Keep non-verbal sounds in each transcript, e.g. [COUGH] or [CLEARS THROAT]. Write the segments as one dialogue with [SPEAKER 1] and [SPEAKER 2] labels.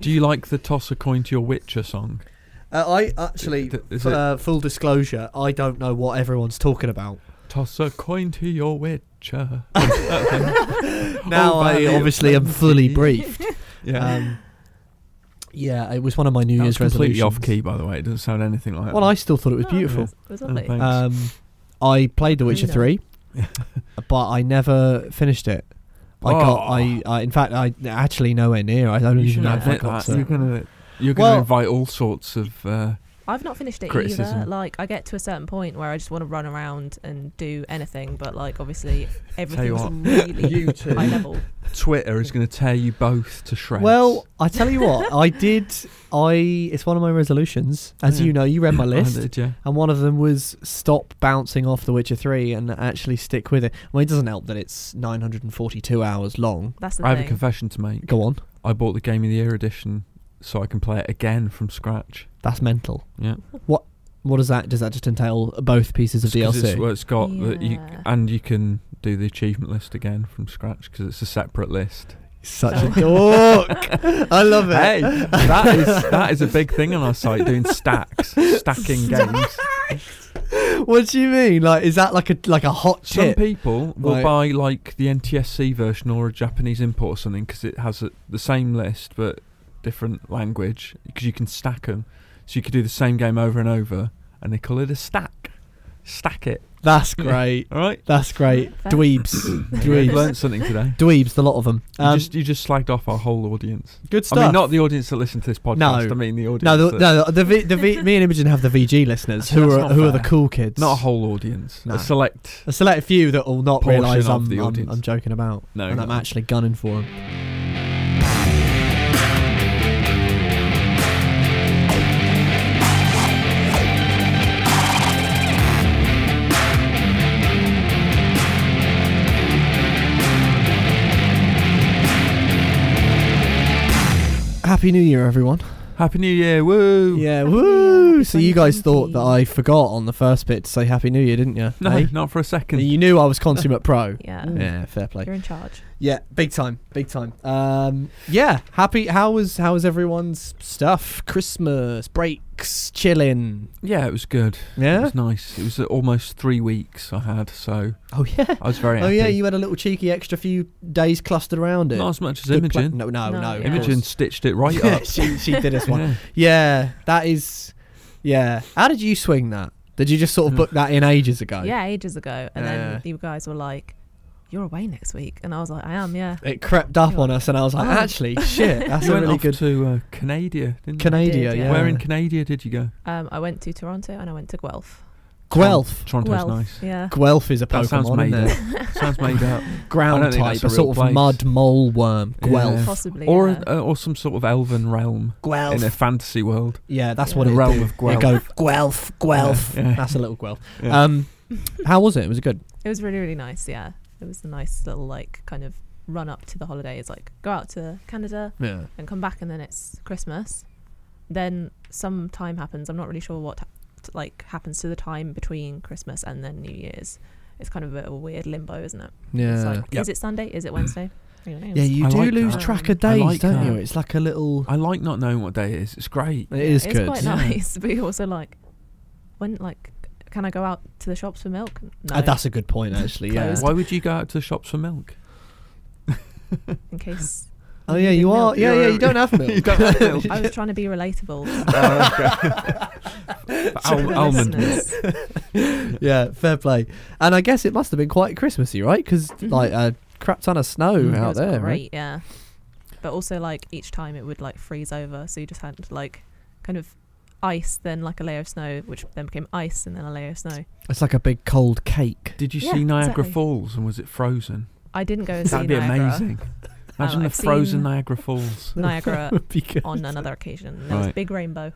[SPEAKER 1] Do you like the toss a coin to your Witcher song?
[SPEAKER 2] Uh, I actually,
[SPEAKER 1] Th- is
[SPEAKER 2] f- uh, full disclosure, I don't know what everyone's talking about.
[SPEAKER 1] Toss a coin to your Witcher. [LAUGHS]
[SPEAKER 2] Now
[SPEAKER 1] Oh,
[SPEAKER 2] I
[SPEAKER 1] Valley of
[SPEAKER 2] obviously am
[SPEAKER 1] [LAUGHS]
[SPEAKER 2] fully
[SPEAKER 1] Plenty.
[SPEAKER 2] briefed.
[SPEAKER 1] Yeah.
[SPEAKER 2] Um, yeah, it was one of my New
[SPEAKER 1] that was
[SPEAKER 2] Year's
[SPEAKER 1] completely
[SPEAKER 2] resolutions.
[SPEAKER 1] off key, by the way. It doesn't sound anything like
[SPEAKER 2] Well, I
[SPEAKER 1] that.
[SPEAKER 2] still thought it was
[SPEAKER 3] Oh,
[SPEAKER 2] beautiful.
[SPEAKER 3] It was
[SPEAKER 1] Oh,
[SPEAKER 3] lovely.
[SPEAKER 1] thanks.
[SPEAKER 2] Um, I played The Witcher
[SPEAKER 1] [LAUGHS]
[SPEAKER 3] Neither.
[SPEAKER 2] Three, but I never finished it. I got
[SPEAKER 1] Oh.
[SPEAKER 2] I, I in fact I actually nowhere near. I don't
[SPEAKER 1] you
[SPEAKER 2] even
[SPEAKER 1] should
[SPEAKER 2] know if I
[SPEAKER 1] admit
[SPEAKER 2] got
[SPEAKER 1] that.
[SPEAKER 2] to.
[SPEAKER 1] You're gonna, you're gonna
[SPEAKER 2] Well-
[SPEAKER 1] invite all sorts of. Uh,
[SPEAKER 3] I've not finished it either.
[SPEAKER 1] Criticism.
[SPEAKER 3] Like, I get to a certain point where I just want to run around and do anything, but like,
[SPEAKER 1] [LAUGHS]
[SPEAKER 3] obviously, everything's
[SPEAKER 1] what.
[SPEAKER 3] really
[SPEAKER 1] You two.
[SPEAKER 3] high level.
[SPEAKER 1] Twitter is going to tear you both to shreds.
[SPEAKER 2] Well, I tell you what, I did. I it's one of my resolutions. As
[SPEAKER 1] Yeah.
[SPEAKER 2] you know, you read my list,
[SPEAKER 1] I did, yeah.
[SPEAKER 2] and one of them was stop bouncing off The Witcher Three and actually stick with it. Well, it doesn't help that it's 942 hours long.
[SPEAKER 3] That's the
[SPEAKER 1] I have a
[SPEAKER 3] thing.
[SPEAKER 1] confession to make.
[SPEAKER 2] Go on,
[SPEAKER 1] I bought the Game of the Year edition so I can play it again from scratch.
[SPEAKER 2] that's mental.
[SPEAKER 1] Yeah,
[SPEAKER 2] What does that? Does that just entail both pieces of
[SPEAKER 1] 'Cause
[SPEAKER 2] DLC?
[SPEAKER 1] It's, well, it's got that you
[SPEAKER 3] [LAUGHS] Yeah.
[SPEAKER 1] and you can do the achievement list again from scratch because it's a separate list.
[SPEAKER 2] Such
[SPEAKER 3] So-
[SPEAKER 1] [LAUGHS]
[SPEAKER 2] a dork. I love it.
[SPEAKER 1] Hey, that is that is a big thing on our site doing stacks, stacking games.
[SPEAKER 2] What do you mean? Like, is that like a like a hot
[SPEAKER 1] Some
[SPEAKER 2] chip?
[SPEAKER 1] people will
[SPEAKER 2] Right.
[SPEAKER 1] buy like the NTSC version or a Japanese import or something because it has a, the same list but different language because you can stack them. So you could do the same game over and over, and they call it a stack. Stack it.
[SPEAKER 2] That's
[SPEAKER 1] Yeah.
[SPEAKER 2] great.
[SPEAKER 1] All right.
[SPEAKER 2] That's great.
[SPEAKER 3] Fair.
[SPEAKER 2] Dweebs.
[SPEAKER 1] [COUGHS] We've
[SPEAKER 2] Dweebs.
[SPEAKER 1] learned something today.
[SPEAKER 2] Dweebs, the lot of them.
[SPEAKER 1] You
[SPEAKER 2] Um,
[SPEAKER 1] just you just slagged off our whole audience.
[SPEAKER 2] good stuff.
[SPEAKER 1] I mean, not the audience that listen to this podcast.
[SPEAKER 2] No.
[SPEAKER 1] I mean the audience.
[SPEAKER 2] no, the,
[SPEAKER 1] that-
[SPEAKER 2] no, the, v, the v, me and Imogen have the VG listeners
[SPEAKER 1] Actually,
[SPEAKER 2] who
[SPEAKER 1] that's
[SPEAKER 2] are
[SPEAKER 1] not
[SPEAKER 2] who are the
[SPEAKER 1] fair.
[SPEAKER 2] cool kids.
[SPEAKER 1] not a whole audience.
[SPEAKER 2] No.
[SPEAKER 1] A select.
[SPEAKER 2] a select few that will not
[SPEAKER 1] Portion
[SPEAKER 2] realise
[SPEAKER 1] of
[SPEAKER 2] I'm,
[SPEAKER 1] the
[SPEAKER 2] I'm,
[SPEAKER 1] audience.
[SPEAKER 2] I'm joking about,
[SPEAKER 1] No,
[SPEAKER 2] and I'm
[SPEAKER 1] no.
[SPEAKER 2] actually gunning for them. Happy New Year, everyone.
[SPEAKER 1] Happy New Year! Woo!
[SPEAKER 2] Yeah,
[SPEAKER 3] Happy New
[SPEAKER 2] woo!
[SPEAKER 3] Year,
[SPEAKER 2] So you guys
[SPEAKER 3] 2020.
[SPEAKER 2] thought that I forgot on the first bit to say Happy New Year, didn't you?
[SPEAKER 1] No,
[SPEAKER 3] [LAUGHS]
[SPEAKER 2] Eh?
[SPEAKER 1] not for a second.
[SPEAKER 2] You knew I was consummate pro.
[SPEAKER 3] Yeah.
[SPEAKER 2] Yeah, fair play.
[SPEAKER 3] You're in charge.
[SPEAKER 2] Yeah, big time, big time. Um, yeah, happy. How was how was everyone's stuff? Christmas breaks, chilling.
[SPEAKER 1] Yeah, it was good. It
[SPEAKER 2] Yeah.
[SPEAKER 1] was nice. It was uh, almost three weeks I had, so
[SPEAKER 2] Oh yeah.
[SPEAKER 1] I was very
[SPEAKER 2] Oh
[SPEAKER 1] happy.
[SPEAKER 2] yeah. You had a little cheeky extra few days clustered around it.
[SPEAKER 1] not as much as
[SPEAKER 2] Good pla-
[SPEAKER 1] Imogen.
[SPEAKER 2] no, no,
[SPEAKER 3] No,
[SPEAKER 2] no.
[SPEAKER 3] yeah.
[SPEAKER 2] of
[SPEAKER 1] Imogen
[SPEAKER 2] course.
[SPEAKER 1] stitched it
[SPEAKER 2] [LAUGHS]
[SPEAKER 1] right up.
[SPEAKER 2] she she did us
[SPEAKER 1] [LAUGHS]
[SPEAKER 2] one.
[SPEAKER 1] Yeah.
[SPEAKER 2] Yeah, that is. Yeah. How did you swing that? Did you just
[SPEAKER 1] Mm.
[SPEAKER 2] sort of book that in ages ago?
[SPEAKER 3] Yeah, ages ago. And
[SPEAKER 2] Yeah.
[SPEAKER 3] then you guys were like, you're away next week. And I was like, I am, yeah.
[SPEAKER 2] It crept up on us, and I was like,
[SPEAKER 3] Oh.
[SPEAKER 2] actually, shit, that's
[SPEAKER 1] you
[SPEAKER 2] a
[SPEAKER 1] went
[SPEAKER 2] really
[SPEAKER 1] off
[SPEAKER 2] good.
[SPEAKER 1] to uh, Canada, didn't you?
[SPEAKER 2] Canada,
[SPEAKER 3] did,
[SPEAKER 2] yeah.
[SPEAKER 3] yeah.
[SPEAKER 1] Where in Canada did you go?
[SPEAKER 3] Um, I went to Toronto and I went to Guelph.
[SPEAKER 1] [LAUGHS]
[SPEAKER 2] Guelph.
[SPEAKER 1] Toronto's
[SPEAKER 3] Guelph.
[SPEAKER 1] nice.
[SPEAKER 3] Yeah.
[SPEAKER 2] Guelph is a
[SPEAKER 1] That sounds
[SPEAKER 2] Pokemon,
[SPEAKER 1] made
[SPEAKER 2] isn't it?
[SPEAKER 1] up. [LAUGHS] sounds made
[SPEAKER 3] [LAUGHS]
[SPEAKER 1] up. I
[SPEAKER 2] Ground
[SPEAKER 1] don't think
[SPEAKER 2] type,
[SPEAKER 1] that's
[SPEAKER 2] a,
[SPEAKER 1] a real
[SPEAKER 2] sort of
[SPEAKER 1] place.
[SPEAKER 2] mud mole worm.
[SPEAKER 1] Yeah.
[SPEAKER 2] Guelph.
[SPEAKER 3] Possibly.
[SPEAKER 1] Or
[SPEAKER 3] yeah.
[SPEAKER 1] uh, or some sort of elven realm in a
[SPEAKER 2] Guelph.
[SPEAKER 1] fantasy world.
[SPEAKER 2] Yeah, that's
[SPEAKER 3] Yeah.
[SPEAKER 2] what
[SPEAKER 1] The
[SPEAKER 2] it
[SPEAKER 1] realm
[SPEAKER 2] do.
[SPEAKER 1] of
[SPEAKER 2] You go Guelph, Guelph.
[SPEAKER 1] Yeah, yeah.
[SPEAKER 2] That's a little Guelph.
[SPEAKER 1] Yeah.
[SPEAKER 2] Um, how was it? Was it good?
[SPEAKER 3] It was really, really nice. Yeah, it was a nice little like kind of run up to the holidays. Like go out to Canada
[SPEAKER 2] Yeah.
[SPEAKER 3] and come back, and then it's Christmas. Then some time happens. I'm not really sure what t- like happens to the time between Christmas and then New Year's. It's kind of a bit of a weird limbo, isn't it? It's
[SPEAKER 2] Yeah.
[SPEAKER 3] like,
[SPEAKER 1] Yep.
[SPEAKER 3] is it Sunday? Is it Wednesday? I don't know.
[SPEAKER 2] yeah, you
[SPEAKER 1] I
[SPEAKER 2] do
[SPEAKER 1] like
[SPEAKER 2] lose
[SPEAKER 3] that.
[SPEAKER 2] track of
[SPEAKER 1] I
[SPEAKER 2] days,
[SPEAKER 1] like
[SPEAKER 2] don't
[SPEAKER 1] that.
[SPEAKER 2] you? It's like a little.
[SPEAKER 1] I like not knowing what day it is. It's great.
[SPEAKER 2] It is
[SPEAKER 3] it's
[SPEAKER 2] good.
[SPEAKER 3] quite
[SPEAKER 1] Yeah.
[SPEAKER 3] nice, [LAUGHS] but you're also like, when like, can I go out to the shops for milk? No,
[SPEAKER 2] Uh, that's a good point, actually. Yeah.
[SPEAKER 3] Closed.
[SPEAKER 1] Why would you go out to the shops for milk?
[SPEAKER 3] in case.
[SPEAKER 2] Oh yeah,
[SPEAKER 3] needed
[SPEAKER 2] you are.
[SPEAKER 3] milk.
[SPEAKER 2] Yeah, yeah. You don't have [LAUGHS] milk.
[SPEAKER 1] [LAUGHS]
[SPEAKER 2] [LAUGHS]
[SPEAKER 1] You don't have milk.
[SPEAKER 3] I was trying to be relatable.
[SPEAKER 2] [LAUGHS]
[SPEAKER 1] For
[SPEAKER 3] to
[SPEAKER 1] al-
[SPEAKER 3] the
[SPEAKER 1] almond milk.
[SPEAKER 3] listeners.
[SPEAKER 2] [LAUGHS] yeah, fair play. And I guess it must have been quite Christmassy, right? Because
[SPEAKER 3] Mhm.
[SPEAKER 2] like a crap ton of snow
[SPEAKER 1] Mm.
[SPEAKER 3] It
[SPEAKER 2] Oh, out
[SPEAKER 3] was
[SPEAKER 2] there,
[SPEAKER 3] great,
[SPEAKER 2] right?
[SPEAKER 3] yeah. But also, like each time it would like freeze over, so you just had like kind of ice, then like a layer of snow, which then became ice, and then a layer of snow.
[SPEAKER 2] It's like a big cold cake.
[SPEAKER 1] Did you
[SPEAKER 3] Yeah,
[SPEAKER 1] see Niagara
[SPEAKER 3] exactly.
[SPEAKER 1] Falls and was it frozen?
[SPEAKER 3] I didn't go and see
[SPEAKER 1] That'd be
[SPEAKER 3] Niagara,
[SPEAKER 1] amazing. Imagine
[SPEAKER 3] I've
[SPEAKER 1] the frozen
[SPEAKER 3] seen-
[SPEAKER 1] Niagara Falls.
[SPEAKER 3] [LAUGHS] Niagara
[SPEAKER 2] [LAUGHS] Would be good.
[SPEAKER 3] on another occasion. There was a
[SPEAKER 1] Right.
[SPEAKER 3] big rainbow,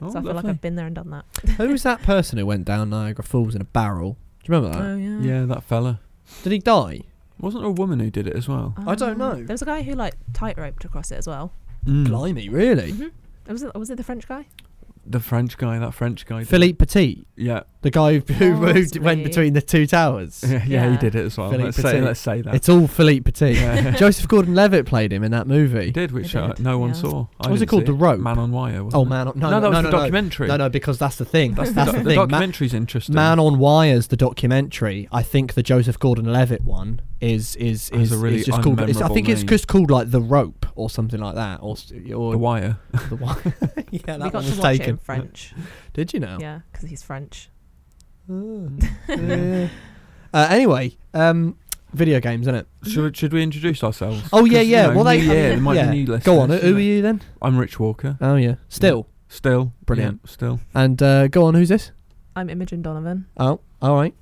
[SPEAKER 1] Oh,
[SPEAKER 3] so I feel like
[SPEAKER 1] lovely.
[SPEAKER 3] I've been there and done that.
[SPEAKER 2] Who was that person who went down Niagara Falls in a barrel? Do you remember that?
[SPEAKER 3] oh yeah.
[SPEAKER 1] Yeah, that fella.
[SPEAKER 2] Did he die?
[SPEAKER 1] Wasn't there a woman who did it as well?
[SPEAKER 2] I don't know.
[SPEAKER 3] Um, There was a guy who like tightroped across it as well.
[SPEAKER 1] Mm.
[SPEAKER 3] Mm-hmm.
[SPEAKER 2] Blimey, really?
[SPEAKER 3] Was it was it the French guy?
[SPEAKER 1] the French guy, that French guy. did
[SPEAKER 2] Philippe Petit,
[SPEAKER 1] it. Yeah. [LAUGHS]
[SPEAKER 2] the guy who who
[SPEAKER 3] Oh,
[SPEAKER 2] moved, went
[SPEAKER 3] sweet.
[SPEAKER 2] between the two towers.
[SPEAKER 1] yeah, yeah, he
[SPEAKER 3] Yeah.
[SPEAKER 1] did it as well.
[SPEAKER 2] Philippe
[SPEAKER 1] Let's
[SPEAKER 2] Petit.
[SPEAKER 1] say, let's say that.
[SPEAKER 2] It's all Philippe Petit.
[SPEAKER 1] Yeah.
[SPEAKER 2] [LAUGHS] Joseph Gordon-Levitt played him in that
[SPEAKER 1] he
[SPEAKER 2] movie.
[SPEAKER 1] did, which
[SPEAKER 3] He
[SPEAKER 1] uh,
[SPEAKER 3] did,
[SPEAKER 1] no one
[SPEAKER 3] yeah.
[SPEAKER 1] saw. I
[SPEAKER 2] What was it
[SPEAKER 1] didn't
[SPEAKER 2] called?
[SPEAKER 1] see
[SPEAKER 2] The Rope?
[SPEAKER 1] Man on Wire. Wasn't
[SPEAKER 2] Oh,
[SPEAKER 1] it?
[SPEAKER 2] man, on, no,
[SPEAKER 1] no, that was
[SPEAKER 2] no,
[SPEAKER 1] the
[SPEAKER 2] no,
[SPEAKER 1] documentary.
[SPEAKER 2] No, no, because that's the thing. That's,
[SPEAKER 1] That's, the,
[SPEAKER 2] the,
[SPEAKER 1] doc- the
[SPEAKER 2] thing. Ma-
[SPEAKER 1] documentary's interesting.
[SPEAKER 2] Man on Wires, the documentary. I think the Joseph Gordon-Levitt one is is
[SPEAKER 1] Has
[SPEAKER 2] is,
[SPEAKER 1] a really
[SPEAKER 2] is just called. It's, I
[SPEAKER 1] unmemorable
[SPEAKER 2] think it's
[SPEAKER 1] name.
[SPEAKER 2] just called like the rope or something like that, or s- or
[SPEAKER 1] the Wire.
[SPEAKER 2] the
[SPEAKER 3] [LAUGHS]
[SPEAKER 2] one. [LAUGHS] yeah, that
[SPEAKER 3] we got
[SPEAKER 2] one
[SPEAKER 3] to
[SPEAKER 2] was
[SPEAKER 3] watch
[SPEAKER 2] taken.
[SPEAKER 3] it in French.
[SPEAKER 2] Did you know?
[SPEAKER 3] Yeah, because he's French. [LAUGHS]
[SPEAKER 2] Ah, yeah. uh, anyway, um, video games, isn't it?
[SPEAKER 1] Should, should we introduce ourselves?
[SPEAKER 2] Oh, yeah,
[SPEAKER 1] 'Cause, you
[SPEAKER 2] yeah,
[SPEAKER 1] know,
[SPEAKER 2] well, they-
[SPEAKER 1] new
[SPEAKER 2] I
[SPEAKER 1] year,
[SPEAKER 2] mean,
[SPEAKER 1] there might
[SPEAKER 2] yeah.
[SPEAKER 1] be new listeners.
[SPEAKER 2] Go on.
[SPEAKER 1] you
[SPEAKER 2] Who
[SPEAKER 1] know.
[SPEAKER 2] are you then?
[SPEAKER 1] I'm Rich Walker.
[SPEAKER 2] Oh yeah, still
[SPEAKER 1] Still yeah,
[SPEAKER 2] Brilliant.
[SPEAKER 1] still.
[SPEAKER 2] and uh, go on. Who's this?
[SPEAKER 3] I'm Imogen Donovan.
[SPEAKER 2] Oh, all right.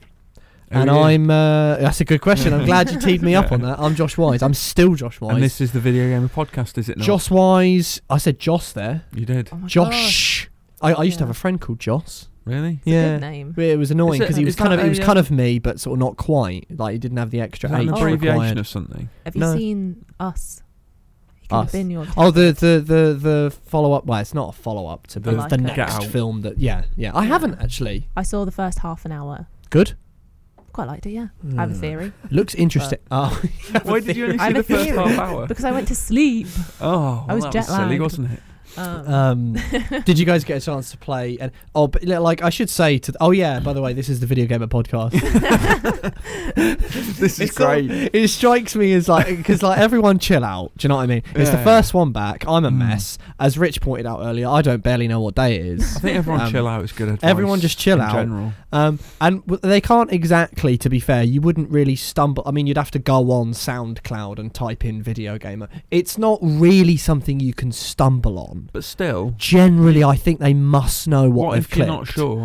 [SPEAKER 1] Who
[SPEAKER 2] and
[SPEAKER 1] are you?
[SPEAKER 2] I'm. Uh, that's a good question. I'm glad you teed
[SPEAKER 1] [LAUGHS]
[SPEAKER 2] me up on that. I'm Josh Wise. I'm still Josh Wise.
[SPEAKER 1] And this is the video game podcast, is it not?
[SPEAKER 2] Josh Wise. I said Joss there.
[SPEAKER 1] You did
[SPEAKER 3] Oh my gosh.
[SPEAKER 2] Josh. I, I used to
[SPEAKER 3] Yeah.
[SPEAKER 2] have a friend called Joss.
[SPEAKER 1] really?
[SPEAKER 3] It's a
[SPEAKER 2] yeah,
[SPEAKER 3] good name.
[SPEAKER 2] But it was annoying
[SPEAKER 1] it-
[SPEAKER 2] because he was
[SPEAKER 1] is that
[SPEAKER 2] kind of it
[SPEAKER 1] a,
[SPEAKER 2] was
[SPEAKER 1] um,
[SPEAKER 2] kind of me, but sort of not quite. Like he didn't have the
[SPEAKER 1] Is
[SPEAKER 2] extra
[SPEAKER 1] that
[SPEAKER 2] H
[SPEAKER 1] an abbreviation
[SPEAKER 2] required.
[SPEAKER 1] of
[SPEAKER 2] [LAUGHS]
[SPEAKER 1] something?
[SPEAKER 3] Have you
[SPEAKER 2] No.
[SPEAKER 3] seen Us? It could
[SPEAKER 2] Us.
[SPEAKER 3] have been your
[SPEAKER 2] Oh, the the the the follow up. Well, it's not a follow up to, but
[SPEAKER 1] The-
[SPEAKER 2] it's the
[SPEAKER 3] Like
[SPEAKER 1] Get
[SPEAKER 3] a-
[SPEAKER 2] next
[SPEAKER 1] Out.
[SPEAKER 2] film that. Yeah, yeah. I
[SPEAKER 3] Yeah.
[SPEAKER 2] haven't actually.
[SPEAKER 3] I saw the first half an hour.
[SPEAKER 2] Good.
[SPEAKER 3] Quite liked it, yeah. I
[SPEAKER 2] Mm.
[SPEAKER 3] have
[SPEAKER 2] [LAUGHS]
[SPEAKER 3] a theory.
[SPEAKER 2] Looks interesting. oh, [LAUGHS]
[SPEAKER 1] Why did you only
[SPEAKER 3] I
[SPEAKER 1] see
[SPEAKER 3] have
[SPEAKER 1] the
[SPEAKER 3] a
[SPEAKER 1] first
[SPEAKER 3] theory.
[SPEAKER 1] half
[SPEAKER 3] [LAUGHS]
[SPEAKER 1] hour?
[SPEAKER 3] Because I went to sleep.
[SPEAKER 1] Oh,
[SPEAKER 3] I
[SPEAKER 1] well,
[SPEAKER 3] was
[SPEAKER 1] that was silly,
[SPEAKER 3] jet-lagged.
[SPEAKER 1] wasn't
[SPEAKER 2] [LAUGHS]
[SPEAKER 1] it?
[SPEAKER 3] Um, [LAUGHS]
[SPEAKER 2] um, did you guys get a chance to play? And oh, but li- like I should say to. th- oh yeah. By the way, this is the video gamer podcast.
[SPEAKER 1] [LAUGHS] This
[SPEAKER 2] It's sort
[SPEAKER 3] [LAUGHS]
[SPEAKER 2] of- it strikes me as like because like everyone chill out. Do you know what I mean? It's the
[SPEAKER 1] Yeah.
[SPEAKER 2] first one back. I'm a
[SPEAKER 1] Mm.
[SPEAKER 2] mess. As Rich pointed out earlier, I don't barely know what day it
[SPEAKER 1] I
[SPEAKER 2] is.
[SPEAKER 1] think everyone
[SPEAKER 2] Um,
[SPEAKER 1] chill out is good advice.
[SPEAKER 2] everyone just chill
[SPEAKER 1] in
[SPEAKER 2] out.
[SPEAKER 1] General.
[SPEAKER 2] Um, and w- they can't exactly, to be fair, you wouldn't really stumble. I mean, you'd have to go on SoundCloud and type in video gamer. It's not really something you can stumble on.
[SPEAKER 1] But still,
[SPEAKER 2] Generally, I think they must know what,
[SPEAKER 1] what,
[SPEAKER 2] they've
[SPEAKER 1] if you're not
[SPEAKER 2] clicked.
[SPEAKER 1] sure?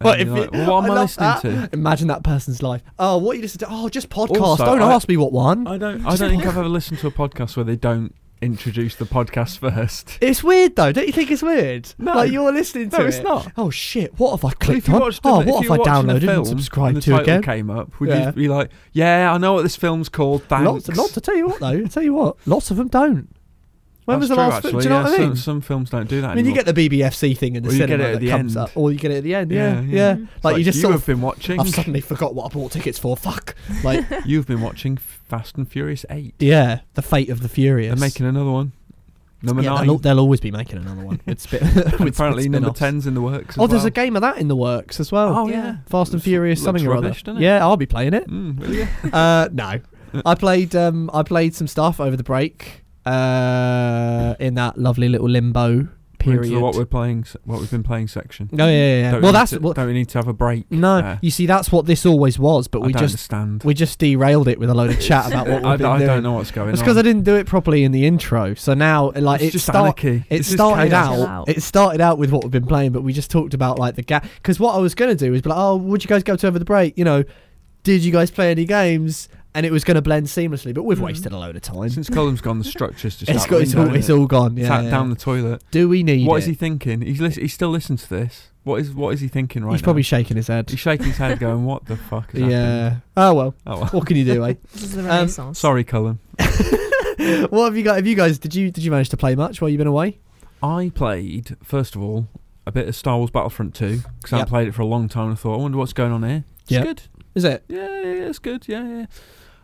[SPEAKER 1] and
[SPEAKER 2] What if
[SPEAKER 1] you're
[SPEAKER 2] you-
[SPEAKER 1] like,
[SPEAKER 2] [LAUGHS]
[SPEAKER 1] well, what
[SPEAKER 2] I
[SPEAKER 1] am I,
[SPEAKER 2] love
[SPEAKER 1] listening
[SPEAKER 2] that.
[SPEAKER 1] to?
[SPEAKER 2] Imagine that person's life. Oh, what you listen to? Oh, just podcasts.
[SPEAKER 1] Also,
[SPEAKER 2] don't
[SPEAKER 1] I-
[SPEAKER 2] ask me what one.
[SPEAKER 1] I don't. I
[SPEAKER 2] Just
[SPEAKER 1] don't think
[SPEAKER 2] pod-
[SPEAKER 1] I've ever listened to a podcast where they don't introduce the podcast first.
[SPEAKER 2] [LAUGHS] It's weird though, don't you think it's weird?
[SPEAKER 1] No.
[SPEAKER 2] like you're listening to
[SPEAKER 1] No, it's
[SPEAKER 2] it.
[SPEAKER 1] not.
[SPEAKER 2] Oh shit! What have I
[SPEAKER 1] But
[SPEAKER 2] clicked on? Oh,
[SPEAKER 1] an- you
[SPEAKER 2] what have I
[SPEAKER 1] were watching a
[SPEAKER 2] downloaded
[SPEAKER 1] film
[SPEAKER 2] and subscribed
[SPEAKER 1] and the
[SPEAKER 2] to
[SPEAKER 1] title
[SPEAKER 2] again?
[SPEAKER 1] came up, would
[SPEAKER 2] Yeah.
[SPEAKER 1] you be like, "Yeah, I know what this film's called." Thanks.
[SPEAKER 2] Lots, lots. I tell you what though, I tell you what, lots of them don't. When
[SPEAKER 1] That's
[SPEAKER 2] was the
[SPEAKER 1] true,
[SPEAKER 2] last?
[SPEAKER 1] Actually,
[SPEAKER 2] film? Do you know
[SPEAKER 1] yeah,
[SPEAKER 2] what I mean?
[SPEAKER 1] Some, some films don't do that.
[SPEAKER 2] I mean, you
[SPEAKER 1] anymore.
[SPEAKER 2] get the BBFC thing in the
[SPEAKER 1] Or you get
[SPEAKER 2] cinema
[SPEAKER 1] it at
[SPEAKER 2] that
[SPEAKER 1] the
[SPEAKER 2] comes
[SPEAKER 1] end.
[SPEAKER 2] up, or you get it at the end. Yeah,
[SPEAKER 1] Yeah,
[SPEAKER 2] yeah.
[SPEAKER 1] yeah.
[SPEAKER 2] Like,
[SPEAKER 1] It's like
[SPEAKER 2] you just
[SPEAKER 1] you
[SPEAKER 2] sort
[SPEAKER 1] have
[SPEAKER 2] of. [LAUGHS]
[SPEAKER 1] been watching.
[SPEAKER 2] I've suddenly forgot what I bought tickets for. Fuck. Like,
[SPEAKER 1] You've been watching Fast and Furious Eight.
[SPEAKER 2] yeah, the fate of the furious.
[SPEAKER 1] They're making another one. Number
[SPEAKER 2] yeah,
[SPEAKER 1] nine.
[SPEAKER 2] They'll, they'll always be making another one. [LAUGHS] It's bit, with- with
[SPEAKER 1] apparently, number
[SPEAKER 2] spin-offs.
[SPEAKER 1] ten's in the works. As
[SPEAKER 2] Oh, there's
[SPEAKER 1] well.
[SPEAKER 2] a game of that in the works as well.
[SPEAKER 1] Oh
[SPEAKER 3] Yeah.
[SPEAKER 1] yeah.
[SPEAKER 2] Fast and
[SPEAKER 1] Looks-
[SPEAKER 2] Furious,
[SPEAKER 1] looks
[SPEAKER 2] something
[SPEAKER 1] rubbish,
[SPEAKER 2] or
[SPEAKER 1] doesn't
[SPEAKER 2] other.
[SPEAKER 1] it?
[SPEAKER 2] Yeah, I'll be
[SPEAKER 1] [LAUGHS]
[SPEAKER 2] playing it.
[SPEAKER 1] Mm, will you?
[SPEAKER 2] Uh, no, I played. Um, I played some stuff over the break. Uh, in that lovely little limbo
[SPEAKER 1] We're into
[SPEAKER 2] period.
[SPEAKER 1] the what we're playing, se- what we've been playing section.
[SPEAKER 2] oh yeah, yeah. yeah.
[SPEAKER 1] Don't we
[SPEAKER 2] Well,
[SPEAKER 1] need
[SPEAKER 2] that's
[SPEAKER 1] to,
[SPEAKER 2] well,
[SPEAKER 1] don't we need to have a break?
[SPEAKER 2] [LAUGHS] no.
[SPEAKER 1] there?
[SPEAKER 2] You see, that's what this always was, but
[SPEAKER 1] I
[SPEAKER 2] we
[SPEAKER 1] don't
[SPEAKER 2] just
[SPEAKER 1] understand.
[SPEAKER 2] we just derailed it with a load of chat
[SPEAKER 1] [LAUGHS]
[SPEAKER 2] about [LAUGHS] what we've
[SPEAKER 1] I,
[SPEAKER 2] been
[SPEAKER 1] I
[SPEAKER 2] doing.
[SPEAKER 1] don't know what's going
[SPEAKER 2] It's
[SPEAKER 1] on.
[SPEAKER 2] because I didn't do it properly in the intro, so now like
[SPEAKER 1] it's
[SPEAKER 2] it
[SPEAKER 1] just
[SPEAKER 2] start,
[SPEAKER 1] anarchy.
[SPEAKER 2] it
[SPEAKER 1] This is
[SPEAKER 2] started
[SPEAKER 1] chaos.
[SPEAKER 2] out,
[SPEAKER 3] Chill out.
[SPEAKER 2] It started out with what we've been playing, but we just talked about like the gap. Because what I was gonna do was be like, "Oh, would you guys go to over the break? You know, did you guys play any games?" And it was gonna blend seamlessly, but we've
[SPEAKER 1] Mm.
[SPEAKER 3] Mhm.
[SPEAKER 2] wasted a load of time.
[SPEAKER 1] Since Column's gone, the structure's just
[SPEAKER 2] [LAUGHS] It's
[SPEAKER 1] out
[SPEAKER 2] got
[SPEAKER 1] the
[SPEAKER 2] it's
[SPEAKER 1] window,
[SPEAKER 2] all,
[SPEAKER 1] isn't
[SPEAKER 2] it's
[SPEAKER 1] it?
[SPEAKER 2] all gone.
[SPEAKER 1] It's
[SPEAKER 2] Yeah,
[SPEAKER 1] out
[SPEAKER 2] yeah.
[SPEAKER 1] down the toilet.
[SPEAKER 2] Do we need?
[SPEAKER 1] What is
[SPEAKER 2] it?
[SPEAKER 1] he thinking? He's lis- he still listens to this. What is what is he thinking right
[SPEAKER 2] He's
[SPEAKER 1] now?
[SPEAKER 2] probably shaking his head.
[SPEAKER 1] He's shaking his head, going, "What the fuck?" Has
[SPEAKER 2] yeah.
[SPEAKER 1] happened?"
[SPEAKER 2] Oh well.
[SPEAKER 1] Oh, well.
[SPEAKER 2] What can
[SPEAKER 1] [LAUGHS]
[SPEAKER 2] you do, eh?
[SPEAKER 3] this is the Renaissance.
[SPEAKER 1] sorry, Colin.
[SPEAKER 2] what have you got? Have you guys? Did you did you manage to play much while you've been away?
[SPEAKER 1] I played first of all a bit of Star Wars Battlefront 2 because I
[SPEAKER 2] Yep.
[SPEAKER 1] hadn't played it for a long time. and I thought, I wonder what's going on here. It's
[SPEAKER 2] Yep.
[SPEAKER 1] good.
[SPEAKER 2] Is it?
[SPEAKER 1] Yeah, yeah, yeah, it's good. Yeah, yeah.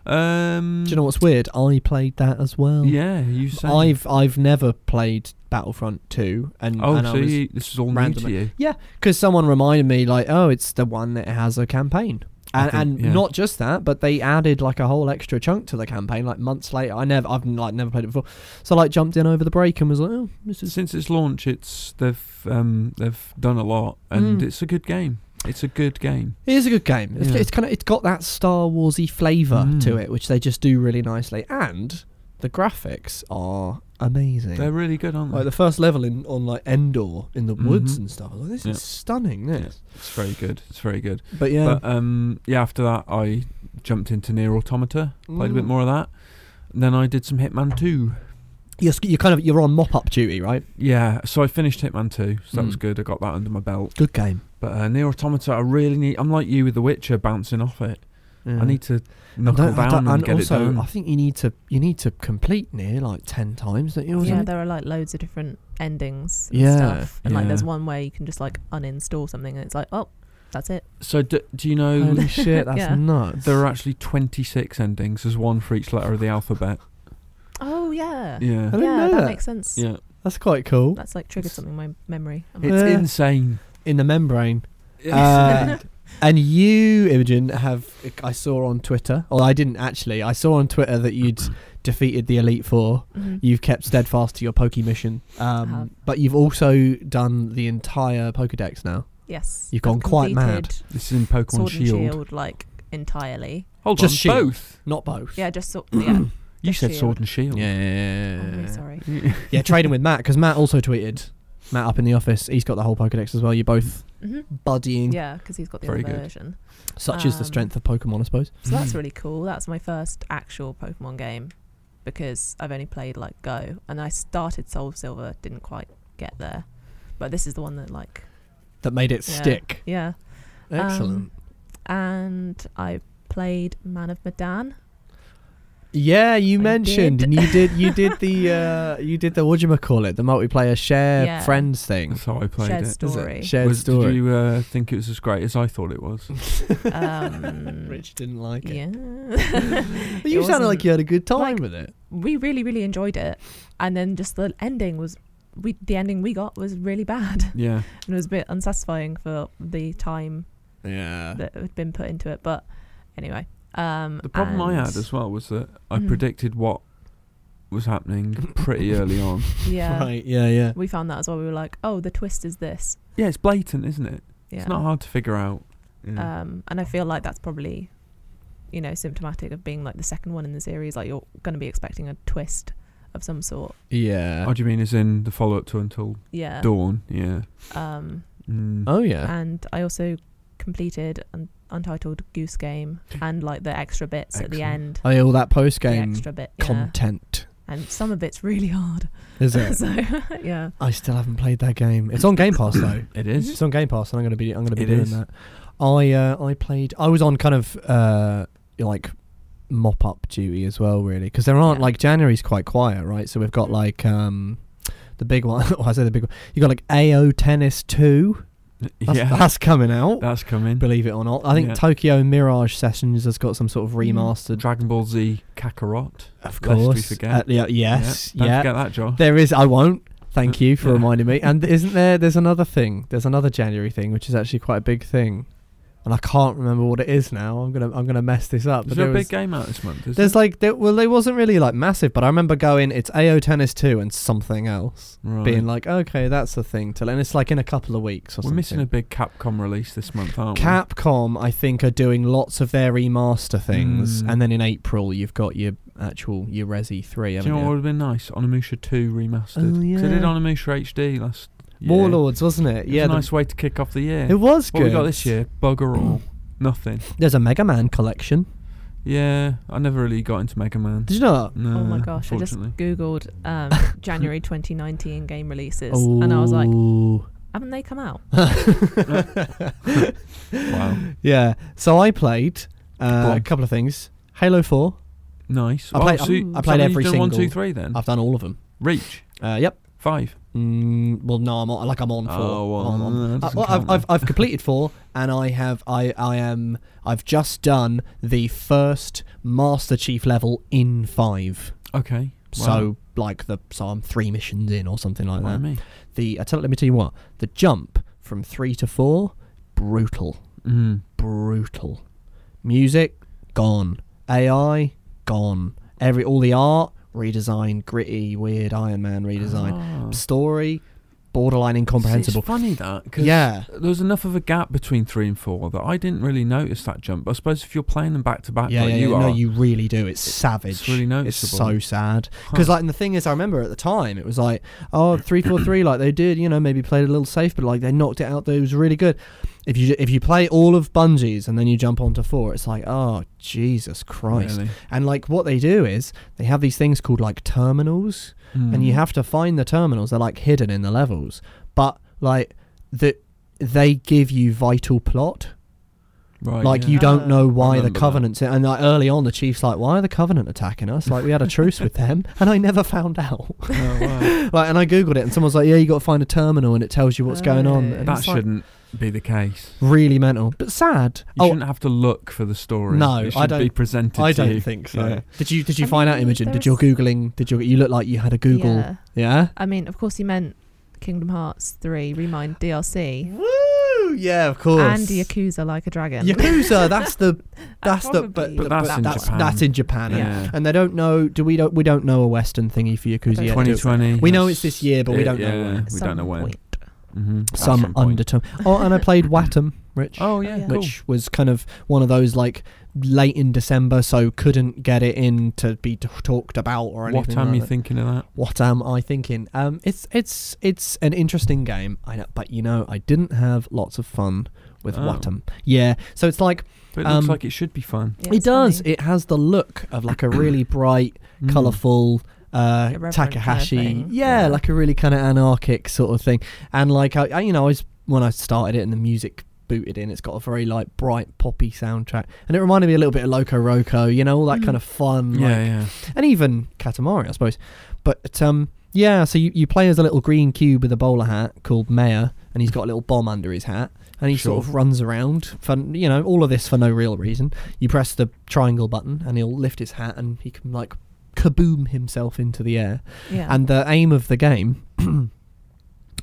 [SPEAKER 1] Um,
[SPEAKER 2] Do you know what's weird? I played that as well.
[SPEAKER 1] Yeah, you said.
[SPEAKER 2] I've I've never played Battlefront 2 and
[SPEAKER 1] oh,
[SPEAKER 2] and
[SPEAKER 1] so
[SPEAKER 2] I was
[SPEAKER 1] you, this is all new to
[SPEAKER 2] randomly-
[SPEAKER 1] you.
[SPEAKER 2] because someone reminded me like oh it's the one that has a campaign
[SPEAKER 1] I
[SPEAKER 2] and,
[SPEAKER 1] think-
[SPEAKER 2] and
[SPEAKER 1] yeah.
[SPEAKER 2] not just that but they added like a whole extra chunk to the campaign like months later I never I've like never played it before so like jumped in over the break and was like oh this is
[SPEAKER 1] Since its launch, it's they've um, they've done a lot, and
[SPEAKER 2] Mm.
[SPEAKER 1] it's a good game. It's a good game.
[SPEAKER 2] it is a good game it's,
[SPEAKER 1] Yeah.
[SPEAKER 2] it's kind of it's got that Star Warsy flavour
[SPEAKER 1] Mm.
[SPEAKER 2] to it which they just do really nicely and the graphics are amazing
[SPEAKER 1] They're really good, aren't they?
[SPEAKER 2] like the first level in on like Endor in the woods
[SPEAKER 1] Mhm.
[SPEAKER 2] and stuff I was like, this
[SPEAKER 1] Yeah.
[SPEAKER 2] is stunning this
[SPEAKER 1] it's very good. It's very good.
[SPEAKER 2] but yeah
[SPEAKER 1] But um, yeah, after that, I jumped into Near Automata, played a bit
[SPEAKER 2] Mm.
[SPEAKER 1] more of that. And then I did some Hitman 2.
[SPEAKER 2] You're, sc- you're kind of you're on mop up duty, right?
[SPEAKER 1] Yeah, so I finished Hitman 2, so that was
[SPEAKER 2] Mm.
[SPEAKER 1] good. I got that under my belt.
[SPEAKER 2] Good game.
[SPEAKER 1] But uh, Near Automata, I really need. I'm like you with The Witcher, bouncing off it. I need to knuckle
[SPEAKER 2] Don't- I
[SPEAKER 1] down
[SPEAKER 2] don't-
[SPEAKER 1] and, get
[SPEAKER 2] also,
[SPEAKER 1] it
[SPEAKER 2] I
[SPEAKER 1] done.
[SPEAKER 2] think you need to you need to complete near like ten times, don't you? or
[SPEAKER 3] Yeah,
[SPEAKER 2] something?
[SPEAKER 3] there are like loads of different endings
[SPEAKER 2] Yeah,
[SPEAKER 3] and stuff. And like there's
[SPEAKER 1] yeah.
[SPEAKER 3] one where you can just like uninstall something and it's like, oh, that's it.
[SPEAKER 1] So do, do you
[SPEAKER 2] [LAUGHS]
[SPEAKER 1] know
[SPEAKER 2] Holy
[SPEAKER 3] [LAUGHS]
[SPEAKER 2] shit, that's
[SPEAKER 3] Yeah.
[SPEAKER 2] nuts.
[SPEAKER 1] there are actually 26 endings. There's one for each letter of the
[SPEAKER 2] [LAUGHS]
[SPEAKER 1] alphabet.
[SPEAKER 3] Oh yeah.
[SPEAKER 1] Yeah.
[SPEAKER 2] didn't
[SPEAKER 3] yeah,
[SPEAKER 2] know
[SPEAKER 3] that,
[SPEAKER 2] that.
[SPEAKER 3] makes sense.
[SPEAKER 1] Yeah.
[SPEAKER 2] That's quite cool.
[SPEAKER 3] That's like triggered
[SPEAKER 1] It's-
[SPEAKER 3] something in my memory. I'm
[SPEAKER 1] It's
[SPEAKER 3] like,
[SPEAKER 2] Yeah.
[SPEAKER 1] insane. Um,
[SPEAKER 2] In the membrane.
[SPEAKER 1] It's
[SPEAKER 2] Uh,
[SPEAKER 1] [LAUGHS] insane.
[SPEAKER 2] And you, Imogen, have I saw on Twitter, or I didn't actually. I saw on Twitter that
[SPEAKER 1] [CLEARS THROAT]
[SPEAKER 2] you'd defeated the Elite Four.
[SPEAKER 3] mhm.
[SPEAKER 2] You've kept steadfast to your Poke mission, um,
[SPEAKER 3] have.
[SPEAKER 2] but you've also done the entire Pokedex now.
[SPEAKER 3] yes.
[SPEAKER 2] You've
[SPEAKER 3] I've
[SPEAKER 2] gone quite mad.
[SPEAKER 3] completed
[SPEAKER 1] This is in Pokemon
[SPEAKER 3] Sword and
[SPEAKER 1] Shield.
[SPEAKER 3] Shield. like entirely.
[SPEAKER 1] Hold
[SPEAKER 2] Just
[SPEAKER 1] on,
[SPEAKER 2] Shield.
[SPEAKER 1] both.
[SPEAKER 2] Not both.
[SPEAKER 3] Yeah, just sort
[SPEAKER 2] [COUGHS]
[SPEAKER 3] yeah.
[SPEAKER 1] You
[SPEAKER 3] Just
[SPEAKER 1] said
[SPEAKER 3] Shield.
[SPEAKER 1] Sword and Shield.
[SPEAKER 2] Yeah.
[SPEAKER 3] I'm really sorry.
[SPEAKER 2] Yeah,
[SPEAKER 3] [LAUGHS]
[SPEAKER 2] trading with Matt because Matt also tweeted. Matt up in the office, he's got the whole Pokedex as well. You're both
[SPEAKER 3] hmm
[SPEAKER 2] buddying.
[SPEAKER 3] Yeah, because he's got the
[SPEAKER 1] Very
[SPEAKER 3] other
[SPEAKER 1] good.
[SPEAKER 3] version.
[SPEAKER 2] Such is the
[SPEAKER 3] Um,
[SPEAKER 2] strength of Pokemon, I suppose.
[SPEAKER 3] So that's really cool. That's my first actual Pokemon game because I've only played like Go and I started Soul Silver, didn't quite get there. But this is the one that like
[SPEAKER 2] That made it
[SPEAKER 3] Yeah.
[SPEAKER 2] stick.
[SPEAKER 3] yeah. Um,
[SPEAKER 2] Excellent.
[SPEAKER 3] and I played Man of Medan.
[SPEAKER 2] yeah, you
[SPEAKER 3] I
[SPEAKER 2] mentioned,
[SPEAKER 3] did.
[SPEAKER 2] and you did, you did
[SPEAKER 3] [LAUGHS]
[SPEAKER 2] the, uh, you did the what you call it, the multiplayer share
[SPEAKER 3] Yeah.
[SPEAKER 2] friends
[SPEAKER 1] [LAUGHS]
[SPEAKER 2] thing.
[SPEAKER 1] That's how I played
[SPEAKER 3] Shared
[SPEAKER 1] it.
[SPEAKER 2] Is it?
[SPEAKER 3] story.
[SPEAKER 2] Shared
[SPEAKER 1] Was-
[SPEAKER 2] story.
[SPEAKER 1] Did you uh, think it was as great as I thought it was?
[SPEAKER 2] [LAUGHS]
[SPEAKER 3] Um,
[SPEAKER 2] Rich didn't like it.
[SPEAKER 3] Yeah. [LAUGHS]
[SPEAKER 2] But
[SPEAKER 3] It
[SPEAKER 2] you sounded like
[SPEAKER 3] wasn't-
[SPEAKER 2] you had a good time
[SPEAKER 3] like-
[SPEAKER 2] with it.
[SPEAKER 3] we really, really enjoyed it. And then just the ending was we the ending we got was really bad.
[SPEAKER 1] [LAUGHS]
[SPEAKER 3] [LAUGHS]
[SPEAKER 1] Yeah.
[SPEAKER 3] And it was a bit unsatisfying for the time
[SPEAKER 2] Yeah.
[SPEAKER 3] that had been put into it. But anyway. Um
[SPEAKER 1] The problem I
[SPEAKER 3] and-
[SPEAKER 1] had as well was that I
[SPEAKER 3] Mhm.
[SPEAKER 1] predicted what was happening [LAUGHS] pretty early on.
[SPEAKER 3] [LAUGHS] Yeah.
[SPEAKER 2] Right. Yeah. Yeah.
[SPEAKER 3] We found that as well. We were like, oh, the twist is this.
[SPEAKER 1] Yeah, it's blatant, isn't it?
[SPEAKER 3] Yeah.
[SPEAKER 1] It's not hard to figure out.
[SPEAKER 2] Mm.
[SPEAKER 1] Yeah.
[SPEAKER 3] um, and I feel like that's probably, you know, symptomatic of being like the second one in the series. Like you're going to be expecting a twist of some sort.
[SPEAKER 1] oh,
[SPEAKER 3] Uh,
[SPEAKER 2] Yeah.
[SPEAKER 1] do you mean as in the follow up to Until
[SPEAKER 3] Yeah.
[SPEAKER 1] Dawn? Yeah.
[SPEAKER 3] Um,
[SPEAKER 1] Mm.
[SPEAKER 2] Oh yeah.
[SPEAKER 3] and I also completed an Untitled Goose Game and like the extra bits at the
[SPEAKER 1] Excellent.
[SPEAKER 3] end.
[SPEAKER 2] Oh yeah. All that post
[SPEAKER 3] The
[SPEAKER 2] game
[SPEAKER 3] extra bit. Yeah.
[SPEAKER 2] content.
[SPEAKER 3] and some of it's really hard.
[SPEAKER 2] Is it?
[SPEAKER 3] [LAUGHS] so yeah.
[SPEAKER 2] I still haven't played that game. It's on Game Pass
[SPEAKER 3] [COUGHS]
[SPEAKER 2] though.
[SPEAKER 1] It is.
[SPEAKER 2] It's on Game Pass, and I'm gonna be I'm gonna be
[SPEAKER 1] It
[SPEAKER 2] doing
[SPEAKER 1] is.
[SPEAKER 2] that. I uh, I played. I was on kind of uh, like mop up duty as well, really, because there aren't
[SPEAKER 3] Yeah.
[SPEAKER 2] like January's quite quiet, right? So we've got like um, the big one. [LAUGHS] oh, I say the big one. You got like AO Tennis Two.
[SPEAKER 3] Mm-hmm.
[SPEAKER 1] [LAUGHS]
[SPEAKER 2] That's,
[SPEAKER 1] yeah. That's,
[SPEAKER 2] that's coming out.
[SPEAKER 1] coming.
[SPEAKER 2] believe it or not, I think
[SPEAKER 1] Yeah.
[SPEAKER 2] Tokyo Mirage Sessions has got some sort of
[SPEAKER 3] Mm.
[SPEAKER 2] remastered.
[SPEAKER 1] Dragon Ball Z Kakarot. lest
[SPEAKER 2] Of
[SPEAKER 1] we
[SPEAKER 2] course,
[SPEAKER 1] forget.
[SPEAKER 2] Uh, yeah, yes,
[SPEAKER 1] Don't
[SPEAKER 2] yeah.
[SPEAKER 1] forget that, Josh.
[SPEAKER 2] There is. I won't. Thank you for
[SPEAKER 1] Yeah.
[SPEAKER 2] reminding
[SPEAKER 1] [LAUGHS]
[SPEAKER 2] me. And isn't there? There's another thing. There's another January thing, which is actually quite a big thing, and I can't remember what it is now. I'm gonna I'm gonna mess this up.
[SPEAKER 1] There's
[SPEAKER 2] but
[SPEAKER 1] no
[SPEAKER 2] there was-
[SPEAKER 1] big game out this month. Is
[SPEAKER 2] There's like there, well, it wasn't really like massive, but I remember going. It's AO Tennis Two and something else,
[SPEAKER 1] there? Right.
[SPEAKER 2] being like, okay, that's the thing. Till and it's like in a couple of weeks or
[SPEAKER 1] We're
[SPEAKER 2] something.
[SPEAKER 1] missing a big Capcom release this month, aren't
[SPEAKER 2] Capcom, I think, are doing lots of their remaster things,
[SPEAKER 1] Mm.
[SPEAKER 2] and then in April you've got your actual your Resi Three.
[SPEAKER 1] we? Do
[SPEAKER 2] haven't
[SPEAKER 1] you know
[SPEAKER 2] you?
[SPEAKER 1] what would have been nice? Onimusha 2 remastered.
[SPEAKER 2] Oh,
[SPEAKER 1] 'Cause I
[SPEAKER 2] yeah.
[SPEAKER 1] did Onimusha HD last year.
[SPEAKER 2] Warlords, wasn't it?
[SPEAKER 1] It was
[SPEAKER 2] yeah,
[SPEAKER 1] a
[SPEAKER 2] the-
[SPEAKER 1] nice way to kick off the year.
[SPEAKER 2] it was good.
[SPEAKER 1] What we got this year? Bugger
[SPEAKER 2] [CLEARS THROAT]
[SPEAKER 1] all. Nothing.
[SPEAKER 2] There's a Mega Man collection.
[SPEAKER 1] Yeah, I never really got into Mega Man.
[SPEAKER 2] Did you know?
[SPEAKER 1] No,
[SPEAKER 3] oh my gosh! I just
[SPEAKER 1] unfortunately.
[SPEAKER 3] googled
[SPEAKER 2] [LAUGHS]
[SPEAKER 3] um, January 2019 game releases, and I was like,
[SPEAKER 2] Oh.
[SPEAKER 3] haven't they come out?
[SPEAKER 2] like,
[SPEAKER 1] wow,
[SPEAKER 2] [LAUGHS] yeah. So I played uh,
[SPEAKER 1] on.
[SPEAKER 2] a couple of things. Halo Four.
[SPEAKER 1] nice. Oh,
[SPEAKER 2] I played-
[SPEAKER 1] so you-
[SPEAKER 3] I
[SPEAKER 1] so
[SPEAKER 2] played
[SPEAKER 1] you've
[SPEAKER 2] every
[SPEAKER 1] done One, two,
[SPEAKER 2] single-
[SPEAKER 1] three. Then
[SPEAKER 2] I've done all of them.
[SPEAKER 1] Reach
[SPEAKER 2] Uh, yep.
[SPEAKER 1] five.
[SPEAKER 2] Mm, well, no, I'm on, like I'm on four.
[SPEAKER 1] Oh, well,
[SPEAKER 2] I'm on-
[SPEAKER 1] no, that
[SPEAKER 2] Uh,
[SPEAKER 1] doesn't
[SPEAKER 2] well, I've,
[SPEAKER 1] count
[SPEAKER 2] I've
[SPEAKER 1] then.
[SPEAKER 2] I've completed four, and I have I I am I've just done the first Master Chief level in five.
[SPEAKER 1] Okay. Wow.
[SPEAKER 2] So like the so I'm three missions in or something like that.
[SPEAKER 1] Blimey.
[SPEAKER 2] The I tell let me tell you what the jump from three to four brutal
[SPEAKER 1] Mm.
[SPEAKER 2] brutal. Music gone. AI gone. Every all the art redesigned, gritty, weird Iron Man redesign.
[SPEAKER 1] Ah.
[SPEAKER 2] Story borderline incomprehensible.
[SPEAKER 1] It's funny that 'cause
[SPEAKER 2] Yeah.
[SPEAKER 1] there was enough of a gap between three and four that I didn't really notice that jump. But I suppose if you're playing them back to back,
[SPEAKER 2] Yeah,
[SPEAKER 1] like
[SPEAKER 2] yeah,
[SPEAKER 1] you
[SPEAKER 2] yeah.
[SPEAKER 1] are,
[SPEAKER 2] no, you really do. It's savage.
[SPEAKER 1] really
[SPEAKER 2] It's
[SPEAKER 1] noticeable.
[SPEAKER 2] so sad. Because
[SPEAKER 1] Huh.
[SPEAKER 2] like, and the thing is, I remember at the time it was like, oh, three four three, like they did, you know, maybe played a little safe, but like they knocked it out. Though it was really good. If you if you play all of Bungie's and then you jump onto four, it's like, oh Jesus Christ.
[SPEAKER 1] really.
[SPEAKER 2] And like what they do is they have these things called like terminals, and you
[SPEAKER 1] Mm.
[SPEAKER 2] have to find the terminals. They're like hidden in the levels, but like that they give you vital plot.
[SPEAKER 1] Right.
[SPEAKER 2] Like
[SPEAKER 1] yeah.
[SPEAKER 2] you
[SPEAKER 3] Ah.
[SPEAKER 2] don't know why the
[SPEAKER 1] Remember that.
[SPEAKER 2] Covenant's and like early on the Chiefs like why are the Covenant attacking us? Like we had a truce with them [LAUGHS] and I never found out.
[SPEAKER 1] [LAUGHS]
[SPEAKER 2] [LAUGHS]
[SPEAKER 1] Oh, wow.
[SPEAKER 2] Like and I googled it and someone's like yeah you got to find a terminal and it tells you what's going on.
[SPEAKER 3] Oh.
[SPEAKER 2] And
[SPEAKER 1] that
[SPEAKER 2] it's, like,
[SPEAKER 1] shouldn't be the case.
[SPEAKER 2] really mental but sad.
[SPEAKER 1] You
[SPEAKER 2] oh,
[SPEAKER 1] shouldn't have to look for the story.
[SPEAKER 2] No, I
[SPEAKER 1] it should be
[SPEAKER 2] don't-
[SPEAKER 1] presented
[SPEAKER 2] I
[SPEAKER 1] to
[SPEAKER 2] don't
[SPEAKER 1] you.
[SPEAKER 2] think so.
[SPEAKER 1] Yeah.
[SPEAKER 2] Did you did you
[SPEAKER 3] I
[SPEAKER 2] find out
[SPEAKER 3] mean,
[SPEAKER 2] Imogen?
[SPEAKER 3] there
[SPEAKER 2] Did your
[SPEAKER 3] is-
[SPEAKER 2] googling? Did you you look like you had a Google? Yeah.
[SPEAKER 3] Yeah. I mean, of course, he meant Kingdom Hearts 3 Remind DLC
[SPEAKER 2] Woo! Yeah, of course.
[SPEAKER 3] and Yakuza Like a Dragon.
[SPEAKER 2] Yakuza. That's
[SPEAKER 1] [LAUGHS]
[SPEAKER 3] [LAUGHS]
[SPEAKER 2] the that's the but,
[SPEAKER 3] Probably.
[SPEAKER 1] But that's in
[SPEAKER 2] that's,
[SPEAKER 1] Japan.
[SPEAKER 2] that's in Japan. and-
[SPEAKER 1] Yeah.
[SPEAKER 2] And they don't know. Do we don't we don't know a Western thingy for Yakuza
[SPEAKER 3] don't
[SPEAKER 2] yet? do we?
[SPEAKER 1] 2020.
[SPEAKER 2] We know
[SPEAKER 1] that's
[SPEAKER 2] it's this year, but we
[SPEAKER 1] it,
[SPEAKER 2] don't
[SPEAKER 1] yeah,
[SPEAKER 2] know when.
[SPEAKER 3] At
[SPEAKER 1] We
[SPEAKER 3] some
[SPEAKER 1] don't know when.
[SPEAKER 3] point.
[SPEAKER 1] Mhm. At
[SPEAKER 2] Some
[SPEAKER 1] point.
[SPEAKER 2] undertone. Oh, and I played Watam, Rich.
[SPEAKER 1] Oh yeah, [LAUGHS]
[SPEAKER 3] Yeah.
[SPEAKER 1] cool.
[SPEAKER 2] Which was kind of one of those like late in December, so couldn't get it in to be t- talked about or anything.
[SPEAKER 1] what am
[SPEAKER 2] like
[SPEAKER 1] you
[SPEAKER 2] that.
[SPEAKER 1] thinking of that?
[SPEAKER 2] What am I thinking? Um, it's it's it's an interesting game. I know, but you know, I didn't have lots of fun with
[SPEAKER 1] Oh.
[SPEAKER 2] Whatam. Yeah, so it's like
[SPEAKER 1] But it looks
[SPEAKER 2] Um,
[SPEAKER 1] like it should be fun.
[SPEAKER 3] Yeah,
[SPEAKER 2] it
[SPEAKER 3] it's
[SPEAKER 2] does.
[SPEAKER 3] funny.
[SPEAKER 2] It has the look of like a
[SPEAKER 1] [CLEARS THROAT]
[SPEAKER 2] really bright,
[SPEAKER 1] Mm.
[SPEAKER 2] colourful. Uh,
[SPEAKER 3] Irreverent kind of
[SPEAKER 2] Takahashi,
[SPEAKER 3] thing.
[SPEAKER 2] yeah,
[SPEAKER 1] Yeah.
[SPEAKER 2] like a really kind of anarchic sort of thing, and like I, I, you know, I was when I started it and the music booted in, it's got a very like bright poppy soundtrack, and it reminded me a little bit of Loco Roco, you know, all that
[SPEAKER 3] Mm.
[SPEAKER 2] kind of fun, like,
[SPEAKER 1] Yeah, yeah.
[SPEAKER 2] and even Katamari, I suppose. But um, yeah, so you, you play as a little green cube with a bowler hat called Mayor, and he's got a little bomb under his hat, and he sort
[SPEAKER 1] Sure.
[SPEAKER 2] of runs around. For, you know, all of this for no real reason. You press the triangle button, and he'll lift his hat, and he can like kaboom himself into the air.
[SPEAKER 3] Yeah.
[SPEAKER 2] And the aim of the game [CLEARS THROAT]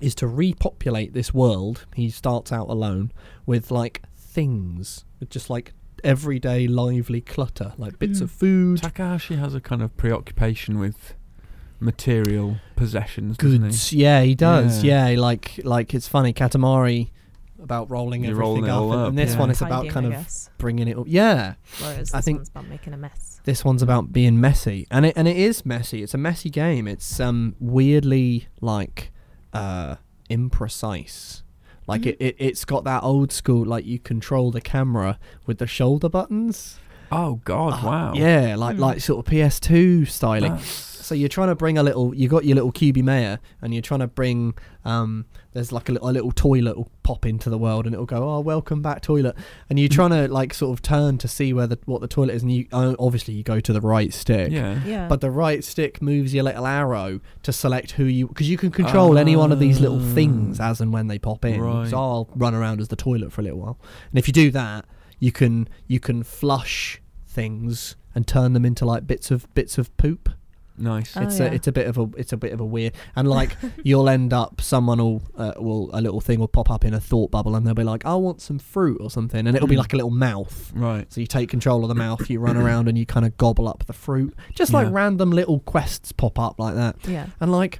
[SPEAKER 2] is to repopulate this world. He starts out alone with like things, just like everyday lively clutter, like bits
[SPEAKER 3] Mm.
[SPEAKER 2] of food,
[SPEAKER 1] Takahashi has a kind of preoccupation with material possessions, doesn't he?
[SPEAKER 2] goods. Yeah, he does.
[SPEAKER 1] Yeah.
[SPEAKER 2] Yeah, like like it's funny Katamari about rolling
[SPEAKER 1] You're rolling
[SPEAKER 2] everything
[SPEAKER 1] it
[SPEAKER 2] up,
[SPEAKER 1] all
[SPEAKER 2] and-
[SPEAKER 1] up,
[SPEAKER 2] and this
[SPEAKER 1] yeah.
[SPEAKER 2] one is about
[SPEAKER 3] Tidying,
[SPEAKER 2] kind
[SPEAKER 3] I
[SPEAKER 2] of
[SPEAKER 3] guess,
[SPEAKER 2] bringing it up. Yeah,
[SPEAKER 3] whereas
[SPEAKER 2] I
[SPEAKER 3] this
[SPEAKER 2] think-
[SPEAKER 3] one's about making
[SPEAKER 2] [LAUGHS]
[SPEAKER 3] a mess.
[SPEAKER 2] this one's
[SPEAKER 1] Hmm.
[SPEAKER 2] about being messy, and it and it is messy. It's a messy game. It's um weirdly like uh imprecise. Like
[SPEAKER 1] Hmm.
[SPEAKER 3] Mhm.
[SPEAKER 2] it, it, it's got that old school like you control the camera with the shoulder buttons.
[SPEAKER 1] Oh God,
[SPEAKER 2] Uh,
[SPEAKER 1] wow.
[SPEAKER 2] Yeah, like
[SPEAKER 3] Hmm.
[SPEAKER 2] like sort of PS2 styling.
[SPEAKER 1] That's-
[SPEAKER 2] So you're trying to bring a little. You got your little QB mayor, and you're trying to bring. Um, there's like a little, a little toilet will pop into the world, and it'll go, "Oh, welcome back, toilet." And you're trying to like sort of turn to see where the what the toilet is, and you oh, obviously you go to the right stick.
[SPEAKER 1] yeah.
[SPEAKER 3] Yeah.
[SPEAKER 2] But the right stick moves your little arrow to select who you, because you can control any one of these little
[SPEAKER 1] Ah.
[SPEAKER 2] things as and when they pop in.
[SPEAKER 1] Right.
[SPEAKER 2] So I'll run around as the toilet for a little while, and if you do that, you can you can flush things and turn them into like bits of bits of poop
[SPEAKER 1] Nice.
[SPEAKER 3] Oh,
[SPEAKER 2] it's
[SPEAKER 3] yeah.
[SPEAKER 2] a it's a bit of a it's a bit of a weird and like you'll end up someone will uh, will a little thing will pop up in a thought bubble and they'll be like I want some fruit or something and it'll be
[SPEAKER 1] Mm.
[SPEAKER 2] like a little mouth
[SPEAKER 1] right.
[SPEAKER 2] so you take control of the mouth you run around and you kind of gobble up the fruit just like
[SPEAKER 1] Yeah.
[SPEAKER 2] random little quests pop up like that
[SPEAKER 3] yeah. [LAUGHS]
[SPEAKER 2] and like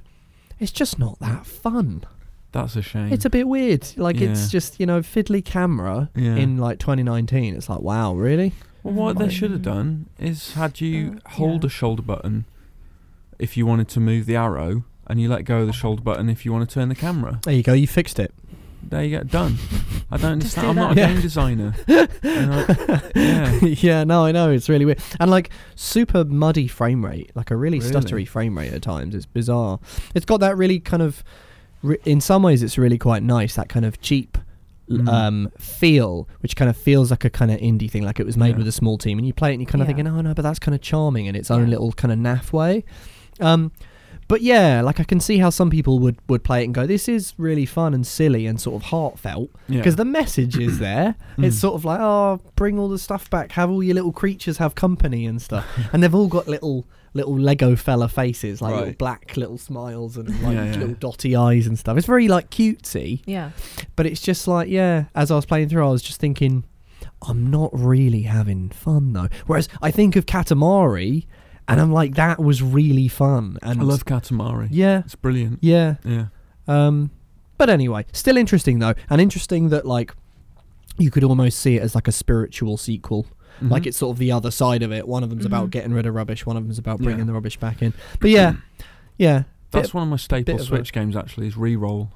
[SPEAKER 2] it's just not that fun
[SPEAKER 1] That's a shame.
[SPEAKER 2] it's a bit weird like
[SPEAKER 1] Mm. Yeah.
[SPEAKER 2] it's just you know fiddly camera
[SPEAKER 1] yeah.
[SPEAKER 2] in like 2019 it's like wow really
[SPEAKER 1] Well, what they
[SPEAKER 3] Like-
[SPEAKER 1] should have done is had you
[SPEAKER 3] Uh,
[SPEAKER 1] hold
[SPEAKER 3] yeah.
[SPEAKER 1] a shoulder button if you wanted to move the arrow, and you let go of the shoulder button if you want to turn the camera.
[SPEAKER 2] there you go you fixed it
[SPEAKER 1] There you go, done. I don't
[SPEAKER 3] Just
[SPEAKER 1] understand.
[SPEAKER 3] do
[SPEAKER 1] I'm not a
[SPEAKER 2] that. Yeah.
[SPEAKER 1] game
[SPEAKER 2] [LAUGHS]
[SPEAKER 1] designer. And I- yeah.
[SPEAKER 2] yeah, no, I know it's really weird, and like super muddy frame rate, like a really,
[SPEAKER 1] Really?
[SPEAKER 2] stuttery frame rate at times. It's bizarre. It's got that really kind of, re- in some ways, it's really quite nice. That kind of cheap l-
[SPEAKER 1] Mm.
[SPEAKER 2] um, feel, which kind of feels like a kind of indie thing, like it was made
[SPEAKER 1] Yeah.
[SPEAKER 2] with a small team, and you play it and you're kind of
[SPEAKER 3] Yeah.
[SPEAKER 2] thinking, oh no, but that's kind of charming in its own
[SPEAKER 3] Yeah.
[SPEAKER 2] little kind of naff way. Um, but yeah, like I can see how some people would would play it and go, this is really fun and silly and sort of heartfelt
[SPEAKER 1] Yeah.
[SPEAKER 2] because the message is there. It's
[SPEAKER 1] Mm.
[SPEAKER 2] sort of like, oh, bring all the stuff back, have all your little creatures have company and stuff.
[SPEAKER 1] [LAUGHS]
[SPEAKER 2] and they've all got little little Lego fella faces, like little
[SPEAKER 1] Right.
[SPEAKER 2] black little smiles and like
[SPEAKER 1] Yeah, yeah.
[SPEAKER 2] little dotty eyes and stuff. It's very like cutesy,
[SPEAKER 3] Yeah.
[SPEAKER 2] but it's just like, yeah, as I was playing through, I was just thinking, I'm not really having fun though. Whereas I think of Katamari and I'm like, that was really fun. And
[SPEAKER 1] I love Katamari.
[SPEAKER 2] Yeah.
[SPEAKER 1] It's brilliant.
[SPEAKER 2] Yeah.
[SPEAKER 1] Yeah.
[SPEAKER 2] Um, but anyway, still interesting though, and interesting that like you could almost see it as like a spiritual sequel. Like
[SPEAKER 1] Mhm.
[SPEAKER 2] it's sort of the other side of it. One of them's about
[SPEAKER 3] Mhm.
[SPEAKER 2] getting rid of rubbish. One of them's about
[SPEAKER 1] Mm-hmm. Yeah.
[SPEAKER 2] bringing the rubbish back in. But yeah,
[SPEAKER 1] [CLEARS THROAT]
[SPEAKER 2] yeah,
[SPEAKER 1] That's
[SPEAKER 2] bit-
[SPEAKER 1] one of my staple
[SPEAKER 2] bit of a-
[SPEAKER 1] Switch games actually is reroll.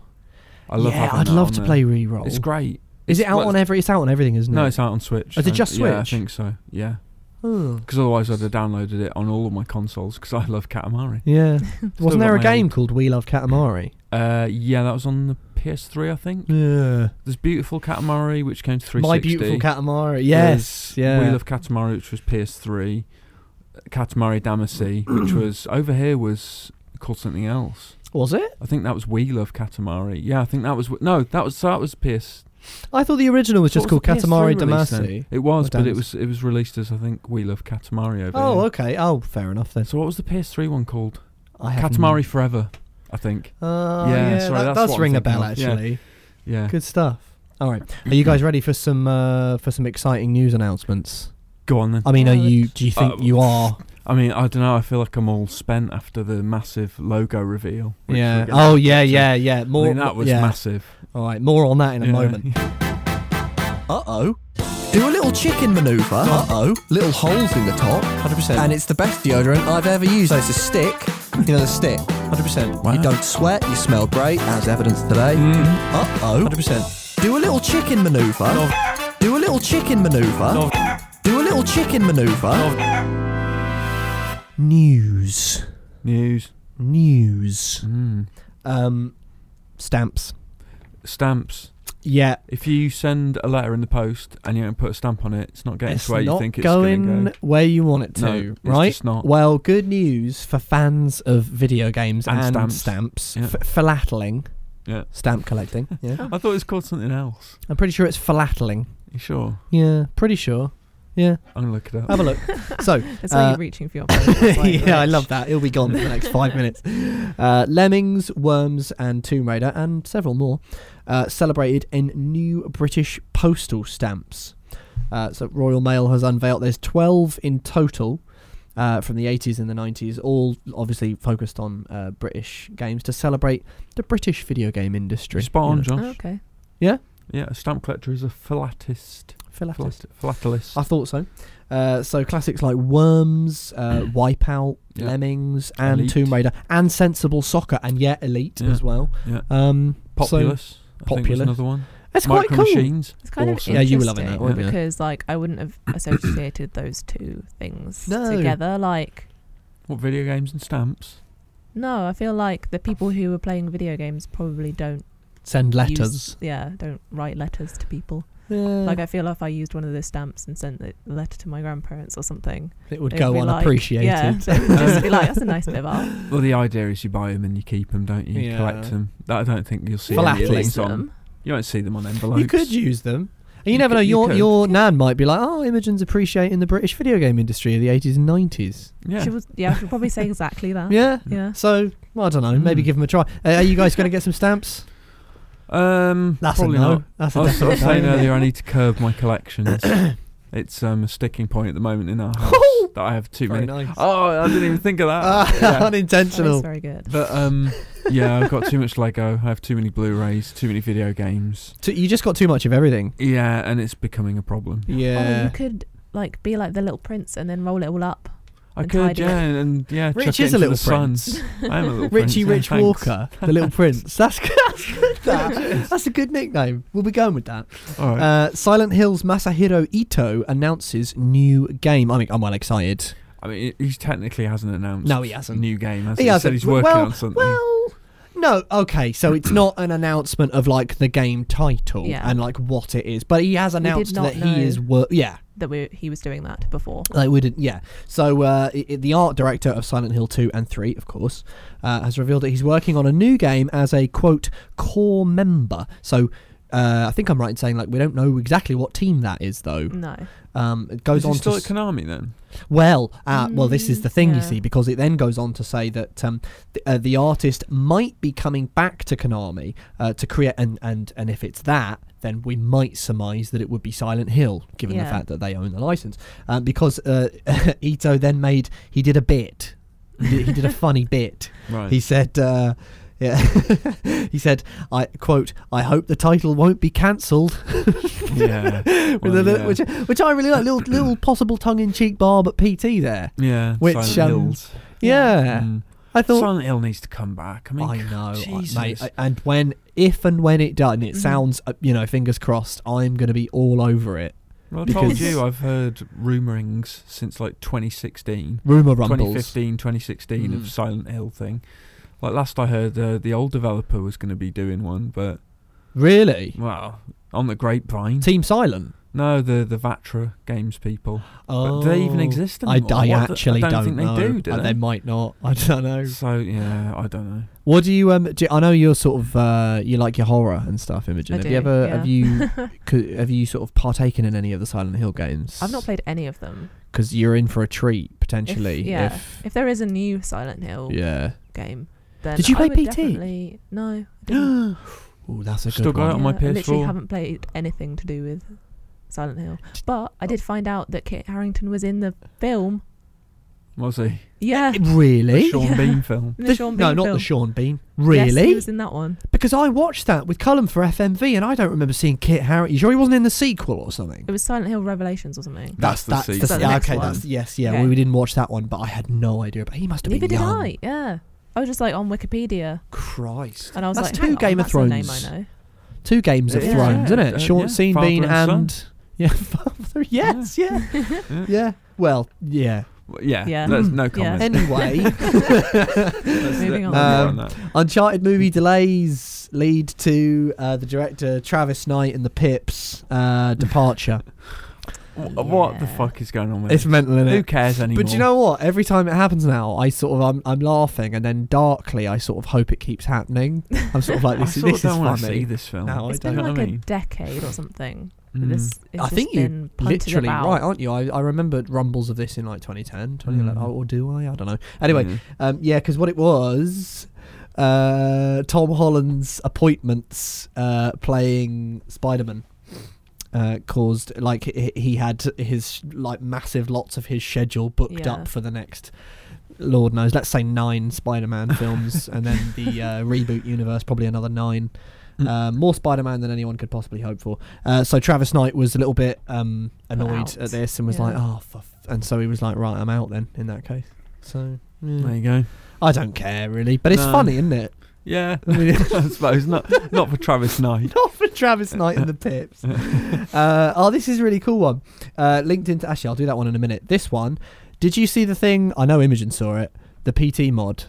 [SPEAKER 1] I love
[SPEAKER 2] yeah.
[SPEAKER 1] having
[SPEAKER 2] I'd
[SPEAKER 1] that
[SPEAKER 2] love
[SPEAKER 1] on
[SPEAKER 2] to
[SPEAKER 1] there.
[SPEAKER 2] play reroll.
[SPEAKER 1] It's great.
[SPEAKER 2] Is it
[SPEAKER 1] It's-
[SPEAKER 2] out
[SPEAKER 1] well,
[SPEAKER 2] on every? It's out on everything, isn't it?
[SPEAKER 1] No, it's out on Switch.
[SPEAKER 2] Is it
[SPEAKER 1] I-
[SPEAKER 2] just
[SPEAKER 1] Yeah, I
[SPEAKER 2] Switch?
[SPEAKER 1] think so. Yeah. [LAUGHS]
[SPEAKER 2] Oh.
[SPEAKER 1] Because otherwise I'd have downloaded it on all of my consoles because I love Katamari.
[SPEAKER 2] Yeah. Wasn't
[SPEAKER 1] got
[SPEAKER 2] there a
[SPEAKER 1] my
[SPEAKER 2] game called We Love Katamari?
[SPEAKER 1] Uh, yeah, that was on the PS3, I think.
[SPEAKER 2] Yeah.
[SPEAKER 1] There's Beautiful Katamari, which came to 360.
[SPEAKER 2] My beautiful Katamari. Yes.
[SPEAKER 1] There's
[SPEAKER 2] Yeah.
[SPEAKER 1] Wheel of Katamari, which was PS3. Katamari Damacy,
[SPEAKER 2] [COUGHS]
[SPEAKER 1] which was over here, was called something else.
[SPEAKER 2] was it?
[SPEAKER 1] I think that was Wheel of Katamari. Yeah, I think that was wh- no, that was so that was PS.
[SPEAKER 2] I thought the original was just
[SPEAKER 1] what
[SPEAKER 2] called
[SPEAKER 1] was the
[SPEAKER 2] Katamari
[SPEAKER 1] PS3 release then?
[SPEAKER 2] Damacy.
[SPEAKER 1] It was,
[SPEAKER 2] Or
[SPEAKER 1] but it
[SPEAKER 2] Damacy.
[SPEAKER 1] was it was released as I think Wheel of Katamari over
[SPEAKER 2] Oh,
[SPEAKER 1] here.
[SPEAKER 2] okay. Oh, fair enough then.
[SPEAKER 1] So what was the PS3 one called?
[SPEAKER 2] I have
[SPEAKER 1] Katamari Forever, I think.
[SPEAKER 2] Uh,
[SPEAKER 1] Yeah,
[SPEAKER 2] yeah,
[SPEAKER 1] sorry,
[SPEAKER 2] that
[SPEAKER 1] that's
[SPEAKER 2] does
[SPEAKER 1] what I'm
[SPEAKER 2] ring a
[SPEAKER 1] thinking
[SPEAKER 2] bell
[SPEAKER 1] of. Yeah.
[SPEAKER 2] actually.
[SPEAKER 1] Yeah. [LAUGHS]
[SPEAKER 2] Good stuff. All right, are you guys ready for some uh, for some exciting news announcements?
[SPEAKER 1] Go on then.
[SPEAKER 2] I mean, are
[SPEAKER 3] Yeah,
[SPEAKER 2] you?
[SPEAKER 3] let's-
[SPEAKER 2] Do you think
[SPEAKER 1] Uh,
[SPEAKER 2] you are?
[SPEAKER 1] I mean, I don't know. I feel like I'm all spent after the massive logo reveal. which
[SPEAKER 2] Yeah.
[SPEAKER 1] we're gonna
[SPEAKER 2] Oh
[SPEAKER 1] get
[SPEAKER 2] yeah,
[SPEAKER 1] to.
[SPEAKER 2] yeah, yeah. More.
[SPEAKER 1] I mean, that was
[SPEAKER 2] yeah.
[SPEAKER 1] massive.
[SPEAKER 2] All right, more on that in a
[SPEAKER 1] Yeah. [LAUGHS]
[SPEAKER 2] moment.
[SPEAKER 4] Uh oh. Do a little chicken maneuver. Uh oh. Little holes in the top.
[SPEAKER 2] 100%.
[SPEAKER 4] And it's the best deodorant I've ever used. So it's a stick. You know, the stick.
[SPEAKER 2] 100%.
[SPEAKER 1] Wow.
[SPEAKER 4] You don't sweat. You smell great, as evidenced today.
[SPEAKER 1] Mm-hmm.
[SPEAKER 4] Uh oh.
[SPEAKER 2] 100%.
[SPEAKER 4] Do a little chicken maneuver. Do a little chicken maneuver. Do a little chicken maneuver.
[SPEAKER 2] News.
[SPEAKER 1] News.
[SPEAKER 2] News.
[SPEAKER 1] Mm.
[SPEAKER 2] Um, stamps.
[SPEAKER 1] Stamps.
[SPEAKER 2] Yeah,
[SPEAKER 1] If you send a letter in the post and you don't put a stamp on it, it's not getting
[SPEAKER 2] it's
[SPEAKER 1] to where
[SPEAKER 2] not
[SPEAKER 1] you think it's
[SPEAKER 2] going
[SPEAKER 1] gonna go.
[SPEAKER 2] where you want it to,
[SPEAKER 1] No, it's
[SPEAKER 2] right?
[SPEAKER 1] just not.
[SPEAKER 2] Well, good news for fans of video games
[SPEAKER 1] And
[SPEAKER 2] and,
[SPEAKER 1] stamps.
[SPEAKER 2] stamps,
[SPEAKER 1] Yeah.
[SPEAKER 2] F- philatling,
[SPEAKER 1] Yeah.
[SPEAKER 2] stamp collecting.
[SPEAKER 1] [LAUGHS]
[SPEAKER 2] Yeah,
[SPEAKER 1] I thought it was called something else.
[SPEAKER 2] I'm pretty sure it's philatling.
[SPEAKER 1] You sure?
[SPEAKER 2] Yeah, pretty sure. Yeah,
[SPEAKER 1] I'm gonna look it up.
[SPEAKER 2] have
[SPEAKER 1] [LAUGHS]
[SPEAKER 2] a look. so,
[SPEAKER 3] It's like
[SPEAKER 2] Uh,
[SPEAKER 3] you're reaching for your
[SPEAKER 2] [LAUGHS]
[SPEAKER 3] phone.
[SPEAKER 2] yeah, I love that. It'll be gone for the next five minutes. Uh, Lemmings, Worms, and Tomb Raider, and several more, uh, celebrated in new British postal stamps. Uh, so Royal Mail has unveiled there's 12 in total. Uh, from the 80s and the 90s, all obviously focused on uh, British games to celebrate the British video game industry.
[SPEAKER 1] Spot on, Josh.
[SPEAKER 3] Okay.
[SPEAKER 1] Yeah, a stamp collector is a philatist.
[SPEAKER 2] Philatist.
[SPEAKER 1] Philat- Philatelist.
[SPEAKER 2] I thought so. Uh, so classics like Worms,
[SPEAKER 1] [CLEARS THROAT]
[SPEAKER 2] uh, Wipeout,
[SPEAKER 1] Yeah.
[SPEAKER 2] Lemmings, and
[SPEAKER 1] Elite.
[SPEAKER 2] Tomb Raider, and Sensible Soccer, and yeah, Elite
[SPEAKER 1] Yeah.
[SPEAKER 2] as well.
[SPEAKER 1] Yeah.
[SPEAKER 2] Um, So
[SPEAKER 1] Populous. I think was
[SPEAKER 2] Populous.
[SPEAKER 1] another one.
[SPEAKER 2] it's quite
[SPEAKER 1] Micro
[SPEAKER 2] cool.
[SPEAKER 1] machines.
[SPEAKER 3] It's kind
[SPEAKER 1] Awesome.
[SPEAKER 3] of
[SPEAKER 2] Yeah,
[SPEAKER 3] interesting
[SPEAKER 2] you were loving that one, yeah.
[SPEAKER 3] because like I wouldn't have associated those two things
[SPEAKER 2] No.
[SPEAKER 3] together. Like
[SPEAKER 1] What video games and stamps?
[SPEAKER 3] no, I feel like the people who are playing video games probably don't
[SPEAKER 2] Send
[SPEAKER 3] Use,
[SPEAKER 2] letters.
[SPEAKER 3] yeah, don't write letters to people.
[SPEAKER 2] Yeah.
[SPEAKER 3] Like I feel if I used one of those stamps and sent the letter to my grandparents or something,
[SPEAKER 2] it would
[SPEAKER 3] they'd
[SPEAKER 2] go
[SPEAKER 3] be like-
[SPEAKER 2] unappreciated.
[SPEAKER 3] Yeah, [LAUGHS] they would just be
[SPEAKER 1] [LAUGHS]
[SPEAKER 3] like, "That's a nice bit
[SPEAKER 2] [LAUGHS]
[SPEAKER 3] of art."
[SPEAKER 1] Well, the idea is you buy them and you keep them, don't you? You
[SPEAKER 2] Yeah.
[SPEAKER 1] Collect them. That I don't think you'll see
[SPEAKER 2] Philately.
[SPEAKER 1] any links on.
[SPEAKER 3] Awesome.
[SPEAKER 1] You won't see them on envelopes.
[SPEAKER 2] you could use them. And you,
[SPEAKER 1] You
[SPEAKER 2] never
[SPEAKER 1] could-
[SPEAKER 2] know.
[SPEAKER 1] you
[SPEAKER 2] Your
[SPEAKER 1] could.
[SPEAKER 2] your nan might be like, "Oh, Imogen's appreciating the British video game industry of the eighties and 90s.
[SPEAKER 1] Yeah.
[SPEAKER 3] She was, yeah, she'll probably say exactly that.
[SPEAKER 2] Yeah.
[SPEAKER 3] yeah.
[SPEAKER 2] So well, I don't know. Maybe
[SPEAKER 1] Mm.
[SPEAKER 2] give them a try. Uh, are you guys going to get some stamps?
[SPEAKER 1] Um. [LAUGHS]
[SPEAKER 2] That's
[SPEAKER 1] probably
[SPEAKER 2] a no.
[SPEAKER 1] not.
[SPEAKER 2] That's
[SPEAKER 1] I
[SPEAKER 2] a
[SPEAKER 1] was sort of
[SPEAKER 2] definite no,
[SPEAKER 1] saying
[SPEAKER 2] isn't it? [LAUGHS]
[SPEAKER 1] earlier, I need to curb my [COUGHS] collections. it's um, a sticking point at the moment in [LAUGHS] our house that I have too
[SPEAKER 2] Very
[SPEAKER 1] many.
[SPEAKER 2] nice.
[SPEAKER 1] Oh, I didn't even think of [LAUGHS] that.
[SPEAKER 2] Ah,
[SPEAKER 1] Yeah.
[SPEAKER 3] That is
[SPEAKER 2] [LAUGHS] unintentional.
[SPEAKER 3] very good.
[SPEAKER 1] But um, yeah, I've got too much Lego. I have too many Blu-rays, too many video games.
[SPEAKER 2] T- you just got too much of everything.
[SPEAKER 1] Yeah, and it's becoming a problem.
[SPEAKER 3] Oh, you could like be like the little prince and then roll it all up.
[SPEAKER 1] I
[SPEAKER 3] And
[SPEAKER 1] could,
[SPEAKER 3] tidy.
[SPEAKER 1] yeah, and yeah.
[SPEAKER 2] Rich
[SPEAKER 1] chuck it
[SPEAKER 2] is a
[SPEAKER 1] into
[SPEAKER 2] little
[SPEAKER 1] the sun.
[SPEAKER 2] prince.
[SPEAKER 1] I am a little prince.
[SPEAKER 2] Richie
[SPEAKER 1] yeah,
[SPEAKER 2] Rich
[SPEAKER 1] thanks.
[SPEAKER 2] Walker, the Little Prince. That's good. That's, good, that. That's a good nickname. We'll be going with that.
[SPEAKER 1] [LAUGHS] All right.
[SPEAKER 2] Uh, Silent Hill's Masahiro Ito announces new game. I mean, I'm well excited.
[SPEAKER 1] I mean, he he technically hasn't announced.
[SPEAKER 2] No, he hasn't.
[SPEAKER 1] New game. Has
[SPEAKER 2] He
[SPEAKER 1] he, said
[SPEAKER 2] hasn't.
[SPEAKER 1] he's working
[SPEAKER 2] Well,
[SPEAKER 1] on something.
[SPEAKER 2] Well, no, okay, so it's not an announcement of like the game title
[SPEAKER 3] Yeah.
[SPEAKER 2] and like what it is, but he has announced
[SPEAKER 3] not
[SPEAKER 2] that he is wor- yeah,
[SPEAKER 3] That we he was doing that before.
[SPEAKER 2] Like we didn't, yeah. So uh, i i- the art director of Silent Hill 2 and 3, of course, uh, has revealed that he's working on a new game as a quote core member. So uh, I think I'm right in saying like we don't know exactly what team that is though.
[SPEAKER 3] No.
[SPEAKER 2] Um, it
[SPEAKER 1] Mm. Is
[SPEAKER 2] goes
[SPEAKER 1] he
[SPEAKER 2] on
[SPEAKER 1] still
[SPEAKER 2] to
[SPEAKER 1] at
[SPEAKER 2] s-
[SPEAKER 1] Konami then?
[SPEAKER 2] well, uh, well, this is
[SPEAKER 3] Mm,
[SPEAKER 2] the thing
[SPEAKER 3] yeah.
[SPEAKER 2] you see because it then goes on to say that um, th- uh, the artist might be coming back to Konami uh, to create and and and if it's that, then we might surmise that it would be Silent Hill, given the
[SPEAKER 3] Yeah.
[SPEAKER 2] fact that they own the license, um, because uh, [LAUGHS] Ito then made he did a bit, he did- he did a funny bit
[SPEAKER 1] Right.
[SPEAKER 2] he said, uh, yeah, [LAUGHS] he said, I quote, I hope the title won't be cancelled.
[SPEAKER 1] Yeah.
[SPEAKER 2] [LAUGHS] With
[SPEAKER 1] Well,
[SPEAKER 2] a li-
[SPEAKER 1] yeah.
[SPEAKER 2] which, uh, which I really like, little, little possible tongue-in-cheek barb at PT there.
[SPEAKER 1] yeah.
[SPEAKER 2] which,
[SPEAKER 1] Silent
[SPEAKER 2] um,
[SPEAKER 1] Hills.
[SPEAKER 2] Yeah,
[SPEAKER 1] Mm.
[SPEAKER 2] I thought.
[SPEAKER 1] Silent Hill needs to come back. I mean,
[SPEAKER 2] I know,
[SPEAKER 1] Jesus.
[SPEAKER 2] I, mate. I- and when, if and when it does, and it
[SPEAKER 3] Mhm.
[SPEAKER 2] sounds, uh, you know, fingers crossed, I'm going to be all over it.
[SPEAKER 1] well, I told
[SPEAKER 2] because-
[SPEAKER 1] you I've heard rumorings since like 2016,
[SPEAKER 2] Rumor rumbles.
[SPEAKER 1] 2015, 2016
[SPEAKER 2] Mm.
[SPEAKER 1] of Silent Hill thing. Like last I heard, uh, the old developer was going to be doing one, but
[SPEAKER 2] Really?
[SPEAKER 1] Well, on the grapevine.
[SPEAKER 2] Team Silent.
[SPEAKER 1] no, the the Vatra games people.
[SPEAKER 2] Oh,
[SPEAKER 1] But do they even exist
[SPEAKER 2] I,
[SPEAKER 1] anymore?
[SPEAKER 2] I
[SPEAKER 1] What the-
[SPEAKER 2] actually
[SPEAKER 1] I don't,
[SPEAKER 2] don't,
[SPEAKER 1] think they
[SPEAKER 2] know.
[SPEAKER 1] do. Do
[SPEAKER 2] Uh,
[SPEAKER 1] they?
[SPEAKER 2] they might not. [LAUGHS] I don't know.
[SPEAKER 1] So yeah, I don't know.
[SPEAKER 2] What do you um? Do, I know you're sort of uh, you like your horror and stuff, Imogen.
[SPEAKER 3] I
[SPEAKER 2] have
[SPEAKER 3] do,
[SPEAKER 2] you ever
[SPEAKER 3] yeah.
[SPEAKER 2] have
[SPEAKER 3] [LAUGHS]
[SPEAKER 2] you could, have you sort of partaken in any of the Silent Hill games?
[SPEAKER 3] I've not played any of them.
[SPEAKER 2] because you're in for a treat
[SPEAKER 3] If-
[SPEAKER 2] potentially.
[SPEAKER 3] yeah.
[SPEAKER 2] if-
[SPEAKER 3] If there is a new Silent Hill
[SPEAKER 2] yeah.
[SPEAKER 3] game, then
[SPEAKER 2] Did you
[SPEAKER 3] I
[SPEAKER 2] play
[SPEAKER 3] would
[SPEAKER 2] PT?
[SPEAKER 3] definitely- No,
[SPEAKER 2] [GASPS]
[SPEAKER 3] I didn't. [GASPS]
[SPEAKER 2] Oh, that's a
[SPEAKER 1] Still
[SPEAKER 2] good
[SPEAKER 1] got it
[SPEAKER 2] one.
[SPEAKER 1] on my
[SPEAKER 3] Yeah, I literally
[SPEAKER 1] PS4.
[SPEAKER 3] haven't played anything to do with Silent Hill.
[SPEAKER 2] Did-
[SPEAKER 3] But I did find out that Kit Harrington was in the film.
[SPEAKER 1] Was he
[SPEAKER 3] Yeah.
[SPEAKER 1] the
[SPEAKER 2] Really?
[SPEAKER 1] Sean
[SPEAKER 3] Yeah.
[SPEAKER 1] Bean film?
[SPEAKER 3] in the
[SPEAKER 2] Eh, The-
[SPEAKER 3] Sean
[SPEAKER 2] no,
[SPEAKER 3] Bean
[SPEAKER 2] not
[SPEAKER 3] film.
[SPEAKER 2] the Sean Bean.
[SPEAKER 3] Yes,
[SPEAKER 2] Really?
[SPEAKER 3] he was in that one.
[SPEAKER 2] because I watched that with Cullen for FMV, and I don't remember seeing Kit Harrington. You sure he wasn't in the sequel or something?
[SPEAKER 3] It was Silent Hill Revelations or something.
[SPEAKER 1] That's the sequel.
[SPEAKER 3] That's the
[SPEAKER 2] yeah,
[SPEAKER 3] next
[SPEAKER 2] okay,
[SPEAKER 3] one.
[SPEAKER 2] that's yes, yeah.
[SPEAKER 3] Okay.
[SPEAKER 2] We, we didn't watch that one, but I had no idea. But he must have
[SPEAKER 3] Neither
[SPEAKER 2] been
[SPEAKER 3] did
[SPEAKER 2] young.
[SPEAKER 3] I. Yeah. I was just like on Wikipedia,
[SPEAKER 2] Christ,
[SPEAKER 3] and I was
[SPEAKER 2] That's
[SPEAKER 3] like,
[SPEAKER 2] two
[SPEAKER 3] "Hang on,
[SPEAKER 2] Game of
[SPEAKER 3] that's a name
[SPEAKER 2] Thrones.
[SPEAKER 3] I know.
[SPEAKER 2] two games of
[SPEAKER 1] It is,
[SPEAKER 2] Thrones,
[SPEAKER 1] yeah.
[SPEAKER 2] isn't it?
[SPEAKER 1] Uh,
[SPEAKER 2] Sean,
[SPEAKER 1] yeah.
[SPEAKER 2] Sean
[SPEAKER 1] Father
[SPEAKER 2] Bean,
[SPEAKER 1] and
[SPEAKER 2] and [LAUGHS] yeah, father. Yes, yeah.
[SPEAKER 1] Yeah.
[SPEAKER 3] [LAUGHS]
[SPEAKER 2] yeah, Well, yeah.
[SPEAKER 1] Well, yeah,
[SPEAKER 3] Yeah.
[SPEAKER 1] There's
[SPEAKER 2] Mm.
[SPEAKER 1] no
[SPEAKER 3] Yeah.
[SPEAKER 1] comment.
[SPEAKER 2] [LAUGHS] Anyway,
[SPEAKER 1] Let's-
[SPEAKER 3] Moving
[SPEAKER 1] let-
[SPEAKER 3] on.
[SPEAKER 1] more
[SPEAKER 2] Um,
[SPEAKER 1] that.
[SPEAKER 2] Uncharted movie delays lead to uh, the director Travis Knight and the Pips
[SPEAKER 1] [LAUGHS]
[SPEAKER 2] uh, departure.
[SPEAKER 1] Wh- What the
[SPEAKER 3] yeah.
[SPEAKER 1] fuck is going on with
[SPEAKER 2] it's
[SPEAKER 1] this?
[SPEAKER 2] mental, innit?
[SPEAKER 1] Who cares anymore?
[SPEAKER 2] But do you know what? Every time it happens now, I sort of I'm, I'm laughing, and then darkly I sort of hope it keeps happening. I'm sort of
[SPEAKER 1] [LAUGHS]
[SPEAKER 2] like
[SPEAKER 1] I
[SPEAKER 2] this. is
[SPEAKER 1] sort
[SPEAKER 2] this
[SPEAKER 1] of don't want
[SPEAKER 2] is
[SPEAKER 1] to see
[SPEAKER 2] funny.
[SPEAKER 1] this film.
[SPEAKER 2] No, I
[SPEAKER 3] it's
[SPEAKER 2] don't
[SPEAKER 3] been
[SPEAKER 1] know
[SPEAKER 3] like
[SPEAKER 1] what I
[SPEAKER 3] a
[SPEAKER 1] mean.
[SPEAKER 3] decade or something. that
[SPEAKER 1] Mm.
[SPEAKER 3] This, it's
[SPEAKER 2] I
[SPEAKER 3] just
[SPEAKER 2] think you
[SPEAKER 3] been punted
[SPEAKER 2] Literally
[SPEAKER 3] about.
[SPEAKER 2] right, aren't you? I, I remember rumbles of this in like 2010, 2011,
[SPEAKER 1] Mm.
[SPEAKER 2] or do I? I don't know. Anyway,
[SPEAKER 1] Yeah.
[SPEAKER 2] um, yeah, because what it was, uh, Tom Holland's appointments uh, playing Spider Man. Uh, caused like he, he had his like massive lots of his schedule booked
[SPEAKER 3] Yeah.
[SPEAKER 2] up for the next lord knows let's say nine spider-man
[SPEAKER 3] [LAUGHS]
[SPEAKER 2] films and then the uh, reboot universe probably another nine
[SPEAKER 1] Mm.
[SPEAKER 2] uh, more spider-man than anyone could possibly hope for uh, so travis knight was a little bit um, annoyed
[SPEAKER 3] out.
[SPEAKER 2] at this and was
[SPEAKER 3] Yeah.
[SPEAKER 2] like oh for f-. and so he was like right i'm out then in that case so yeah.
[SPEAKER 1] There you go.
[SPEAKER 2] I don't care really, but it's
[SPEAKER 1] No.
[SPEAKER 2] funny,
[SPEAKER 1] [LAUGHS]
[SPEAKER 2] isn't it?
[SPEAKER 1] Yeah,
[SPEAKER 2] I mean,
[SPEAKER 1] I suppose not. Not for Travis Knight.
[SPEAKER 2] not for Travis Knight and the Pips. Uh, oh, this is a really cool one. Uh, linked into actually, I'll do that one in a minute. This one, did you see the thing? I know Imogen saw it. The PT mod.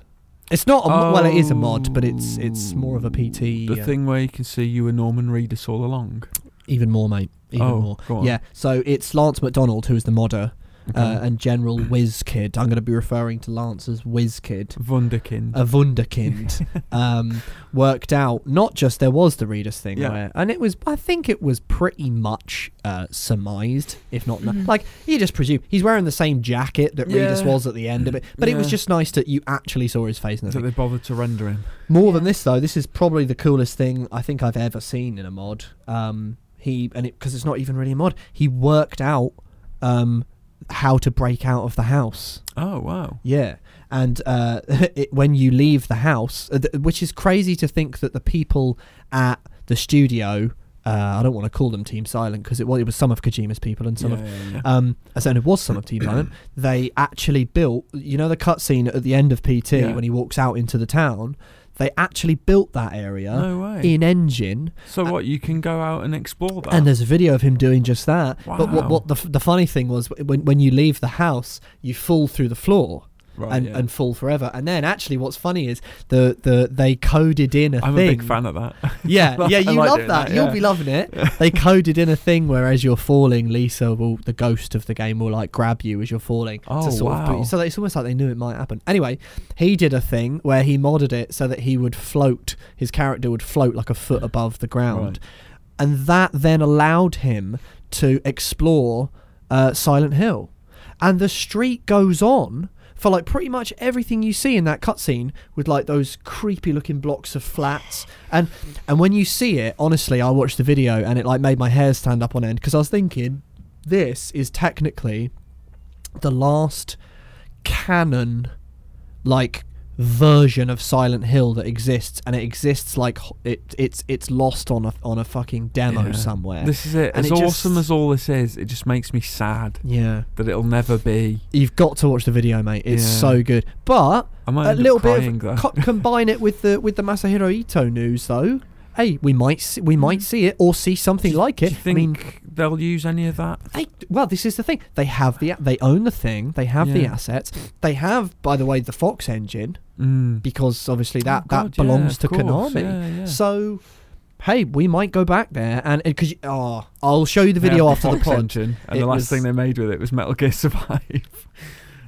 [SPEAKER 2] It's not a, mo- well, it is a mod, but it's it's more of a PT.
[SPEAKER 1] Oh. The
[SPEAKER 2] uh,
[SPEAKER 1] thing where you can see you were Norman Reedus all along.
[SPEAKER 2] even more, mate. Even
[SPEAKER 1] oh,
[SPEAKER 2] more.
[SPEAKER 1] go on.
[SPEAKER 2] Yeah. So it's Lance McDonald who is the modder
[SPEAKER 1] Okay.
[SPEAKER 2] uh,
[SPEAKER 1] [CLEARS THROAT]
[SPEAKER 2] and General Whiz Kid. I'm going to be referring to Lance as Whiz Kid.
[SPEAKER 1] Wunderkind. [LAUGHS]
[SPEAKER 2] a wunderkind um, worked out not just there was the readers thing
[SPEAKER 1] Yeah.
[SPEAKER 2] where and it was i think it was pretty much uh, surmised if not kno-
[SPEAKER 3] Mhm.
[SPEAKER 2] like you just presume he's wearing the same jacket that
[SPEAKER 1] Yeah.
[SPEAKER 2] readers was at the end of it but it was
[SPEAKER 1] Yeah.
[SPEAKER 2] just nice that you actually saw his face in the
[SPEAKER 1] that
[SPEAKER 2] thing.
[SPEAKER 1] they bothered to render him.
[SPEAKER 2] more than
[SPEAKER 3] Yeah.
[SPEAKER 2] this though this is probably the coolest thing i think i've ever seen in a mod um, he and it because it's not even really a mod he worked out um, how to break out of the house
[SPEAKER 1] Oh wow.
[SPEAKER 2] yeah, and uh, [LAUGHS] it, when you leave the house, uh, th- which is crazy to think that the people at the studio, uh, I don't want to call them Team Silent because it, was it was some of Kojima's people and some
[SPEAKER 1] yeah,
[SPEAKER 2] of.
[SPEAKER 1] yeah, yeah.
[SPEAKER 2] Um, I said it was some
[SPEAKER 1] [CLEARS THROAT]
[SPEAKER 2] of Team Silent. They actually built, you know, the cutscene at the end of PT
[SPEAKER 1] Yeah.
[SPEAKER 2] when he walks out into the town. They actually built that area
[SPEAKER 1] no way.
[SPEAKER 2] in engine
[SPEAKER 1] so what? You can go out and explore that.
[SPEAKER 2] and there's a video of him doing just that. But what,
[SPEAKER 1] Wow.
[SPEAKER 2] what the, f- the funny thing was, when, when you leave the house, you fall through the floor
[SPEAKER 1] right,
[SPEAKER 2] and,
[SPEAKER 1] yeah.
[SPEAKER 2] and fall forever. And then actually, what's funny is the the they coded in a
[SPEAKER 1] I'm
[SPEAKER 2] thing. Oh,
[SPEAKER 1] a big fan of that.
[SPEAKER 2] Yeah, yeah,
[SPEAKER 1] [LAUGHS]
[SPEAKER 2] you
[SPEAKER 1] I like
[SPEAKER 2] love that.
[SPEAKER 1] doing that,
[SPEAKER 2] You'll
[SPEAKER 1] [LAUGHS] yeah.
[SPEAKER 2] be loving it. They coded in a thing where as you're falling, Lisa will the ghost of the game will like grab you as you're falling. to
[SPEAKER 1] Oh,
[SPEAKER 2] sort of boot you.
[SPEAKER 1] wow.
[SPEAKER 2] so that it's almost like they knew it might happen. Anyway, he did a thing where he modded it so that he would float. His character would float like a foot above the ground, and that then allowed him to explore uh, Silent Hill. And the street goes on for like pretty much everything you see in that cutscene with like those creepy looking blocks of flats. And and when you see it, honestly, I watched the video and it like made my hair stand up on end because I was thinking this is technically the last canon like version of Silent Hill that exists and it exists like h- it it's it's lost on a on a fucking demo
[SPEAKER 1] Yeah.
[SPEAKER 2] somewhere.
[SPEAKER 1] This is it. As
[SPEAKER 2] And it just-
[SPEAKER 1] awesome as all this is, it just makes me sad
[SPEAKER 2] yeah.
[SPEAKER 1] that it'll never be.
[SPEAKER 2] You've got to watch the video, mate. It's
[SPEAKER 1] Yeah.
[SPEAKER 2] so good. But
[SPEAKER 1] I might
[SPEAKER 2] a
[SPEAKER 1] end up
[SPEAKER 2] little bit
[SPEAKER 1] crying,
[SPEAKER 2] of
[SPEAKER 1] though.
[SPEAKER 2] co-
[SPEAKER 1] [LAUGHS]
[SPEAKER 2] combine it with the with the Masahiro Ito news though. Hey, we might see, we might see it or see something like
[SPEAKER 1] Hmm. Do
[SPEAKER 2] it.
[SPEAKER 1] you think
[SPEAKER 2] I mean,
[SPEAKER 1] they'll use any of that?
[SPEAKER 2] they well, this is the thing. They have the they own the thing. They have the
[SPEAKER 1] Yeah.
[SPEAKER 2] assets. They have, by the way, the Fox engine
[SPEAKER 1] Mm.
[SPEAKER 2] because obviously that
[SPEAKER 1] Oh, God,
[SPEAKER 2] that belongs
[SPEAKER 1] yeah,
[SPEAKER 2] to
[SPEAKER 1] of course,
[SPEAKER 2] Konami.
[SPEAKER 1] Yeah, yeah.
[SPEAKER 2] So hey, we might go back there, and because oh, I'll show you the video
[SPEAKER 1] Yeah,
[SPEAKER 2] after the
[SPEAKER 1] Fox
[SPEAKER 2] pod.
[SPEAKER 1] Engine, and
[SPEAKER 2] It
[SPEAKER 1] the last
[SPEAKER 2] was-
[SPEAKER 1] thing they made with it was Metal Gear Survive.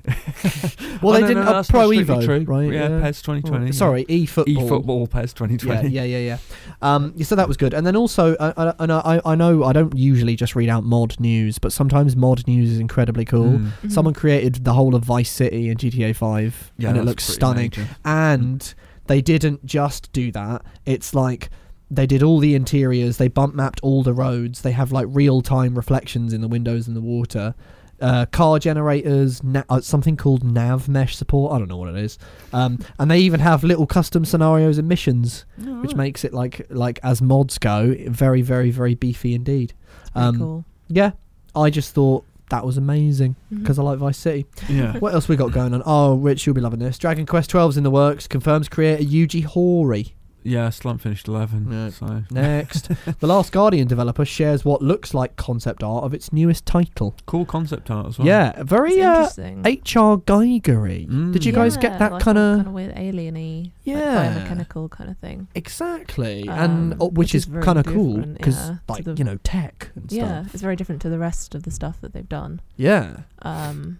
[SPEAKER 2] [LAUGHS] Well,
[SPEAKER 1] Oh,
[SPEAKER 2] they
[SPEAKER 1] no,
[SPEAKER 2] didn't
[SPEAKER 1] no,
[SPEAKER 2] up
[SPEAKER 1] that's
[SPEAKER 2] Pro
[SPEAKER 1] not strictly
[SPEAKER 2] Evo,
[SPEAKER 1] true.
[SPEAKER 2] right?
[SPEAKER 1] Yeah,
[SPEAKER 2] Yeah.
[SPEAKER 1] PES 2020.
[SPEAKER 2] Oh, sorry, e
[SPEAKER 1] E
[SPEAKER 2] football.
[SPEAKER 1] football PES 2020.
[SPEAKER 2] Yeah, yeah, yeah, yeah. Um, so that was good, and then also, uh, uh, and I, I know I don't usually just read out mod news, but sometimes mod news is incredibly cool.
[SPEAKER 1] Mm.
[SPEAKER 3] Mm-hmm.
[SPEAKER 2] Someone created the whole of Vice City in GTA 5,
[SPEAKER 1] Yeah,
[SPEAKER 2] and it
[SPEAKER 1] that's
[SPEAKER 2] looks
[SPEAKER 1] pretty
[SPEAKER 2] stunning. [LAUGHS]
[SPEAKER 1] major.
[SPEAKER 2] And
[SPEAKER 3] Mm-hmm.
[SPEAKER 2] they didn't just do that. It's like they did all the interiors, they bump mapped all the roads, they have like real time reflections in the windows and the water. Uh, car generators, na- uh, something called nav mesh support. I don't know what it is, um, and they even have little custom scenarios and missions,
[SPEAKER 3] Oh,
[SPEAKER 2] which makes it like like as mods go, very very very beefy indeed.
[SPEAKER 3] Very
[SPEAKER 2] Um,
[SPEAKER 3] cool.
[SPEAKER 2] Yeah, I just thought that was amazing
[SPEAKER 3] Mhm.
[SPEAKER 2] because I like Vice City.
[SPEAKER 1] Yeah.
[SPEAKER 2] What else we got going on? Oh, Rich, you'll be loving this. Dragon Quest XII's in the works. Confirms creator Yuji Horii.
[SPEAKER 1] Yeah, Slump finished 11.
[SPEAKER 2] Yeah.
[SPEAKER 1] So [LAUGHS]
[SPEAKER 2] Next, the Last Guardian developer shares what looks like concept art of its newest title.
[SPEAKER 1] cool concept art as well.
[SPEAKER 2] Yeah,
[SPEAKER 3] That's
[SPEAKER 2] very uh,
[SPEAKER 3] interesting.
[SPEAKER 2] HR Geigery.
[SPEAKER 1] Mm.
[SPEAKER 2] Did you guys get
[SPEAKER 3] Yeah,
[SPEAKER 2] that
[SPEAKER 3] like
[SPEAKER 2] kind
[SPEAKER 3] all
[SPEAKER 2] of
[SPEAKER 3] kind of weird alieny,
[SPEAKER 2] Yeah.
[SPEAKER 3] like biomechanical kind of thing?
[SPEAKER 2] exactly? and
[SPEAKER 3] Um,
[SPEAKER 2] oh, which,
[SPEAKER 3] which
[SPEAKER 2] is,
[SPEAKER 3] is very
[SPEAKER 2] kind of cool
[SPEAKER 3] different,
[SPEAKER 2] because,
[SPEAKER 3] yeah, to
[SPEAKER 2] like
[SPEAKER 3] the-
[SPEAKER 2] you know, tech and
[SPEAKER 3] Yeah,
[SPEAKER 2] stuff.
[SPEAKER 3] it's very different to the rest of the stuff that they've done.
[SPEAKER 2] Yeah,
[SPEAKER 3] Um,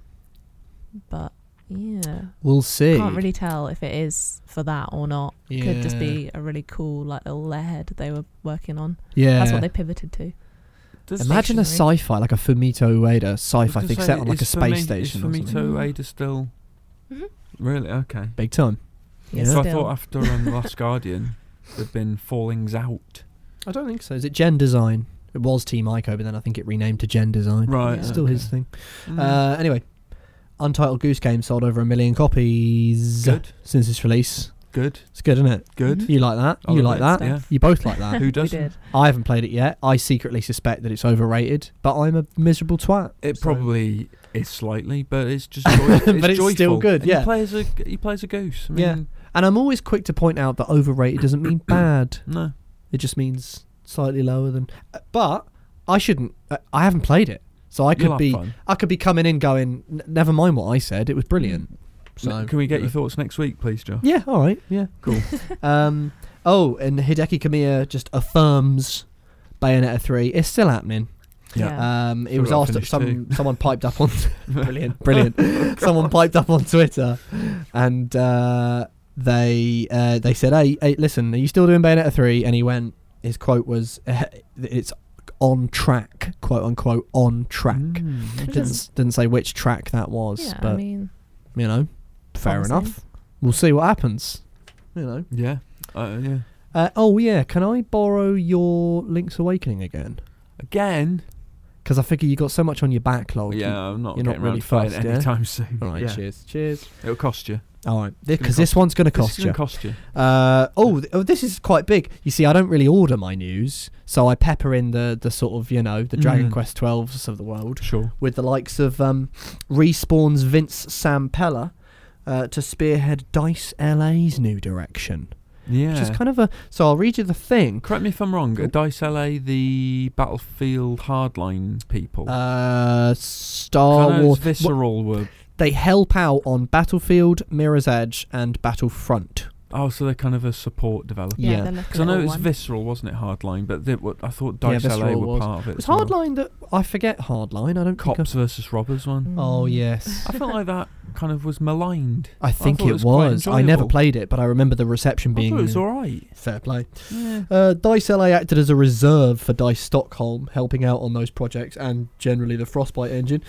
[SPEAKER 3] but yeah,
[SPEAKER 2] we'll see.
[SPEAKER 3] can't really tell if it is for that or not. Could just be a really cool like little laird they were working on.
[SPEAKER 2] Yeah.
[SPEAKER 3] That's what they pivoted to.
[SPEAKER 2] Imagine a
[SPEAKER 3] stationary.
[SPEAKER 2] sci-fi like a Fumito Ueda
[SPEAKER 1] I
[SPEAKER 2] sci-fi
[SPEAKER 1] was
[SPEAKER 2] thing
[SPEAKER 1] gonna
[SPEAKER 2] set
[SPEAKER 1] say,
[SPEAKER 2] on like a
[SPEAKER 1] is
[SPEAKER 2] space
[SPEAKER 1] Fumi-
[SPEAKER 2] station. or
[SPEAKER 1] Is
[SPEAKER 2] something.
[SPEAKER 1] Fumito Ueda still.
[SPEAKER 3] Mhm.
[SPEAKER 1] Really? Okay.
[SPEAKER 2] Big time.
[SPEAKER 3] Yeah,
[SPEAKER 1] So I
[SPEAKER 3] still.
[SPEAKER 1] thought after um, Last Guardian, there'd been Fallings Out.
[SPEAKER 2] I don't think so. Is it Gen Design? It was Team Ico, but then I think it renamed to Gen Design.
[SPEAKER 1] Right.
[SPEAKER 3] Yeah.
[SPEAKER 2] It's still
[SPEAKER 1] okay.
[SPEAKER 2] his thing.
[SPEAKER 1] Mm.
[SPEAKER 2] Uh, anyway, Untitled Goose Game sold over a million copies
[SPEAKER 1] good.
[SPEAKER 2] since its release.
[SPEAKER 1] Good.
[SPEAKER 2] It's good, isn't it?
[SPEAKER 1] Good.
[SPEAKER 3] Mhm.
[SPEAKER 2] You like that?
[SPEAKER 1] I
[SPEAKER 2] Mm-hmm. you like
[SPEAKER 1] love
[SPEAKER 2] that?
[SPEAKER 1] it, Yeah.
[SPEAKER 2] You both like that.
[SPEAKER 1] [LAUGHS] Who
[SPEAKER 3] [LAUGHS] We
[SPEAKER 1] doesn't?
[SPEAKER 3] did.
[SPEAKER 2] I haven't played it yet. I secretly suspect that it's overrated, but I'm a miserable twat.
[SPEAKER 1] It
[SPEAKER 2] So-
[SPEAKER 1] probably is slightly, but it's
[SPEAKER 2] [LAUGHS]
[SPEAKER 1] just joy- it's
[SPEAKER 2] But it's still
[SPEAKER 1] joyful.
[SPEAKER 2] good,
[SPEAKER 1] And
[SPEAKER 2] yeah.
[SPEAKER 1] He plays a he plays a goose. I mean,
[SPEAKER 2] Yeah. And I'm always quick to point out that overrated doesn't
[SPEAKER 1] [COUGHS]
[SPEAKER 2] mean bad.
[SPEAKER 1] No.
[SPEAKER 2] It just means slightly lower than. uh, But I shouldn't. uh, I haven't played it, so I
[SPEAKER 1] You'll
[SPEAKER 2] could
[SPEAKER 1] have
[SPEAKER 2] be.
[SPEAKER 1] fun.
[SPEAKER 2] I could be coming in going. "N- Never mind what I said. It was
[SPEAKER 1] Mm.
[SPEAKER 2] brilliant. So
[SPEAKER 1] Can we get your thoughts next week, please, Joe?
[SPEAKER 2] Yeah. All right. Yeah.
[SPEAKER 1] Cool.
[SPEAKER 2] um. Oh, and Hideki Kamiya just affirms Bayonetta three is still happening.
[SPEAKER 3] Yeah.
[SPEAKER 2] Um. It
[SPEAKER 1] Still
[SPEAKER 2] was
[SPEAKER 1] got
[SPEAKER 2] after
[SPEAKER 1] finished
[SPEAKER 2] some someone piped
[SPEAKER 1] [LAUGHS]
[SPEAKER 2] up on brilliant, brilliant.
[SPEAKER 1] Oh,
[SPEAKER 2] [LAUGHS] someone piped up on Twitter, and uh, they uh, they said, hey, "Hey, listen, are you still doing Bayonetta three? And he went. His quote was, eh, "It's on track, quote unquote, on track."
[SPEAKER 1] Mm.
[SPEAKER 2] Didn't s- didn't say which track that was,
[SPEAKER 3] yeah,
[SPEAKER 2] but
[SPEAKER 3] I mean,
[SPEAKER 2] you know, fair
[SPEAKER 3] promising.
[SPEAKER 2] enough. We'll see what happens. You know.
[SPEAKER 1] Yeah. Uh, yeah.
[SPEAKER 2] Uh, oh yeah, can I borrow your Link's Awakening again?
[SPEAKER 1] Again.
[SPEAKER 2] Because I figure you got so much on your backlog.
[SPEAKER 1] yeah, I'm not
[SPEAKER 2] Oh, you're
[SPEAKER 1] getting
[SPEAKER 2] not
[SPEAKER 1] around
[SPEAKER 2] really
[SPEAKER 1] to playing
[SPEAKER 2] fussed,
[SPEAKER 1] it
[SPEAKER 2] yeah?
[SPEAKER 1] anytime [LAUGHS] soon.
[SPEAKER 2] All right.
[SPEAKER 1] yeah.
[SPEAKER 2] Cheers. Cheers.
[SPEAKER 1] It'll cost you.
[SPEAKER 2] All right.
[SPEAKER 1] gonna
[SPEAKER 2] Because this one's going to
[SPEAKER 1] It's
[SPEAKER 2] cost
[SPEAKER 1] gonna
[SPEAKER 2] you.
[SPEAKER 1] cost you.
[SPEAKER 2] Uh, oh, th- oh, this is quite big. You see, I don't really order my news, so I pepper in the, the sort of, you know, the Dragon
[SPEAKER 1] Mm.
[SPEAKER 2] Quest 12s of the world
[SPEAKER 1] Sure.
[SPEAKER 2] with the likes of um, Respawn's Vince Sampella uh, to spearhead DICE LA's new direction.
[SPEAKER 1] Yeah.
[SPEAKER 2] Which is kind of a. So I'll read you the thing.
[SPEAKER 1] Correct me if I'm wrong. Are Dice LA the Battlefield Hardline people?
[SPEAKER 2] Uh,
[SPEAKER 1] 'Cause I
[SPEAKER 2] Star
[SPEAKER 1] know
[SPEAKER 2] Wars.
[SPEAKER 1] it's Visceral were.
[SPEAKER 2] They help out on Battlefield, Mirror's Edge, and Battlefront.
[SPEAKER 1] Oh, so they're kind of a support developer.
[SPEAKER 3] Yeah,
[SPEAKER 2] Yeah.
[SPEAKER 3] they're
[SPEAKER 1] Because
[SPEAKER 3] looking
[SPEAKER 1] I
[SPEAKER 3] at
[SPEAKER 1] know
[SPEAKER 3] all
[SPEAKER 1] it was
[SPEAKER 3] one.
[SPEAKER 1] Visceral, wasn't it? Hardline, but they, what, I thought
[SPEAKER 2] Yeah,
[SPEAKER 1] Dice LA
[SPEAKER 2] Visceral
[SPEAKER 1] were
[SPEAKER 2] was.
[SPEAKER 1] part of it.
[SPEAKER 2] It was
[SPEAKER 1] as well.
[SPEAKER 2] Hardline that. I forget Hardline. I don't think
[SPEAKER 1] Cops versus robbers one.
[SPEAKER 2] I- oh,
[SPEAKER 3] Mm.
[SPEAKER 2] yes.
[SPEAKER 1] I felt like that kind of was maligned.
[SPEAKER 2] I think
[SPEAKER 1] thought
[SPEAKER 2] it
[SPEAKER 1] it was quite
[SPEAKER 2] was. I never
[SPEAKER 1] enjoyable.
[SPEAKER 2] played it, but I remember the reception
[SPEAKER 1] I
[SPEAKER 2] being
[SPEAKER 1] thought it was all right.
[SPEAKER 2] fair play.
[SPEAKER 1] Yeah.
[SPEAKER 2] [LAUGHS] Uh, Dice LA acted as a reserve for Dice Stockholm, helping out on those projects and generally the Frostbite engine.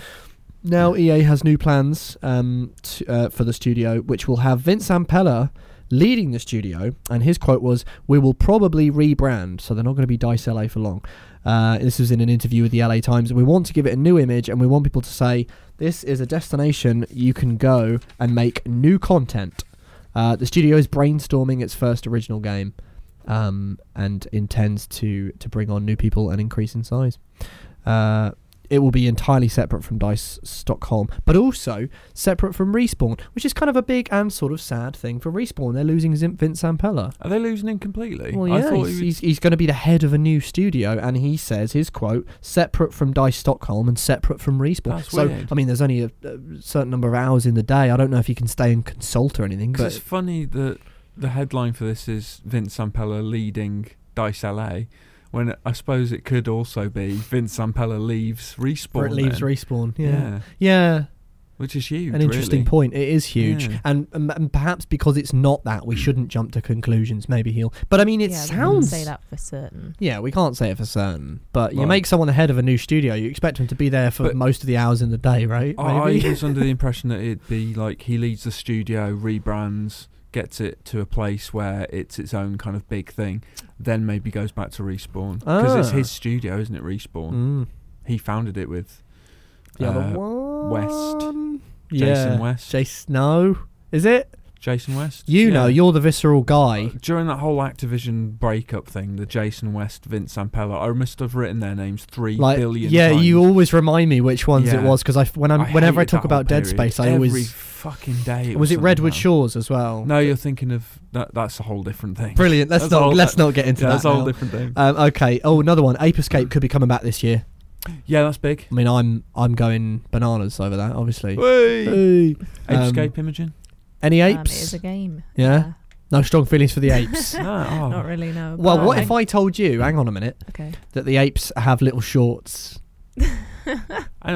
[SPEAKER 2] Now EA has new plans um, t- uh, for the studio, which will have Vince Ampella leading the studio. And his quote was, "We will probably rebrand, so they're not going to be Dice LA for long." Uh, this was in an interview with the LA Times. We want to give it a new image, and we want people to say, "This is a destination you can go and make new content." Uh, the studio is brainstorming its first original game um, and intends to to bring on new people and increase in size. Uh, it will be entirely separate from Dice Stockholm, but also separate from Respawn, which is kind of a big and sort of sad thing for Respawn. They're losing Zim- Vince Zampella.
[SPEAKER 1] Are they losing him completely?
[SPEAKER 2] Well,
[SPEAKER 1] I
[SPEAKER 2] yeah,
[SPEAKER 1] thought
[SPEAKER 2] he's,
[SPEAKER 1] he was,
[SPEAKER 2] he's, he's going to be the head of a new studio, and he says his quote: "Separate from Dice Stockholm and separate from Respawn."
[SPEAKER 1] That's
[SPEAKER 2] so,
[SPEAKER 1] weird.
[SPEAKER 2] I mean, there's only a, a certain number of hours in the day. I don't know if you can stay and consult or anything,
[SPEAKER 1] Because it's
[SPEAKER 2] but
[SPEAKER 1] funny that the headline for this is Vince Sampella leading Dice LA. When I suppose it could also be Vince Zampella leaves respawn.
[SPEAKER 2] Or it leaves
[SPEAKER 1] then.
[SPEAKER 2] respawn.
[SPEAKER 1] yeah.
[SPEAKER 2] Yeah. Yeah.
[SPEAKER 1] which is huge.
[SPEAKER 2] An interesting
[SPEAKER 1] really.
[SPEAKER 2] point. It is huge,
[SPEAKER 1] Yeah. Hmm.
[SPEAKER 2] and, and and perhaps because it's not that, we shouldn't jump to conclusions. Maybe he'll. But I mean, it
[SPEAKER 3] yeah, we can't
[SPEAKER 2] sounds.
[SPEAKER 3] say that for certain. Um,
[SPEAKER 2] Yeah, we can't say it for certain. But you
[SPEAKER 1] Right.
[SPEAKER 2] make someone the head of a new studio, you expect them to be there for
[SPEAKER 1] But-
[SPEAKER 2] most of the hours in the day, right?
[SPEAKER 1] I
[SPEAKER 2] [LAUGHS]
[SPEAKER 1] was under the impression that it'd be like he leads the studio, rebrands, gets it to a place where it's its own kind of big thing, then maybe goes back to respawn because it's
[SPEAKER 2] Ah.
[SPEAKER 1] his studio, isn't it? Respawn.
[SPEAKER 2] Mm.
[SPEAKER 1] He founded it with
[SPEAKER 2] The other
[SPEAKER 1] Uh,
[SPEAKER 2] one.
[SPEAKER 1] West.
[SPEAKER 2] Yeah.
[SPEAKER 1] Jason West.
[SPEAKER 2] Jason. No. Is it?
[SPEAKER 1] Jason West.
[SPEAKER 2] You
[SPEAKER 1] Yeah.
[SPEAKER 2] know,
[SPEAKER 1] Uh,
[SPEAKER 2] you're the visceral guy.
[SPEAKER 1] During that whole Activision breakup thing, the Jason West, Vince Zampella, I must have written their names three billion
[SPEAKER 2] Like, yeah,
[SPEAKER 1] times.
[SPEAKER 2] you always remind me which ones it
[SPEAKER 1] Yeah.
[SPEAKER 2] was because I f- when I'm,
[SPEAKER 1] I
[SPEAKER 2] whenever I
[SPEAKER 1] hated that
[SPEAKER 2] talk
[SPEAKER 1] whole
[SPEAKER 2] about Dead
[SPEAKER 1] period.
[SPEAKER 2] Space, I
[SPEAKER 1] every
[SPEAKER 2] always
[SPEAKER 1] fucking day. It
[SPEAKER 2] was it
[SPEAKER 1] something
[SPEAKER 2] Redwood
[SPEAKER 1] about-
[SPEAKER 2] Shores as well.
[SPEAKER 1] No, you're thinking of that. That's a whole different thing.
[SPEAKER 2] Brilliant. Let's
[SPEAKER 1] That's
[SPEAKER 2] not
[SPEAKER 1] all-
[SPEAKER 2] let's not get into
[SPEAKER 1] Yeah, [LAUGHS]
[SPEAKER 2] that.
[SPEAKER 1] that's a whole
[SPEAKER 2] now.
[SPEAKER 1] different thing.
[SPEAKER 2] Um, okay. Oh, another one. Ape Escape could be coming back this year.
[SPEAKER 1] yeah, that's big.
[SPEAKER 2] I mean, I'm I'm going bananas over that, obviously.
[SPEAKER 1] Hey.
[SPEAKER 2] Hey. Um,
[SPEAKER 1] Escape Imogen?
[SPEAKER 2] Any
[SPEAKER 3] Um, it
[SPEAKER 2] apes?
[SPEAKER 3] is a game.
[SPEAKER 2] yeah? No strong feelings for the apes.
[SPEAKER 3] [LAUGHS]
[SPEAKER 1] No, oh.
[SPEAKER 3] Not really. No.
[SPEAKER 2] well,
[SPEAKER 3] Oh,
[SPEAKER 2] what if
[SPEAKER 3] hang-
[SPEAKER 2] I told you? Hang on a minute.
[SPEAKER 3] Okay.
[SPEAKER 2] That the apes have little shorts.
[SPEAKER 1] I mean,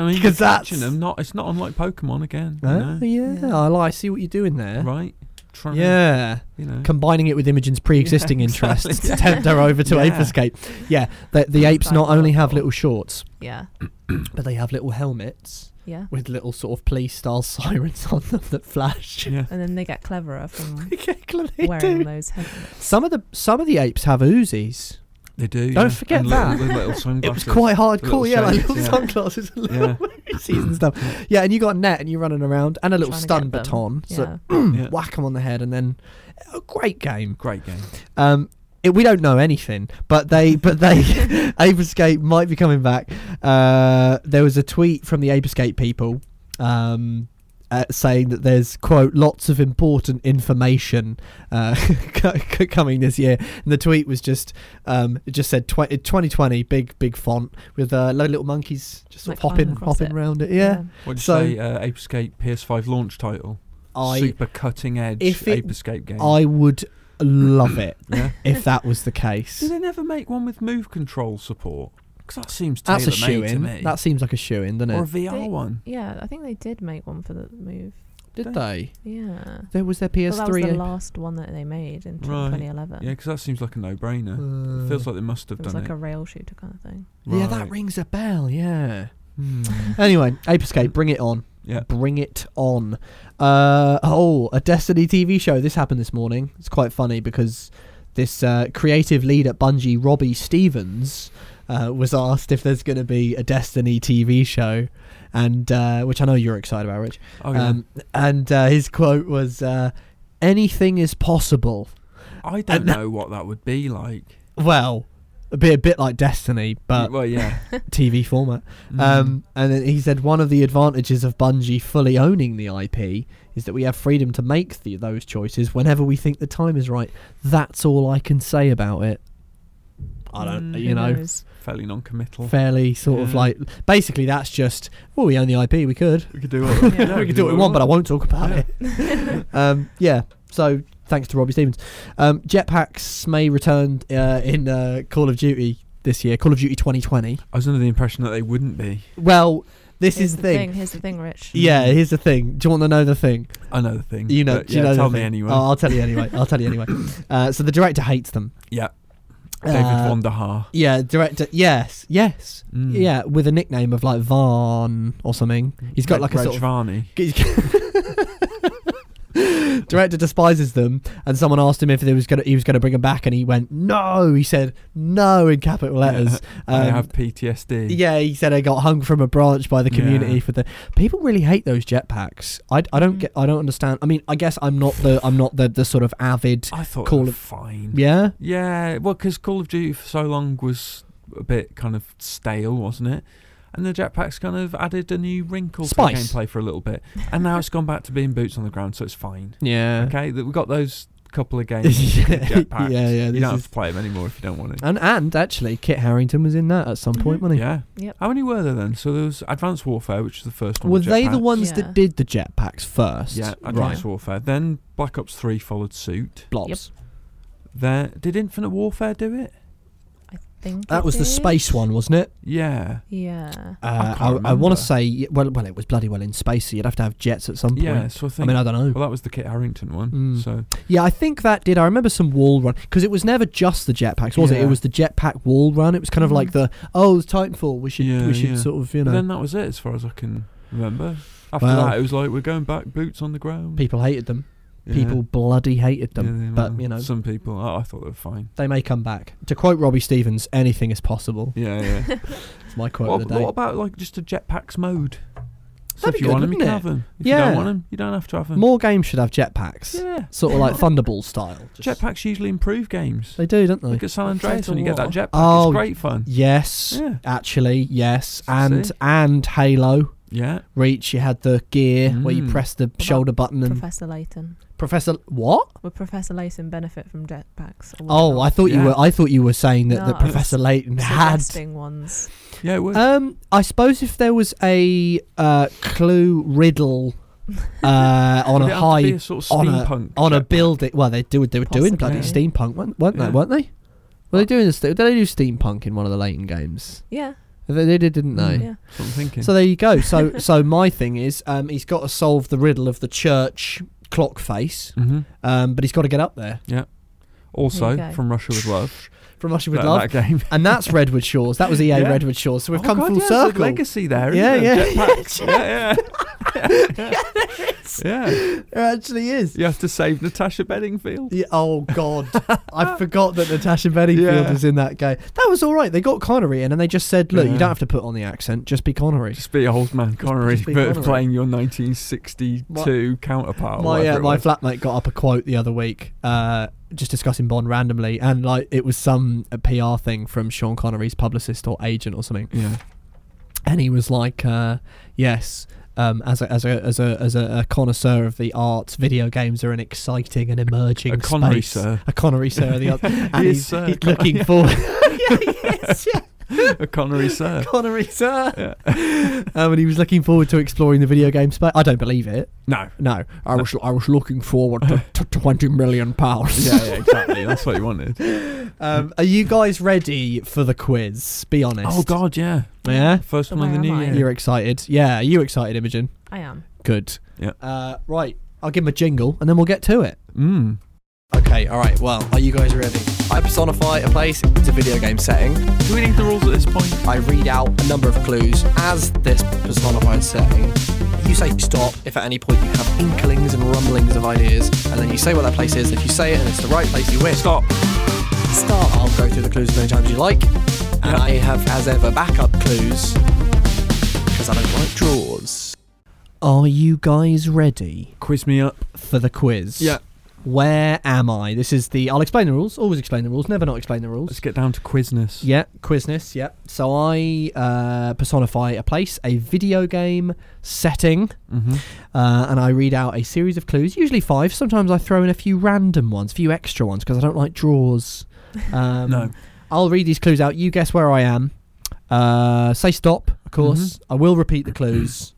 [SPEAKER 2] Because
[SPEAKER 1] because
[SPEAKER 2] that's-
[SPEAKER 1] that's them. Not it's not unlike Pokemon again. you
[SPEAKER 2] Oh,
[SPEAKER 1] know?
[SPEAKER 2] yeah.
[SPEAKER 3] Yeah.
[SPEAKER 2] I like. I see what you're doing there.
[SPEAKER 1] right? Trying,
[SPEAKER 2] Yeah.
[SPEAKER 1] you know.
[SPEAKER 2] Combining it with Imogen's pre-existing
[SPEAKER 1] Yeah, [LAUGHS]
[SPEAKER 2] interests
[SPEAKER 1] exactly.
[SPEAKER 2] to tempt her over to
[SPEAKER 1] Yeah.
[SPEAKER 2] Ape Escape. Yeah. The, the apes not only have
[SPEAKER 3] Delightful.
[SPEAKER 2] little shorts,
[SPEAKER 3] [LAUGHS] Yeah.
[SPEAKER 2] but they have little helmets
[SPEAKER 3] Yeah.
[SPEAKER 2] with little sort of police-style [LAUGHS] sirens on them that flash. [LAUGHS]
[SPEAKER 1] yeah.
[SPEAKER 3] And then they get cleverer from
[SPEAKER 2] They
[SPEAKER 3] wearing
[SPEAKER 2] do.
[SPEAKER 3] those helmets.
[SPEAKER 2] Some of the some of the apes have Uzis.
[SPEAKER 1] They do.
[SPEAKER 2] Don't
[SPEAKER 1] yeah.
[SPEAKER 2] forget
[SPEAKER 1] and little-
[SPEAKER 2] that.
[SPEAKER 1] Little, little
[SPEAKER 2] It
[SPEAKER 1] sunglasses.
[SPEAKER 2] was quite hardcore,
[SPEAKER 1] little
[SPEAKER 2] yeah, like
[SPEAKER 1] shades,
[SPEAKER 2] little
[SPEAKER 1] yeah.
[SPEAKER 2] sunglasses and little
[SPEAKER 1] Yeah.
[SPEAKER 2] [LAUGHS] Uzis and stuff. Yeah, and you got a net and you're running around and a little
[SPEAKER 3] Trying to
[SPEAKER 2] stun
[SPEAKER 3] get them.
[SPEAKER 2] baton. So
[SPEAKER 3] yeah.
[SPEAKER 2] [CLEARS THROAT]
[SPEAKER 1] yeah.
[SPEAKER 2] whack them on the head and then a great game.
[SPEAKER 1] Great game.
[SPEAKER 2] Um, it, we don't know anything, but they, but they, [LAUGHS] Ape Escape might be coming back. Uh, there was a tweet from the Ape Escape people um, uh, saying that there's quote lots of important information uh, [LAUGHS] co- co- coming this year. And the tweet was just um, it just said tw- 2020 big big font with uh, lo- little monkeys just sort
[SPEAKER 3] Like
[SPEAKER 2] of hopping
[SPEAKER 3] climbing across
[SPEAKER 2] hopping
[SPEAKER 3] it.
[SPEAKER 2] around it. Yeah,
[SPEAKER 1] What did you
[SPEAKER 2] So-
[SPEAKER 1] say? Uh, Ape Escape PS5 launch title.
[SPEAKER 2] I
[SPEAKER 1] Super cutting edge
[SPEAKER 2] if it-
[SPEAKER 1] Ape Escape game.
[SPEAKER 2] I would love it [LAUGHS]
[SPEAKER 1] yeah.
[SPEAKER 2] if that was the
[SPEAKER 1] Do
[SPEAKER 2] case.
[SPEAKER 1] they never make one with move control support? Because that seems
[SPEAKER 2] That's a
[SPEAKER 1] tailor-made
[SPEAKER 2] shoe
[SPEAKER 1] to me.
[SPEAKER 2] in. That seems like a shoe in, doesn't
[SPEAKER 1] or a
[SPEAKER 2] it?
[SPEAKER 1] VR
[SPEAKER 3] They-
[SPEAKER 1] one.
[SPEAKER 3] Yeah, I think they did make one for the move.
[SPEAKER 2] Did
[SPEAKER 1] don't-
[SPEAKER 2] they?
[SPEAKER 3] Yeah.
[SPEAKER 2] There was their
[SPEAKER 3] Well,
[SPEAKER 2] PS3.
[SPEAKER 3] that was the last one that they made in
[SPEAKER 1] Right.
[SPEAKER 3] 2011.
[SPEAKER 1] Yeah, because that seems like a no-brainer.
[SPEAKER 2] Uh,
[SPEAKER 1] Feels like they must have
[SPEAKER 3] It was
[SPEAKER 1] done
[SPEAKER 3] like
[SPEAKER 1] it.
[SPEAKER 3] a rail shooter kind of thing.
[SPEAKER 2] yeah, that
[SPEAKER 1] Right.
[SPEAKER 2] rings a bell. Yeah.
[SPEAKER 1] Hmm.
[SPEAKER 2] Anyway, Ape Escape, bring it on.
[SPEAKER 1] Yeah.
[SPEAKER 2] Bring it on. Uh, oh, a Destiny TV show. This happened this morning. It's quite funny because this uh, creative lead at Bungie, Robbie Stevens, uh, was asked if there's going to be a Destiny TV show, and uh, which I know you're excited about, Rich.
[SPEAKER 1] Oh, yeah.
[SPEAKER 2] um, and uh, his quote was, uh, "Anything is possible."
[SPEAKER 1] I don't
[SPEAKER 2] and that-
[SPEAKER 1] know what that would be like.
[SPEAKER 2] Well, a bit, a bit like Destiny, but
[SPEAKER 1] well,
[SPEAKER 2] [LAUGHS]
[SPEAKER 1] yeah. Hmm.
[SPEAKER 2] TV format.
[SPEAKER 1] Mm.
[SPEAKER 2] Um, and then he said one of the advantages of Bungie fully owning the IP is that we have freedom to make the, those choices whenever we think the time is right. That's all I can say about it. I don't,
[SPEAKER 1] Mm.
[SPEAKER 2] you know,
[SPEAKER 1] fairly non-committal.
[SPEAKER 2] fairly sort of
[SPEAKER 1] Yeah.
[SPEAKER 2] like basically that's just well, we own the IP, we could,
[SPEAKER 1] we could do
[SPEAKER 2] [LAUGHS]
[SPEAKER 1] what
[SPEAKER 3] Yeah,
[SPEAKER 2] we could do what we want, but I won't talk about
[SPEAKER 1] Yeah.
[SPEAKER 2] it. um, yeah. So thanks to Robbie Stevens, um, jetpacks may return uh, in uh, Call of Duty this year, Call of Duty 2020.
[SPEAKER 1] I was under the impression that they wouldn't be.
[SPEAKER 2] Well, this
[SPEAKER 3] Here's
[SPEAKER 2] is
[SPEAKER 3] the
[SPEAKER 2] the thing.
[SPEAKER 3] Here's the thing, Rich.
[SPEAKER 2] Yeah, here's the thing. Do you want to know the thing?
[SPEAKER 1] I know the thing.
[SPEAKER 2] You know,
[SPEAKER 1] but
[SPEAKER 2] do you
[SPEAKER 1] Mm. Uh, yeah,
[SPEAKER 2] know
[SPEAKER 1] tell
[SPEAKER 2] the
[SPEAKER 1] me
[SPEAKER 2] thing?
[SPEAKER 1] anyway.
[SPEAKER 2] Oh, I'll tell you anyway. I'll tell
[SPEAKER 1] [LAUGHS]
[SPEAKER 2] you anyway. Uh, so the director hates them.
[SPEAKER 1] yeah,
[SPEAKER 2] Uh,
[SPEAKER 1] David Von der Haar.
[SPEAKER 2] Yeah, director. Yes, yes.
[SPEAKER 1] Mm.
[SPEAKER 2] Yeah, with a nickname of like Vaughn or something. He's got
[SPEAKER 1] Re-
[SPEAKER 2] like a sort of [LAUGHS]
[SPEAKER 1] Rajvani.
[SPEAKER 2] Director despises them, and someone asked him if they was gonna, he was going to bring them back, and he went, "No." He said, "No" in capital letters.
[SPEAKER 1] [LAUGHS] I
[SPEAKER 2] Um,
[SPEAKER 1] have PTSD.
[SPEAKER 2] Yeah, he said I got hung from a branch by the community
[SPEAKER 1] Yeah.
[SPEAKER 2] for the people really hate those jetpacks. I, I don't
[SPEAKER 3] Mm.
[SPEAKER 2] get I don't understand. I mean, I guess I'm not the I'm not the, the sort of avid
[SPEAKER 1] I thought
[SPEAKER 2] Call
[SPEAKER 1] Call
[SPEAKER 2] of-
[SPEAKER 1] of fine.
[SPEAKER 2] yeah.
[SPEAKER 1] Yeah, well, because Call of Duty for so long was a bit kind of stale, wasn't it? And the jetpacks kind of added a new wrinkle to
[SPEAKER 2] Spice.
[SPEAKER 1] the gameplay for a little bit, and now it's gone back to being boots on the ground, so it's fine.
[SPEAKER 2] Yeah.
[SPEAKER 1] Okay, that we got those
[SPEAKER 2] [LAUGHS]
[SPEAKER 1] couple of games.
[SPEAKER 2] yeah,
[SPEAKER 1] with jetpacks.
[SPEAKER 2] yeah, yeah,
[SPEAKER 1] you
[SPEAKER 2] this
[SPEAKER 1] don't
[SPEAKER 2] is-
[SPEAKER 1] have to play them anymore if you don't want to.
[SPEAKER 2] And and actually Kit Harrington was in that at some point,
[SPEAKER 3] Mhm.
[SPEAKER 2] wasn't he?
[SPEAKER 1] Yeah.
[SPEAKER 3] Yep.
[SPEAKER 1] How many were there then? So there was Advanced Warfare, which was the first one.
[SPEAKER 2] Were
[SPEAKER 1] with
[SPEAKER 2] they the
[SPEAKER 1] jetpacks.
[SPEAKER 2] ones
[SPEAKER 3] Yeah.
[SPEAKER 2] that did the jetpacks first?
[SPEAKER 1] Yeah, Advanced
[SPEAKER 2] right.
[SPEAKER 1] Warfare. Then Black Ops Three followed suit.
[SPEAKER 2] Blobs.
[SPEAKER 1] There, did Infinite Warfare do it?
[SPEAKER 3] think
[SPEAKER 2] That
[SPEAKER 3] it
[SPEAKER 2] was the
[SPEAKER 3] did.
[SPEAKER 2] space one, wasn't it?
[SPEAKER 1] Yeah.
[SPEAKER 3] Yeah.
[SPEAKER 2] Uh,
[SPEAKER 1] can't
[SPEAKER 2] I, I, want
[SPEAKER 1] remember.
[SPEAKER 2] to say y- well, well, it was bloody well in space. So you'd have to have jets at some point.
[SPEAKER 1] Yeah, so I
[SPEAKER 2] I
[SPEAKER 1] think.
[SPEAKER 2] mean, I don't know.
[SPEAKER 1] well, that was the Kit Harrington one.
[SPEAKER 2] Mm.
[SPEAKER 1] So
[SPEAKER 2] Yeah, I think that did. I remember some wall run because it was never just the jetpacks, was it?
[SPEAKER 1] Yeah. Mm-hmm.
[SPEAKER 2] It was the jetpack wall run. It was kind of like
[SPEAKER 3] Mm.
[SPEAKER 2] the oh, it's Titanfall. We should
[SPEAKER 1] Yeah,
[SPEAKER 2] we should
[SPEAKER 1] yeah.
[SPEAKER 2] sort of you
[SPEAKER 1] but
[SPEAKER 2] know.
[SPEAKER 1] then that was it, as far as I can remember. After
[SPEAKER 2] Well-
[SPEAKER 1] that, it was like we're going back, boots on the ground.
[SPEAKER 2] People hated them.
[SPEAKER 1] Yeah.
[SPEAKER 2] People bloody hated
[SPEAKER 1] Yeah,
[SPEAKER 2] them.
[SPEAKER 1] they-
[SPEAKER 2] but,
[SPEAKER 1] well,
[SPEAKER 2] you know.
[SPEAKER 1] some people. oh, I, I thought they were fine.
[SPEAKER 2] They may come back. To quote Robbie Stevens, anything is possible.
[SPEAKER 1] Yeah,
[SPEAKER 2] [LAUGHS]
[SPEAKER 1] yeah.
[SPEAKER 2] It's my quote
[SPEAKER 1] what,
[SPEAKER 2] of the
[SPEAKER 1] what
[SPEAKER 2] day.
[SPEAKER 1] about like just a jetpacks mode? So
[SPEAKER 2] That'd
[SPEAKER 1] if
[SPEAKER 2] be
[SPEAKER 1] you
[SPEAKER 2] good,
[SPEAKER 1] want them, you can
[SPEAKER 2] wouldn't
[SPEAKER 1] have them. If you
[SPEAKER 2] Yeah.
[SPEAKER 1] don't want them, you don't have to have them.
[SPEAKER 2] More games should have jetpacks.
[SPEAKER 1] Yeah. [LAUGHS]
[SPEAKER 2] Sort of like Thunderball style. Just-
[SPEAKER 1] Jetpacks usually improve games.
[SPEAKER 2] They do, don't
[SPEAKER 1] Look
[SPEAKER 2] they?
[SPEAKER 1] at San Andreas
[SPEAKER 2] Total
[SPEAKER 1] and you get that
[SPEAKER 2] War.
[SPEAKER 1] jetpack.
[SPEAKER 2] Oh,
[SPEAKER 1] it's great fun.
[SPEAKER 2] Yes.
[SPEAKER 1] Yeah.
[SPEAKER 2] Actually, yes. And
[SPEAKER 1] See?
[SPEAKER 2] and Halo
[SPEAKER 1] Yeah.
[SPEAKER 2] Reach, you had the gear where you
[SPEAKER 1] Mm.
[SPEAKER 2] press the shoulder button and
[SPEAKER 3] Professor Layton.
[SPEAKER 2] Professor what?
[SPEAKER 3] Would Professor Layton benefit from jetpacks? or
[SPEAKER 2] Oh,
[SPEAKER 3] whatnot?
[SPEAKER 2] I thought you
[SPEAKER 1] Yeah.
[SPEAKER 2] were. I thought you were saying that,
[SPEAKER 3] No,
[SPEAKER 2] that
[SPEAKER 3] I was
[SPEAKER 2] Professor Layton had.
[SPEAKER 3] suggesting ones.
[SPEAKER 1] Yeah, it would.
[SPEAKER 2] Um, I suppose if there was a uh, clue
[SPEAKER 3] [LAUGHS]
[SPEAKER 2] riddle uh,
[SPEAKER 1] Would
[SPEAKER 2] on a
[SPEAKER 1] it have to be
[SPEAKER 2] high
[SPEAKER 1] a sort of
[SPEAKER 2] on a-
[SPEAKER 1] steampunk
[SPEAKER 2] on a
[SPEAKER 1] jetpack?
[SPEAKER 2] building, well, they do. They were doing bloody
[SPEAKER 1] Possibly.
[SPEAKER 2] steampunk, weren't, weren't
[SPEAKER 1] Yeah.
[SPEAKER 2] they? Weren't they? Were they doing this? Did they do steampunk in one of the Layton games?
[SPEAKER 3] Yeah.
[SPEAKER 2] They, they did, didn't they?
[SPEAKER 1] Mm.
[SPEAKER 3] Yeah.
[SPEAKER 1] That's what I'm thinking.
[SPEAKER 2] So there you go.
[SPEAKER 3] [LAUGHS]
[SPEAKER 2] So so my thing is, um, he's got to solve the riddle of the church clock face,
[SPEAKER 1] hmm
[SPEAKER 2] um, but he's got to get up there
[SPEAKER 1] Also,
[SPEAKER 3] go.
[SPEAKER 1] from Russia with Love.
[SPEAKER 2] from [LAUGHS] Russia with
[SPEAKER 1] that,
[SPEAKER 2] Love.
[SPEAKER 1] that game.
[SPEAKER 2] And that's Redwood Shores. That was EA
[SPEAKER 1] Yeah.
[SPEAKER 2] Redwood Shores. So we've
[SPEAKER 1] Oh
[SPEAKER 2] come
[SPEAKER 1] God,
[SPEAKER 2] full
[SPEAKER 1] yeah, there's a
[SPEAKER 2] circle.
[SPEAKER 1] legacy there.
[SPEAKER 2] Yeah,
[SPEAKER 1] isn't
[SPEAKER 2] yeah.
[SPEAKER 1] there? Jetpacks. [LAUGHS] yeah, yeah.
[SPEAKER 2] [LAUGHS]
[SPEAKER 1] yeah. [LAUGHS] yeah.
[SPEAKER 2] There actually is.
[SPEAKER 1] You have to save Natasha Bedingfield.
[SPEAKER 2] Yeah, oh God,
[SPEAKER 1] [LAUGHS]
[SPEAKER 2] I forgot that Natasha Bedingfield
[SPEAKER 1] Yeah.
[SPEAKER 2] was in that game. That was all right. They got Connery in, and they just said, "Look, you
[SPEAKER 1] Yeah.
[SPEAKER 2] don't have to put on the accent. Just be Connery."
[SPEAKER 1] Just be old man Connery,
[SPEAKER 2] just be
[SPEAKER 1] but
[SPEAKER 2] Connery.
[SPEAKER 1] playing your 1962 counterpart. or
[SPEAKER 2] my
[SPEAKER 1] whatever
[SPEAKER 2] uh,
[SPEAKER 1] it
[SPEAKER 2] my
[SPEAKER 1] was.
[SPEAKER 2] flatmate got up a quote the other week, uh, just discussing Bond randomly, and like it was some uh PR thing from Sean Connery's publicist or agent or something.
[SPEAKER 1] Yeah.
[SPEAKER 2] and he was like, uh, "Yes, um, as a as a as a as a, a connoisseur of the arts, video games are an exciting and emerging
[SPEAKER 1] A Connery
[SPEAKER 2] space.
[SPEAKER 1] sir.
[SPEAKER 2] a Connery
[SPEAKER 1] [LAUGHS]
[SPEAKER 2] sir, of the arts, and
[SPEAKER 1] He is
[SPEAKER 2] he's,
[SPEAKER 1] sir,
[SPEAKER 2] he's
[SPEAKER 1] Con-
[SPEAKER 2] looking forward. [LAUGHS]
[SPEAKER 3] [LAUGHS]
[SPEAKER 2] yeah, he is, yeah,
[SPEAKER 1] [LAUGHS] A Connery, sir.
[SPEAKER 2] Connery sir. Um, and he was looking forward to exploring the video game space. I don't believe it.
[SPEAKER 1] No.
[SPEAKER 2] No, I
[SPEAKER 1] No.
[SPEAKER 2] was I was looking forward
[SPEAKER 1] [LAUGHS]
[SPEAKER 2] to, to twenty million pounds.
[SPEAKER 1] Yeah, yeah, exactly. That's
[SPEAKER 2] [LAUGHS]
[SPEAKER 1] what he wanted.
[SPEAKER 2] Um, are you guys ready for the quiz? Be honest.
[SPEAKER 1] Oh God, yeah.
[SPEAKER 2] Yeah.
[SPEAKER 1] First one
[SPEAKER 3] Where
[SPEAKER 1] of the
[SPEAKER 3] am
[SPEAKER 1] new
[SPEAKER 3] I?
[SPEAKER 1] year.
[SPEAKER 2] You're excited. Yeah, are you excited, Imogen?
[SPEAKER 3] I am.
[SPEAKER 2] Good.
[SPEAKER 1] Yeah.
[SPEAKER 2] Uh, right. I'll give him a jingle and then we'll get to it.
[SPEAKER 1] Mm.
[SPEAKER 4] Okay, alright, well, are you guys ready? I personify a place, it's a video game setting.
[SPEAKER 1] Do we need the rules at this point?
[SPEAKER 4] I read out a number of clues as this personified setting. You say stop if at any point you have inklings and rumblings of ideas, and then you say what that place is. If you say it and it's the right place, you win.
[SPEAKER 1] Stop.
[SPEAKER 4] Stop. I'll go through the clues as many times as you like, and I have, as ever, backup clues because I don't like draws.
[SPEAKER 2] Are you guys ready
[SPEAKER 1] Quiz me up.
[SPEAKER 2] for the quiz?
[SPEAKER 1] Yeah.
[SPEAKER 2] Where am I? This is the. I'll explain the rules. Always explain the rules. Never not explain the rules.
[SPEAKER 1] Let's get down to quizness.
[SPEAKER 2] Yeah, quizness. Yeah. So I uh, personify a place, a video game setting,
[SPEAKER 1] Mm-hmm.
[SPEAKER 2] uh, and I read out a series of clues, usually five. Sometimes I throw in a few random ones, a few extra ones, because I don't like draws. Um,
[SPEAKER 1] No.
[SPEAKER 2] I'll read these clues out. You guess where I am. Uh, say stop, of course. I will repeat the clues.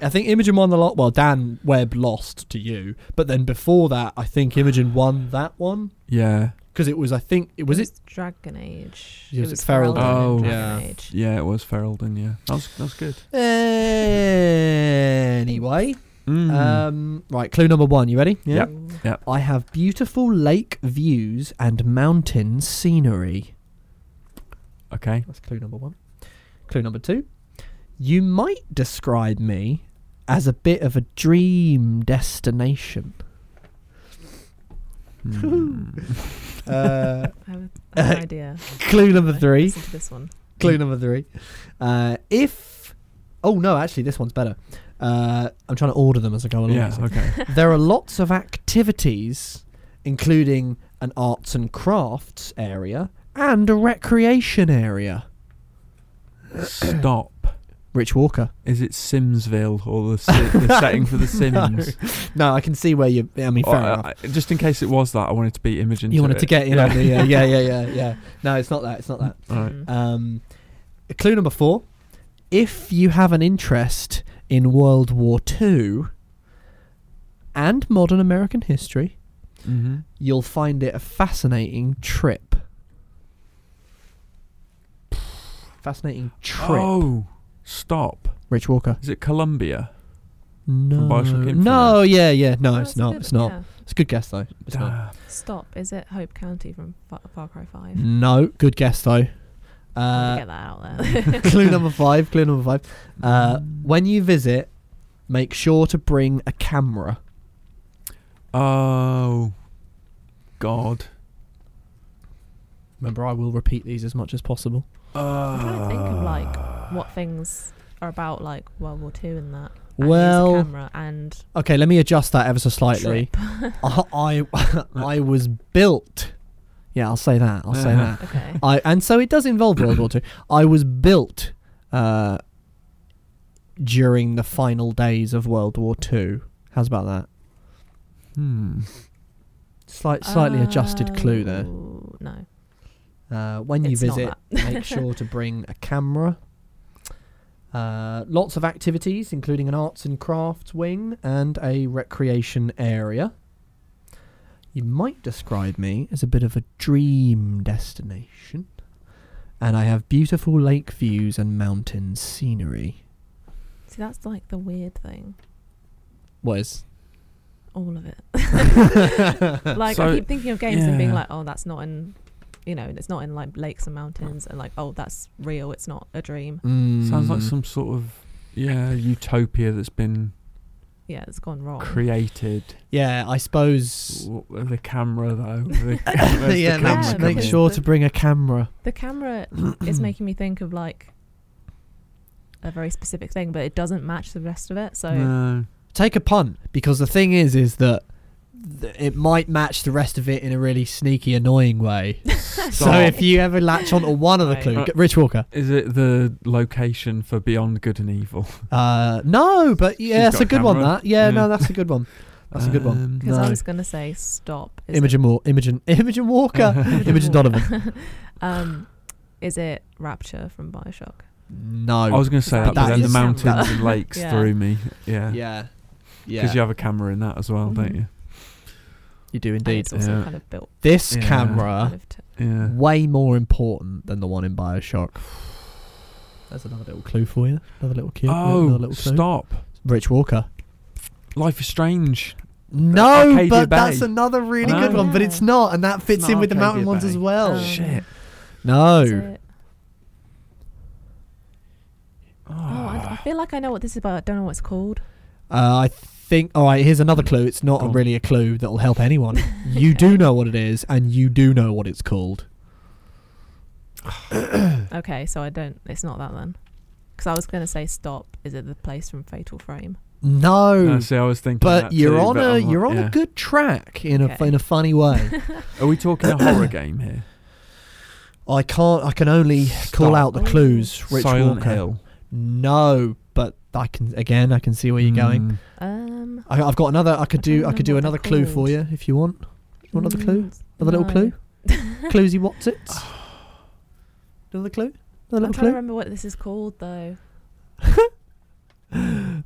[SPEAKER 2] I think Imogen won the lot. Well, Dan Webb lost to you, but then before that, I think Imogen won that one
[SPEAKER 1] Yeah.
[SPEAKER 2] because it was. I think it was it.
[SPEAKER 3] Dragon Age?
[SPEAKER 2] It was Ferelden.
[SPEAKER 1] Oh.
[SPEAKER 3] in Dragon
[SPEAKER 2] Yeah.
[SPEAKER 3] Age.
[SPEAKER 1] Yeah, it was Ferelden. Yeah, that was that was good.
[SPEAKER 2] Anyway,
[SPEAKER 1] Mm.
[SPEAKER 2] um, right. Clue number one. You ready?
[SPEAKER 1] Yep.
[SPEAKER 3] Ooh.
[SPEAKER 2] I have beautiful lake views and mountain scenery. [LAUGHS]
[SPEAKER 1] okay.
[SPEAKER 2] That's clue number one. Clue number two. You might describe me as a bit of a dream destination.
[SPEAKER 1] Mm.
[SPEAKER 2] Uh,
[SPEAKER 3] I have an
[SPEAKER 2] Uh,
[SPEAKER 3] idea.
[SPEAKER 2] clue number
[SPEAKER 3] Anyway,
[SPEAKER 2] three.
[SPEAKER 3] Listen to this one.
[SPEAKER 2] Clue number three. Uh, if. Oh, no, actually, this one's better. Uh, I'm trying to order them as I go along.
[SPEAKER 1] yeah.
[SPEAKER 2] you see.
[SPEAKER 1] Okay.
[SPEAKER 2] There are lots of activities, including an arts and crafts area and a recreation area.
[SPEAKER 1] Stop.
[SPEAKER 2] Rich Walker.
[SPEAKER 1] Is it Simsville or the,
[SPEAKER 2] [LAUGHS]
[SPEAKER 1] si- the setting for the Sims?
[SPEAKER 2] No, I can see where you. Oh, I mean, fair
[SPEAKER 1] Or, uh,
[SPEAKER 2] enough.
[SPEAKER 1] I- just in case it was that, I wanted to beat Imogen.
[SPEAKER 2] You wanted to
[SPEAKER 1] it.
[SPEAKER 2] get in on the uh, yeah, yeah, yeah, yeah. No, it's not that. It's not [LAUGHS] that.
[SPEAKER 1] All right.
[SPEAKER 3] Mm.
[SPEAKER 2] Um, clue number four: if you have an interest in World War Two and modern American history,
[SPEAKER 1] Mm-hmm.
[SPEAKER 2] you'll find it a fascinating trip. fascinating trip.
[SPEAKER 1] Oh, stop.
[SPEAKER 2] Rich Walker.
[SPEAKER 1] Is it Colombia?
[SPEAKER 2] No.
[SPEAKER 1] Bioshock Infinite.
[SPEAKER 2] No, yeah, yeah. No,
[SPEAKER 3] That's
[SPEAKER 2] it's
[SPEAKER 3] a
[SPEAKER 2] not.
[SPEAKER 3] good-
[SPEAKER 2] It's not.
[SPEAKER 3] yeah.
[SPEAKER 2] It's a good guess though. It's not.
[SPEAKER 1] Damn.
[SPEAKER 3] Stop. Is it Hope County from Fa- Far Cry 5?
[SPEAKER 2] No, good guess though.
[SPEAKER 3] I'll
[SPEAKER 2] Uh,
[SPEAKER 3] get that
[SPEAKER 2] [LAUGHS]
[SPEAKER 3] out there. [LAUGHS]
[SPEAKER 2] clue number five. Clue number five. Uh, when you visit, make sure to bring a camera.
[SPEAKER 1] Oh, God.
[SPEAKER 2] Remember, I will repeat these as much as possible.
[SPEAKER 3] I'm trying to think of like
[SPEAKER 1] Ah.
[SPEAKER 3] what things are about like World War Two and that. And use a
[SPEAKER 2] Well,
[SPEAKER 3] camera and
[SPEAKER 2] okay, let me adjust that ever so slightly. I, I, [LAUGHS] I was built. Yeah, I'll say that. I'll say that.
[SPEAKER 3] okay.
[SPEAKER 2] I and so it does involve World
[SPEAKER 3] [COUGHS]
[SPEAKER 2] War Two. I was built uh, during the final days of World War Two. How's about that?
[SPEAKER 1] Hmm.
[SPEAKER 2] Slight, [LAUGHS] slightly adjusted clue there.
[SPEAKER 3] Oh, No,
[SPEAKER 2] Uh, when you
[SPEAKER 3] Oh. It's not
[SPEAKER 2] visit, make sure to bring a camera. Uh, lots of activities, including an arts and crafts wing and a recreation area. You might describe me as a bit of a dream destination, and I have beautiful lake views and mountain scenery.
[SPEAKER 3] [LAUGHS] see that's like the weird thing.
[SPEAKER 2] What is?
[SPEAKER 3] All [LAUGHS] of it. like
[SPEAKER 1] So-
[SPEAKER 3] I keep thinking of games and being
[SPEAKER 1] yeah.
[SPEAKER 3] like, oh, that's not in, you know, it's not in like lakes and mountains, and like, oh, that's real. It's not a dream.
[SPEAKER 2] Mm.
[SPEAKER 1] Sounds
[SPEAKER 3] Hmm.
[SPEAKER 1] like some sort of yeah utopia that's been
[SPEAKER 3] Yeah, it's gone wrong.
[SPEAKER 1] created.
[SPEAKER 2] Yeah, I suppose.
[SPEAKER 1] W- with The camera though. [LAUGHS]
[SPEAKER 2] [LAUGHS]
[SPEAKER 1] The ca- where's the
[SPEAKER 2] yeah,
[SPEAKER 1] camera
[SPEAKER 2] make,
[SPEAKER 1] coming
[SPEAKER 2] make
[SPEAKER 1] in?
[SPEAKER 2] sure to bring a camera.
[SPEAKER 3] the camera
[SPEAKER 1] [CLEARS THROAT]
[SPEAKER 3] is making me think of like a very specific thing, but it doesn't match the rest of it. So
[SPEAKER 1] No.
[SPEAKER 2] take a punt because the thing is is that th- it might match the rest of it in a really sneaky
[SPEAKER 1] [LAUGHS]
[SPEAKER 2] annoying way so
[SPEAKER 1] Stop.
[SPEAKER 2] if you ever latch onto one of the clue
[SPEAKER 1] Right.
[SPEAKER 2] g- rich walker
[SPEAKER 1] Is it the location for Beyond Good and Evil?
[SPEAKER 2] uh no but yeah
[SPEAKER 1] She's
[SPEAKER 2] that's
[SPEAKER 1] got
[SPEAKER 2] a
[SPEAKER 1] a
[SPEAKER 2] good one
[SPEAKER 1] camera.
[SPEAKER 2] that yeah, no
[SPEAKER 1] Yeah.
[SPEAKER 2] that's a good
[SPEAKER 1] [LAUGHS]
[SPEAKER 2] one that's a good one
[SPEAKER 1] Um,
[SPEAKER 3] because
[SPEAKER 2] [LAUGHS] no.
[SPEAKER 3] I was gonna say stop. Is
[SPEAKER 2] imogen Moore, imogen [LAUGHS]
[SPEAKER 1] [LAUGHS]
[SPEAKER 2] imogen walker
[SPEAKER 3] it,
[SPEAKER 2] imogen donovan
[SPEAKER 3] [LAUGHS] um, is it Rapture from Bioshock?
[SPEAKER 2] no
[SPEAKER 1] I was going to say that,
[SPEAKER 3] But
[SPEAKER 1] but
[SPEAKER 2] that
[SPEAKER 1] then the
[SPEAKER 2] is-
[SPEAKER 1] mountains and
[SPEAKER 3] [LAUGHS] Yeah.
[SPEAKER 1] lakes threw me. Yeah.
[SPEAKER 2] yeah yeah
[SPEAKER 1] Because you have a camera in that as well, don't
[SPEAKER 3] Mhm.
[SPEAKER 1] you?
[SPEAKER 2] you do
[SPEAKER 3] And
[SPEAKER 2] indeed
[SPEAKER 3] it's also
[SPEAKER 1] Yeah.
[SPEAKER 3] kind of built.
[SPEAKER 2] this
[SPEAKER 1] Yeah.
[SPEAKER 3] Kind
[SPEAKER 2] camera
[SPEAKER 3] of t-
[SPEAKER 1] Yeah.
[SPEAKER 2] way more important than the one in bioshock [SIGHS] there's another little clue for you another little cue another
[SPEAKER 1] oh,
[SPEAKER 2] little clue
[SPEAKER 1] stop!
[SPEAKER 2] rich walker
[SPEAKER 1] Life is strange.
[SPEAKER 2] No,
[SPEAKER 1] Arcadia
[SPEAKER 2] but
[SPEAKER 1] Bay.
[SPEAKER 2] that's another really
[SPEAKER 1] No.
[SPEAKER 2] good one. But it's not, and that fits
[SPEAKER 1] not
[SPEAKER 2] in with the
[SPEAKER 1] Arcadia
[SPEAKER 2] mountain ones
[SPEAKER 1] Bay.
[SPEAKER 2] as well.
[SPEAKER 3] Oh.
[SPEAKER 1] Shit.
[SPEAKER 3] is
[SPEAKER 2] No,
[SPEAKER 3] it- Oh,
[SPEAKER 1] Ah.
[SPEAKER 3] I, I feel like I know what this is about. I don't know what it's called.
[SPEAKER 2] uh, I think. All right, here's another clue. It's not
[SPEAKER 1] Go on.
[SPEAKER 2] really a clue that'll help [LAUGHS] anyone. You do know what it is, and you do know what it's called.
[SPEAKER 3] Okay, so I don't. It's not that then. Because I was gonna say stop. Is it the place from Fatal Frame?
[SPEAKER 2] No,
[SPEAKER 1] No, see, I was thinking.
[SPEAKER 2] Oh. but
[SPEAKER 1] that
[SPEAKER 2] you're
[SPEAKER 1] too,
[SPEAKER 2] on
[SPEAKER 1] but
[SPEAKER 2] a
[SPEAKER 1] I'm like,
[SPEAKER 2] you're on
[SPEAKER 1] yeah.
[SPEAKER 2] a good track in a
[SPEAKER 3] Okay.
[SPEAKER 2] in a funny [LAUGHS] way.
[SPEAKER 1] Are we talking a horror game here?
[SPEAKER 2] I can't. I can only
[SPEAKER 1] Stop.
[SPEAKER 2] call out the clues. Rich
[SPEAKER 1] Silent
[SPEAKER 2] Walker.
[SPEAKER 1] Hill.
[SPEAKER 2] No, but I can again. I can see where you're going.
[SPEAKER 1] Mm.
[SPEAKER 3] Um.
[SPEAKER 2] I, I've got another. I could
[SPEAKER 3] I don't
[SPEAKER 2] do. I could do
[SPEAKER 3] remember
[SPEAKER 2] another
[SPEAKER 3] what they're
[SPEAKER 2] clue for
[SPEAKER 3] called.
[SPEAKER 2] you if you want. Want another clue?
[SPEAKER 3] mm,
[SPEAKER 2] Another little
[SPEAKER 3] no. [LAUGHS]
[SPEAKER 2] clue? Cluesy what's
[SPEAKER 3] [SIGHS]
[SPEAKER 2] it? Another clue? Another little
[SPEAKER 3] I'm trying to
[SPEAKER 2] clue?
[SPEAKER 3] remember what this is called though.
[SPEAKER 2] [GASPS]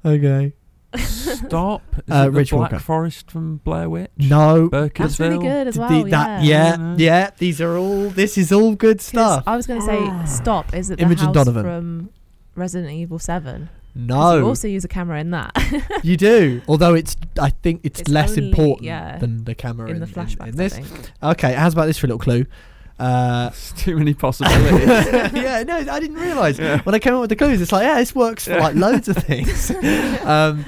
[SPEAKER 2] Okay.
[SPEAKER 1] Mm.
[SPEAKER 2] [LAUGHS]
[SPEAKER 1] Stop. Is
[SPEAKER 2] Uh,
[SPEAKER 1] it the
[SPEAKER 2] Rich
[SPEAKER 1] Black
[SPEAKER 2] Walker.
[SPEAKER 1] Forest from Blair Witch?
[SPEAKER 2] No.
[SPEAKER 3] [LAUGHS] That's really
[SPEAKER 1] Burkittsville?
[SPEAKER 3] good as
[SPEAKER 2] The-
[SPEAKER 3] well.
[SPEAKER 2] that-
[SPEAKER 3] yeah.
[SPEAKER 2] yeah,
[SPEAKER 1] No, no.
[SPEAKER 2] yeah, These are all. This is all good stuff. Ah.
[SPEAKER 3] I was going to say stop. Is it the
[SPEAKER 2] Imogen
[SPEAKER 3] house
[SPEAKER 2] Donovan. Oh.
[SPEAKER 3] from Resident Evil Seven? 'Cause You
[SPEAKER 2] No,
[SPEAKER 3] also use a camera in that.
[SPEAKER 2] you do. Although it's, I think it's,
[SPEAKER 3] It's
[SPEAKER 2] less
[SPEAKER 3] only-
[SPEAKER 2] important
[SPEAKER 3] yeah,
[SPEAKER 2] than the camera in,
[SPEAKER 3] in the
[SPEAKER 2] in-
[SPEAKER 3] flashbacks.
[SPEAKER 2] in this.
[SPEAKER 3] I think.
[SPEAKER 2] Okay, how's about this for a little clue? Uh,
[SPEAKER 1] It's too many [LAUGHS] possibilities.
[SPEAKER 2] [LAUGHS] yeah, no, I didn't realise
[SPEAKER 1] Yeah.
[SPEAKER 2] when I came up with the clues. It's like, yeah, this works for like loads of [LAUGHS] things. um,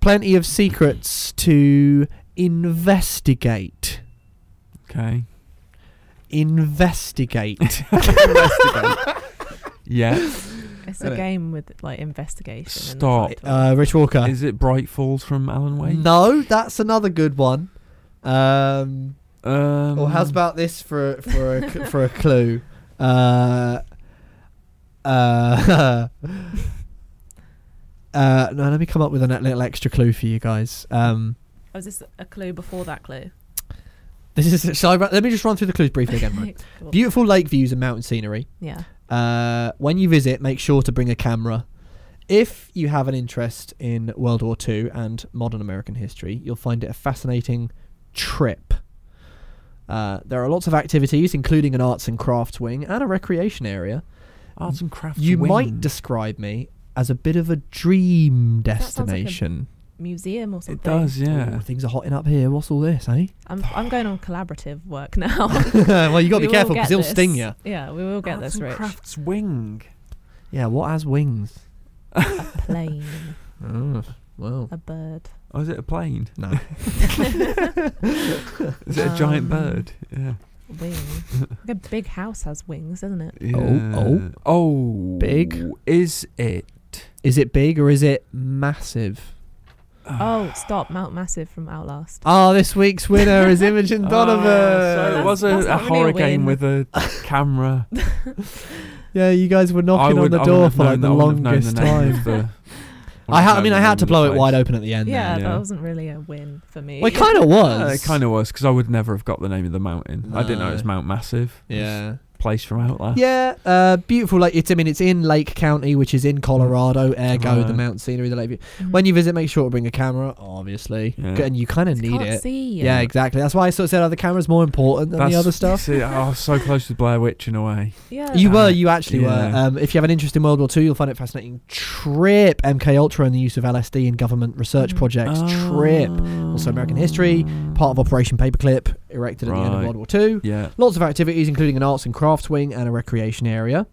[SPEAKER 2] plenty of secrets to investigate.
[SPEAKER 1] okay.
[SPEAKER 2] Investigate.
[SPEAKER 1] Yeah.
[SPEAKER 3] [LAUGHS] It's a
[SPEAKER 2] Innit?
[SPEAKER 3] game with like investigation.
[SPEAKER 1] Stop.
[SPEAKER 3] In the title.
[SPEAKER 2] uh, Rich Walker.
[SPEAKER 1] Is it Bright Falls from Alan Wake?
[SPEAKER 2] No, that's another good one. Um,
[SPEAKER 1] Um,
[SPEAKER 2] or how's about this for for a, [LAUGHS] c- for a clue? Uh, uh, [LAUGHS] uh, no, let me come up with a little extra clue for you guys. Um,
[SPEAKER 3] oh, is this a clue before that clue?
[SPEAKER 2] This is. Shall I, ru- let me just run through the clues briefly again.
[SPEAKER 3] [LAUGHS]
[SPEAKER 2] Right?
[SPEAKER 3] Cool.
[SPEAKER 2] Beautiful lake views and mountain scenery.
[SPEAKER 3] yeah.
[SPEAKER 2] Uh, when you visit, make sure to bring a camera. If you have an interest in World War II and modern American history, you'll find it a fascinating trip. Uh, there are lots of activities, including an arts and crafts wing and a recreation area.
[SPEAKER 1] Arts and crafts.
[SPEAKER 2] You
[SPEAKER 1] wing.
[SPEAKER 2] might describe me as a bit of a dream
[SPEAKER 3] sounds like a
[SPEAKER 2] destination.
[SPEAKER 3] Museum or something.
[SPEAKER 1] It does, yeah.
[SPEAKER 2] Ooh, things are hotting up here. What's all this, eh?
[SPEAKER 3] I'm I'm going on collaborative work now. [LAUGHS]
[SPEAKER 2] well, [LAUGHS] you got to be
[SPEAKER 3] Oh We will
[SPEAKER 2] careful because
[SPEAKER 3] get
[SPEAKER 2] he'll
[SPEAKER 3] this.
[SPEAKER 2] sting you.
[SPEAKER 3] Yeah, we will get
[SPEAKER 1] Arts
[SPEAKER 3] this,
[SPEAKER 1] and
[SPEAKER 3] Rich. [LAUGHS]
[SPEAKER 1] Crafts wing.
[SPEAKER 2] Yeah, what has wings?
[SPEAKER 3] Plane,
[SPEAKER 2] Oh,
[SPEAKER 3] [LAUGHS]
[SPEAKER 2] well,
[SPEAKER 3] a bird.
[SPEAKER 1] Oh, is it a plane?
[SPEAKER 2] no.
[SPEAKER 1] Is it a giant
[SPEAKER 3] Um,
[SPEAKER 1] bird? Yeah.
[SPEAKER 3] Wing. like a big house has wings, doesn't it?
[SPEAKER 1] Yeah.
[SPEAKER 2] oh.
[SPEAKER 1] Oh.
[SPEAKER 2] Big.
[SPEAKER 1] Is it?
[SPEAKER 2] Is it big or is it massive?
[SPEAKER 3] Oh, stop! Mount Massive from Outlast.
[SPEAKER 2] Ah, this week's winner is Imogen
[SPEAKER 1] [LAUGHS]
[SPEAKER 2] Donovan.
[SPEAKER 1] Ah, so it
[SPEAKER 3] That's-
[SPEAKER 1] was a,
[SPEAKER 3] that's
[SPEAKER 1] a
[SPEAKER 3] not really a
[SPEAKER 1] horror game
[SPEAKER 3] win.
[SPEAKER 1] with a
[SPEAKER 2] [LAUGHS]
[SPEAKER 1] camera.
[SPEAKER 2] yeah, you guys were
[SPEAKER 1] I
[SPEAKER 2] knocking
[SPEAKER 1] would-
[SPEAKER 2] on
[SPEAKER 1] I
[SPEAKER 2] the
[SPEAKER 1] wouldn't
[SPEAKER 2] door
[SPEAKER 1] have
[SPEAKER 2] for like
[SPEAKER 1] known
[SPEAKER 2] the
[SPEAKER 1] that. I wouldn't have known
[SPEAKER 2] longest
[SPEAKER 1] the name
[SPEAKER 2] time. [LAUGHS]
[SPEAKER 1] of the-
[SPEAKER 2] I, ha- I mean, I had
[SPEAKER 1] wouldn't have known the
[SPEAKER 2] to blow
[SPEAKER 1] name
[SPEAKER 2] it
[SPEAKER 1] of
[SPEAKER 2] wide
[SPEAKER 1] the
[SPEAKER 2] open at the end.
[SPEAKER 3] yeah,
[SPEAKER 2] there.
[SPEAKER 1] yeah.
[SPEAKER 3] that wasn't really a win for me.
[SPEAKER 2] Well, it kind of was.
[SPEAKER 1] place. Uh, it kind of was because I would never have got the name of the mountain. I didn't know it was
[SPEAKER 2] No.
[SPEAKER 1] Mount Massive. It was Ah.
[SPEAKER 2] Yeah.
[SPEAKER 1] a place from Outlast.
[SPEAKER 2] Yeah, uh, beautiful. Like it's, I mean, it's in Lake County, which is in Colorado. Ergo, the
[SPEAKER 1] Right.
[SPEAKER 2] mountain scenery, the lake view.
[SPEAKER 3] Mhm.
[SPEAKER 2] When you visit, make sure to bring a camera, obviously,
[SPEAKER 1] Yeah.
[SPEAKER 2] G- and you kind of need
[SPEAKER 3] Can't
[SPEAKER 2] it.
[SPEAKER 3] see.
[SPEAKER 2] Yeah, exactly. That's why I sort of said, "Are the camera's more important than the other stuff?"
[SPEAKER 1] See, I was so close to Blair Witch in a way.
[SPEAKER 3] yeah.
[SPEAKER 2] You were,
[SPEAKER 1] that.
[SPEAKER 2] you actually were.
[SPEAKER 1] Yeah.
[SPEAKER 2] Um, if you have an interest in World War II, you'll find it fascinating. Trip MK Ultra and the use of LSD in government research
[SPEAKER 1] Mm.
[SPEAKER 3] Mhm.
[SPEAKER 2] projects.
[SPEAKER 1] Ah.
[SPEAKER 2] Trip, also American history, part of Operation Paperclip, erected at the end of
[SPEAKER 1] Right.
[SPEAKER 2] World War II.
[SPEAKER 1] Yeah.
[SPEAKER 2] Lots of activities, including an arts and crafts wing and a recreation area.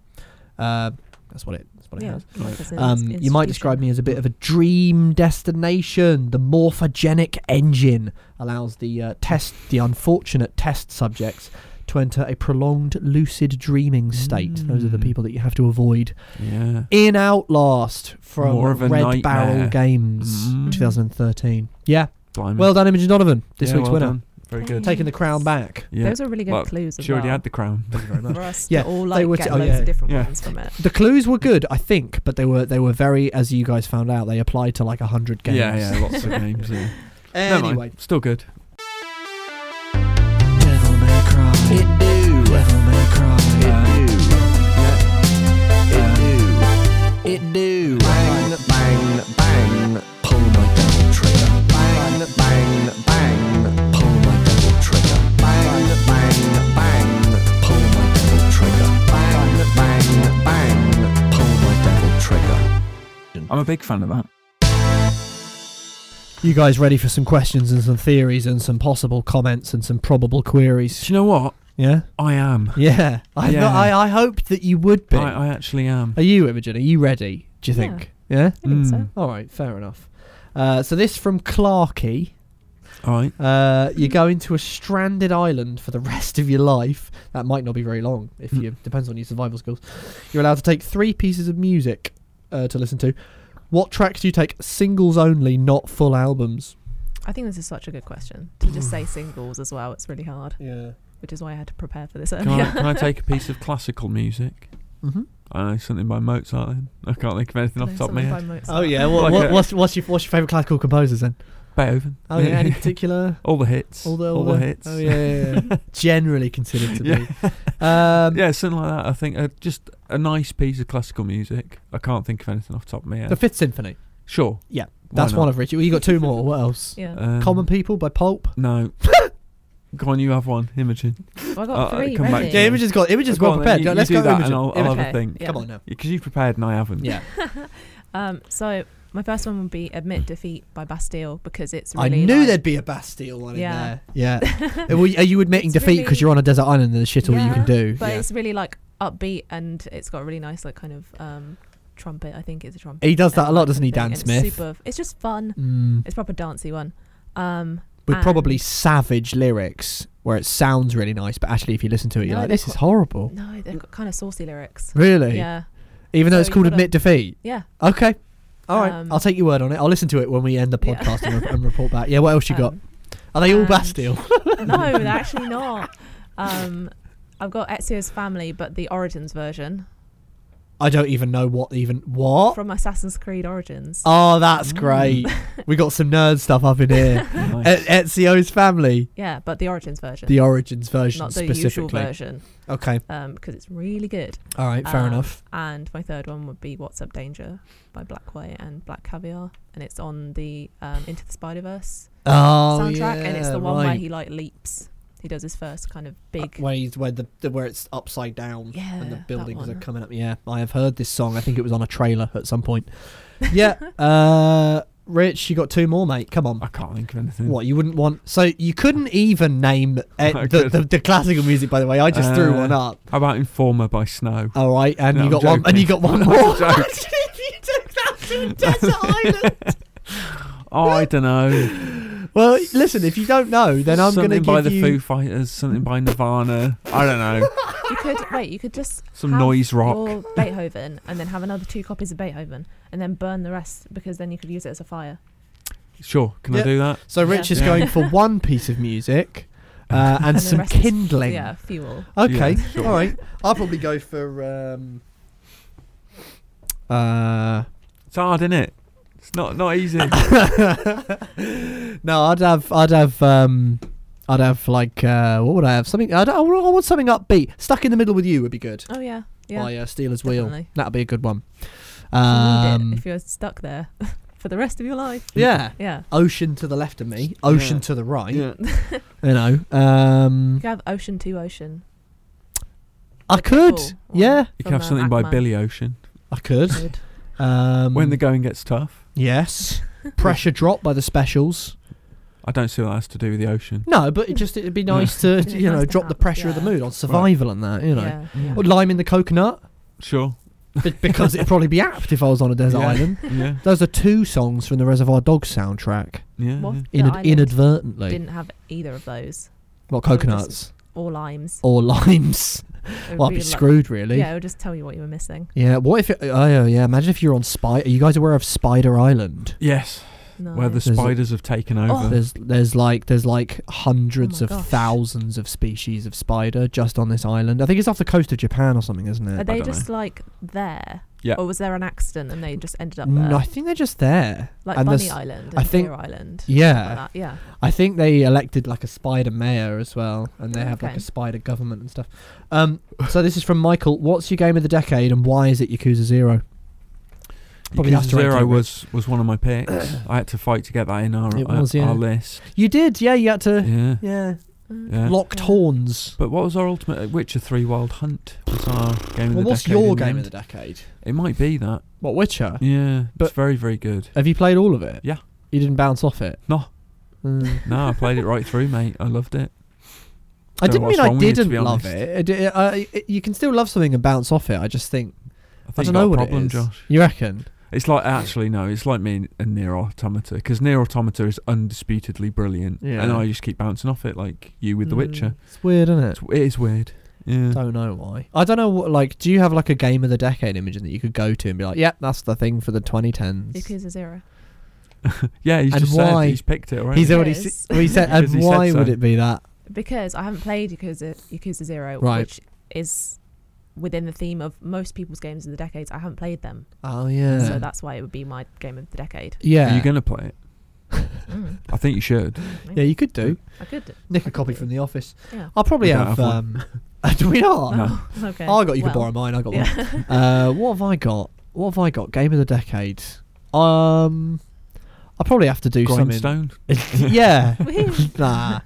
[SPEAKER 2] Uh, that's what it. That's what it
[SPEAKER 3] Yeah,
[SPEAKER 2] has.
[SPEAKER 3] like it's an
[SPEAKER 2] Um, you might describe me as a bit of a dream destination. The morphogenic engine allows the uh, test, the unfortunate test subjects, to enter a prolonged lucid dreaming state. Those are the
[SPEAKER 1] Mm.
[SPEAKER 2] people that you have to avoid.
[SPEAKER 1] Yeah.
[SPEAKER 2] In Outlast from
[SPEAKER 1] More of a
[SPEAKER 2] Red
[SPEAKER 1] nightmare.
[SPEAKER 2] Barrel Games,
[SPEAKER 1] Mm.
[SPEAKER 2] 2013. Yeah,
[SPEAKER 1] Blimey.
[SPEAKER 2] well done, Imogen Donovan. This
[SPEAKER 1] Yeah,
[SPEAKER 2] week's
[SPEAKER 1] well
[SPEAKER 2] winner,
[SPEAKER 1] done. Very good.
[SPEAKER 2] taking the crown back.
[SPEAKER 1] Yeah.
[SPEAKER 3] Those are really good
[SPEAKER 1] Well,
[SPEAKER 3] clues. As
[SPEAKER 1] she already
[SPEAKER 3] well.
[SPEAKER 1] had the crown.
[SPEAKER 2] Thank you very much.
[SPEAKER 3] for us
[SPEAKER 2] Yeah,
[SPEAKER 3] to all
[SPEAKER 2] they
[SPEAKER 3] like
[SPEAKER 2] were
[SPEAKER 3] get
[SPEAKER 2] t- oh,
[SPEAKER 3] loads
[SPEAKER 2] yeah.
[SPEAKER 3] of different
[SPEAKER 1] Yeah.
[SPEAKER 3] ones from it.
[SPEAKER 2] The clues were good, I think, but they were they were very, as you guys found out, they applied to like hundred games.
[SPEAKER 1] Yeah, yeah,
[SPEAKER 2] [LAUGHS]
[SPEAKER 1] lots of games. Yeah. Never mind,
[SPEAKER 2] Anyway,
[SPEAKER 1] still good.
[SPEAKER 4] Devil May Cry. It do. Devil May Cry. It do. It do. It do. Bang, bang, bang. Pull my devil trigger. Bang, bang, bang. Pull my devil trigger. Bang, bang, bang. Pull my devil trigger. Bang, bang, bang. Pull my devil trigger.
[SPEAKER 1] I'm a big fan of that.
[SPEAKER 2] you guys ready for some questions and some theories and some possible comments and some probable
[SPEAKER 1] Do
[SPEAKER 2] queries?
[SPEAKER 1] you know what?
[SPEAKER 2] Yeah,
[SPEAKER 1] I am.
[SPEAKER 2] yeah. I
[SPEAKER 1] Yeah.
[SPEAKER 2] thought- I, I hoped that you would be.
[SPEAKER 1] I, I actually am.
[SPEAKER 2] Are you, Imogen? Are you ready? Do you
[SPEAKER 3] Yeah.
[SPEAKER 2] think? Yeah.
[SPEAKER 3] I think so.
[SPEAKER 1] Mm.
[SPEAKER 2] All right. Fair enough. Uh, so this from Clarkey.
[SPEAKER 1] All right.
[SPEAKER 2] Uh, you're going to a stranded island for the [LAUGHS] rest of your life. That might not be very long. If you depends on your survival skills. You're allowed to take three pieces of music uh, to listen to. What tracks do you take? Singles only, not full albums.
[SPEAKER 3] I think this is such a good question. To
[SPEAKER 2] Mm.
[SPEAKER 3] just say singles as well, it's really hard,
[SPEAKER 2] Yeah.
[SPEAKER 3] which is why I had to prepare for
[SPEAKER 1] [LAUGHS]
[SPEAKER 3] this
[SPEAKER 1] Can
[SPEAKER 3] earlier.
[SPEAKER 1] I, can I take a
[SPEAKER 3] [LAUGHS]
[SPEAKER 1] piece of classical music?
[SPEAKER 2] Mm-hmm.
[SPEAKER 1] I know something by Mozart. Then [LAUGHS] I can't think of anything off the top of my head.
[SPEAKER 2] Oh yeah. What,
[SPEAKER 1] Like
[SPEAKER 2] what,
[SPEAKER 1] a-
[SPEAKER 2] what's what's your what's your favorite classical composers then?
[SPEAKER 1] Beethoven.
[SPEAKER 2] Oh yeah. [LAUGHS]
[SPEAKER 1] [LAUGHS]
[SPEAKER 2] Any particular?
[SPEAKER 1] all the hits.
[SPEAKER 2] All the
[SPEAKER 1] all the hits.
[SPEAKER 2] Oh yeah. yeah,
[SPEAKER 1] [LAUGHS]
[SPEAKER 2] yeah. Generally considered to
[SPEAKER 1] Yeah.
[SPEAKER 2] be. Um,
[SPEAKER 1] Yeah, something like that. I think uh, just a nice piece of classical music. I can't think of anything off the top of my head.
[SPEAKER 2] The Fifth Symphony.
[SPEAKER 1] sure.
[SPEAKER 2] Yeah,
[SPEAKER 1] Why
[SPEAKER 2] That's
[SPEAKER 1] not?
[SPEAKER 2] one of Richard. Well, you got two more.
[SPEAKER 1] [LAUGHS]
[SPEAKER 2] What else?
[SPEAKER 3] Yeah,
[SPEAKER 1] Um,
[SPEAKER 2] Common People by Pulp. [LAUGHS]
[SPEAKER 1] No. Go on, you have one, Imogen.
[SPEAKER 3] well, I
[SPEAKER 1] uh,
[SPEAKER 3] got
[SPEAKER 1] uh,
[SPEAKER 3] three
[SPEAKER 1] come back
[SPEAKER 3] ready.
[SPEAKER 1] to
[SPEAKER 2] Yeah, Imogen's got Imogen's
[SPEAKER 1] Go on
[SPEAKER 2] well
[SPEAKER 1] then,
[SPEAKER 2] prepared.
[SPEAKER 1] you-
[SPEAKER 2] Go-
[SPEAKER 1] you
[SPEAKER 2] Let's
[SPEAKER 1] do
[SPEAKER 2] go,
[SPEAKER 1] that and
[SPEAKER 2] Imogen.
[SPEAKER 1] I'll- I'll have a
[SPEAKER 3] Okay,
[SPEAKER 1] think.
[SPEAKER 3] yeah.
[SPEAKER 2] Come on now.
[SPEAKER 1] Because you've prepared and I haven't.
[SPEAKER 2] Yeah.
[SPEAKER 3] Um, so my first one would be "Admit Defeat" by Bastille because it's
[SPEAKER 2] I
[SPEAKER 3] really.
[SPEAKER 2] knew
[SPEAKER 3] like-
[SPEAKER 2] thered be a Bastille one
[SPEAKER 3] [LAUGHS] Yeah.
[SPEAKER 2] in there. Yeah. Uh, well, are you admitting
[SPEAKER 3] It's
[SPEAKER 2] defeat because
[SPEAKER 3] really-
[SPEAKER 2] you're on a desert island and there's shit all you can
[SPEAKER 3] Yeah,
[SPEAKER 2] do?
[SPEAKER 3] but
[SPEAKER 2] Yeah.
[SPEAKER 3] it's really like upbeat and it's got a really nice like kind of um, trumpet. I think it's a trumpet.
[SPEAKER 2] He does that a lot, doesn't he,
[SPEAKER 3] thing,
[SPEAKER 2] Dan
[SPEAKER 3] and it's
[SPEAKER 2] Smith?
[SPEAKER 3] Super. It's just fun.
[SPEAKER 2] Mm,
[SPEAKER 3] It's a proper dancey one. Um,
[SPEAKER 2] with probably
[SPEAKER 3] and-
[SPEAKER 2] savage lyrics where it sounds really nice, but actually if you listen to it, you're
[SPEAKER 3] No,
[SPEAKER 2] like,
[SPEAKER 3] they're
[SPEAKER 2] this is
[SPEAKER 3] quite-
[SPEAKER 2] horrible.
[SPEAKER 3] no, they've got kind of saucy lyrics.
[SPEAKER 2] Oh. Really?
[SPEAKER 3] Yeah,
[SPEAKER 2] Even though
[SPEAKER 3] So
[SPEAKER 2] it's
[SPEAKER 3] you
[SPEAKER 2] called
[SPEAKER 3] gotta-
[SPEAKER 2] admit defeat.
[SPEAKER 3] yeah.
[SPEAKER 2] Okay. All right.
[SPEAKER 3] Um,
[SPEAKER 2] I'll take your word on it. I'll listen to it when we end the
[SPEAKER 3] Yeah.
[SPEAKER 2] podcast and, re- and report back. Yeah. What else you got?
[SPEAKER 3] [LAUGHS] um,
[SPEAKER 2] Are they all
[SPEAKER 3] and-
[SPEAKER 2] Bastille?
[SPEAKER 3] no, they're actually not. Um, I've got Ezio's family, but the Origins version
[SPEAKER 2] I don't even know what even what.
[SPEAKER 3] from Assassin's Creed Origins.
[SPEAKER 2] Oh, that's
[SPEAKER 1] Mm.
[SPEAKER 3] [LAUGHS]
[SPEAKER 2] great. we got some nerd stuff up in here.
[SPEAKER 1] [LAUGHS] Nice.
[SPEAKER 2] E- Ezio's family,
[SPEAKER 3] Yeah, but the Origins version,
[SPEAKER 2] the Origins version
[SPEAKER 3] not the usual
[SPEAKER 2] specifically.
[SPEAKER 3] version,
[SPEAKER 2] Okay,
[SPEAKER 3] um, because it's really good.
[SPEAKER 2] all right, fair
[SPEAKER 3] Um,
[SPEAKER 2] enough.
[SPEAKER 3] And my third one would be What's Up Danger by Black White and Black Caviar, and it's on the um, Into the Spider Verse
[SPEAKER 2] Oh,
[SPEAKER 3] soundtrack, and it's
[SPEAKER 2] yeah,
[SPEAKER 3] the one where
[SPEAKER 2] right.
[SPEAKER 3] he like leaps. He does his first kind of
[SPEAKER 2] Uh,
[SPEAKER 3] big.
[SPEAKER 2] where he's, where the, the where it's upside down
[SPEAKER 3] yeah.
[SPEAKER 2] and the
[SPEAKER 3] that
[SPEAKER 2] buildings are
[SPEAKER 3] one.
[SPEAKER 2] coming up. Yeah, I have heard this song. I think it was on a trailer at some
[SPEAKER 3] [LAUGHS]
[SPEAKER 2] point. Yeah, uh, Rich, you got two more, mate. Come on.
[SPEAKER 1] I can't think of anything.
[SPEAKER 2] What you wouldn't want? So you couldn't even name uh,
[SPEAKER 1] [LAUGHS] I
[SPEAKER 2] the,
[SPEAKER 1] could.
[SPEAKER 2] the the classical music. By the way, I just threw
[SPEAKER 1] Uh,
[SPEAKER 2] one up.
[SPEAKER 1] How about Informer by Snow?
[SPEAKER 2] All right, and
[SPEAKER 1] No,
[SPEAKER 2] you
[SPEAKER 1] I'm
[SPEAKER 2] got one, and you got
[SPEAKER 1] joking. [LAUGHS]
[SPEAKER 2] one
[SPEAKER 1] I'm
[SPEAKER 2] more.
[SPEAKER 1] joking.
[SPEAKER 2] you took that to
[SPEAKER 1] [LAUGHS]
[SPEAKER 2] a desert island.
[SPEAKER 1] Oh, I don't know.
[SPEAKER 2] [LAUGHS] Well, listen, if you don't know, then I'm going to
[SPEAKER 1] something
[SPEAKER 2] give
[SPEAKER 1] by the
[SPEAKER 2] you.
[SPEAKER 1] Foo Fighters, something by Nirvana. I don't know.
[SPEAKER 3] You could wait. You could just
[SPEAKER 1] Some
[SPEAKER 3] have
[SPEAKER 1] noise rock.
[SPEAKER 3] your Beethoven, and then have another two copies of Beethoven, and then burn the rest because then you could use it as a fire.
[SPEAKER 1] Sure, can
[SPEAKER 2] Yeah.
[SPEAKER 1] I do that?
[SPEAKER 2] So Rich
[SPEAKER 3] Yeah.
[SPEAKER 2] is going for one piece of music
[SPEAKER 1] [LAUGHS]
[SPEAKER 2] uh, and,
[SPEAKER 3] the
[SPEAKER 2] some
[SPEAKER 3] rest is-
[SPEAKER 2] kindling.
[SPEAKER 3] Yeah, fuel.
[SPEAKER 2] Okay,
[SPEAKER 1] Yeah, sure.
[SPEAKER 2] all right. I'll probably go for. Um, uh, [LAUGHS]
[SPEAKER 1] It's hard, isn't it? It's not not easy.
[SPEAKER 2] no, I'd have, I'd have, um, I'd have like, uh, what would I have? Something. I'd, I want I want something upbeat. Stuck in the middle with you would be good.
[SPEAKER 3] Oh yeah, yeah.
[SPEAKER 2] By uh, Steelers Wheel.
[SPEAKER 3] definitely.
[SPEAKER 2] That'd be a good one.
[SPEAKER 3] You need it
[SPEAKER 2] Um,
[SPEAKER 3] if you're stuck there [LAUGHS] for the rest of your life.
[SPEAKER 2] yeah.
[SPEAKER 3] Yeah. [LAUGHS]
[SPEAKER 2] Ocean to the left of me, ocean
[SPEAKER 1] Yeah.
[SPEAKER 2] to the right.
[SPEAKER 1] Yeah.
[SPEAKER 2] You know, um,
[SPEAKER 3] You could have Ocean to Ocean.
[SPEAKER 2] I
[SPEAKER 3] the
[SPEAKER 2] could.
[SPEAKER 3] Pitbull one.
[SPEAKER 2] Yeah,
[SPEAKER 1] You can
[SPEAKER 3] From,
[SPEAKER 1] have
[SPEAKER 3] um,
[SPEAKER 1] something by
[SPEAKER 3] Aquaman.
[SPEAKER 1] Billy Ocean.
[SPEAKER 2] I could.
[SPEAKER 3] Good.
[SPEAKER 2] Um,
[SPEAKER 1] When the going gets tough,
[SPEAKER 3] [LAUGHS]
[SPEAKER 2] yes, pressure drop by the specials.
[SPEAKER 1] I don't see what that has to do with the ocean.
[SPEAKER 2] No, but it just it'd be nice to
[SPEAKER 3] [LAUGHS] It'd be
[SPEAKER 2] you
[SPEAKER 3] nice
[SPEAKER 2] know
[SPEAKER 3] to
[SPEAKER 2] drop the
[SPEAKER 3] have,
[SPEAKER 2] pressure of the
[SPEAKER 3] yeah.
[SPEAKER 2] mood on survival and that you know.
[SPEAKER 3] Yeah,
[SPEAKER 1] Mm.
[SPEAKER 2] Or lime in the coconut [LAUGHS]
[SPEAKER 1] Sure.
[SPEAKER 2] be- because it'd probably be apt if I was on a desert
[SPEAKER 1] Yeah.
[SPEAKER 2] island.
[SPEAKER 1] [LAUGHS] Yeah.
[SPEAKER 2] Those are two songs from the Reservoir Dogs soundtrack.
[SPEAKER 1] Yeah.
[SPEAKER 3] What if
[SPEAKER 1] yeah.
[SPEAKER 3] the
[SPEAKER 2] In,
[SPEAKER 3] island
[SPEAKER 2] inadvertently,
[SPEAKER 3] didn't have either of those
[SPEAKER 2] what
[SPEAKER 3] Well, this
[SPEAKER 2] coconuts
[SPEAKER 3] or limes.
[SPEAKER 2] or limes?
[SPEAKER 3] It would
[SPEAKER 2] Well, I'd
[SPEAKER 3] be
[SPEAKER 2] be
[SPEAKER 3] like-
[SPEAKER 2] screwed really.
[SPEAKER 3] Yeah, it would just tell you what you were missing.
[SPEAKER 2] Yeah, What if? It, oh yeah. Imagine if you're on Spider. Are you guys aware of Spider Island?
[SPEAKER 1] Yes.
[SPEAKER 3] No.
[SPEAKER 1] Where the
[SPEAKER 2] There's a-
[SPEAKER 1] spiders have taken over.
[SPEAKER 2] There's there's like there's like hundreds
[SPEAKER 3] Oh
[SPEAKER 2] of
[SPEAKER 3] my gosh.
[SPEAKER 2] thousands of species of spider just on this island. I think it's off the coast of Japan or something, isn't
[SPEAKER 3] Are
[SPEAKER 2] it?
[SPEAKER 1] I
[SPEAKER 3] they
[SPEAKER 1] don't
[SPEAKER 3] just like there?
[SPEAKER 1] Yeah.
[SPEAKER 3] Or was there an accident and they just ended up there?
[SPEAKER 2] No, Mm, I think they're just there.
[SPEAKER 3] like
[SPEAKER 2] and
[SPEAKER 3] Bunny
[SPEAKER 2] there's-
[SPEAKER 3] Island and
[SPEAKER 2] I think-
[SPEAKER 3] Deer Island. Like
[SPEAKER 2] Yeah,
[SPEAKER 3] that, yeah.
[SPEAKER 2] I think they elected like a spider mayor as well, and they have like
[SPEAKER 3] Okay.
[SPEAKER 2] a spider government and stuff. Um, so this is from Michael. What's your game of the decade, and why is it Yakuza Zero? probably
[SPEAKER 1] Yakuza
[SPEAKER 2] has to rank it,
[SPEAKER 1] Zero
[SPEAKER 2] Rich.
[SPEAKER 1] was, was one of my picks.
[SPEAKER 2] [CLEARS THROAT]
[SPEAKER 1] I had to fight to get that in our,
[SPEAKER 2] It
[SPEAKER 1] our-
[SPEAKER 2] was, yeah.
[SPEAKER 1] our list.
[SPEAKER 2] You did, yeah. You had to,
[SPEAKER 1] Yeah.
[SPEAKER 2] yeah.
[SPEAKER 3] Mm.
[SPEAKER 1] Yeah.
[SPEAKER 2] Locked
[SPEAKER 3] Yeah.
[SPEAKER 2] horns.
[SPEAKER 1] But what was our ultimate uh, Witcher 3 Wild Hunt? Was our game of
[SPEAKER 2] Well,
[SPEAKER 1] the
[SPEAKER 2] what's
[SPEAKER 1] decade
[SPEAKER 2] your
[SPEAKER 1] in
[SPEAKER 2] game of
[SPEAKER 1] end?
[SPEAKER 2] the decade?
[SPEAKER 1] It might be
[SPEAKER 2] [LAUGHS]
[SPEAKER 1] that.
[SPEAKER 2] What Witcher?
[SPEAKER 1] Yeah.
[SPEAKER 2] But-
[SPEAKER 1] it's very, very good.
[SPEAKER 2] Have you played all of it?
[SPEAKER 1] Yeah.
[SPEAKER 2] You didn't bounce off it.
[SPEAKER 1] No.
[SPEAKER 2] Mm.
[SPEAKER 1] No, I played it right through, mate. I loved it.
[SPEAKER 2] I
[SPEAKER 1] Don't
[SPEAKER 2] didn't
[SPEAKER 1] know
[SPEAKER 2] mean
[SPEAKER 1] what's
[SPEAKER 2] I
[SPEAKER 1] wrong with you, to
[SPEAKER 2] didn't
[SPEAKER 1] be honest.
[SPEAKER 2] love it. It- it- I- it- You can still love something and bounce off it. I just think
[SPEAKER 1] I, think
[SPEAKER 2] I
[SPEAKER 1] you
[SPEAKER 2] don't
[SPEAKER 1] got
[SPEAKER 2] know
[SPEAKER 1] a
[SPEAKER 2] what
[SPEAKER 1] problem,
[SPEAKER 2] it is.
[SPEAKER 1] Josh.
[SPEAKER 2] You reckon?
[SPEAKER 1] It's like actually no, it's like me and Near Automata because Near Automata is undisputedly brilliant,
[SPEAKER 2] Yeah.
[SPEAKER 1] and I just keep bouncing off it like you with The
[SPEAKER 3] Mm.
[SPEAKER 1] Witcher.
[SPEAKER 2] It's weird, isn't it?
[SPEAKER 1] It's, it is weird. Yeah.
[SPEAKER 2] Don't know why. I don't know what. Like, do you have like a game of the decade imagine that you could go to and be like, "Yep, that's the thing for the 2010s."
[SPEAKER 3] Yakuza Zero.
[SPEAKER 1] yeah, he's
[SPEAKER 2] And
[SPEAKER 1] just
[SPEAKER 2] why-
[SPEAKER 1] said he's picked it already.
[SPEAKER 2] He's already.
[SPEAKER 3] Yes.
[SPEAKER 2] Se- well,
[SPEAKER 1] [LAUGHS]
[SPEAKER 2] he said, and
[SPEAKER 1] Because he said
[SPEAKER 2] why would
[SPEAKER 1] so.
[SPEAKER 2] it be that?
[SPEAKER 3] Because I haven't played Yakuza, Yakuza Zero,
[SPEAKER 2] Right.
[SPEAKER 3] which is within the theme of most people's games of the decades. I haven't played them.
[SPEAKER 2] Oh yeah.
[SPEAKER 3] So that's why it would be my game of the decade.
[SPEAKER 1] Are
[SPEAKER 2] yeah.
[SPEAKER 1] you gonna play it?
[SPEAKER 3] Mm.
[SPEAKER 1] I think you should.
[SPEAKER 2] [LAUGHS] yeah, you could do.
[SPEAKER 3] I could.
[SPEAKER 2] Nick a copy from the office.
[SPEAKER 3] Yeah. [LAUGHS]
[SPEAKER 2] I'll probably
[SPEAKER 1] We don't
[SPEAKER 2] have.
[SPEAKER 1] have one.
[SPEAKER 2] um, [LAUGHS] do we not?
[SPEAKER 1] No.
[SPEAKER 3] Okay.
[SPEAKER 2] Oh, I got. You
[SPEAKER 3] well,
[SPEAKER 2] can borrow mine. I got one.
[SPEAKER 3] Yeah.
[SPEAKER 2] Uh, what have I got? What have I got? Game of the decade. Um, I probably have to do something.
[SPEAKER 1] Grindstone.
[SPEAKER 2] [LAUGHS] yeah.
[SPEAKER 3] [LAUGHS] Woohoo.
[SPEAKER 2] nah.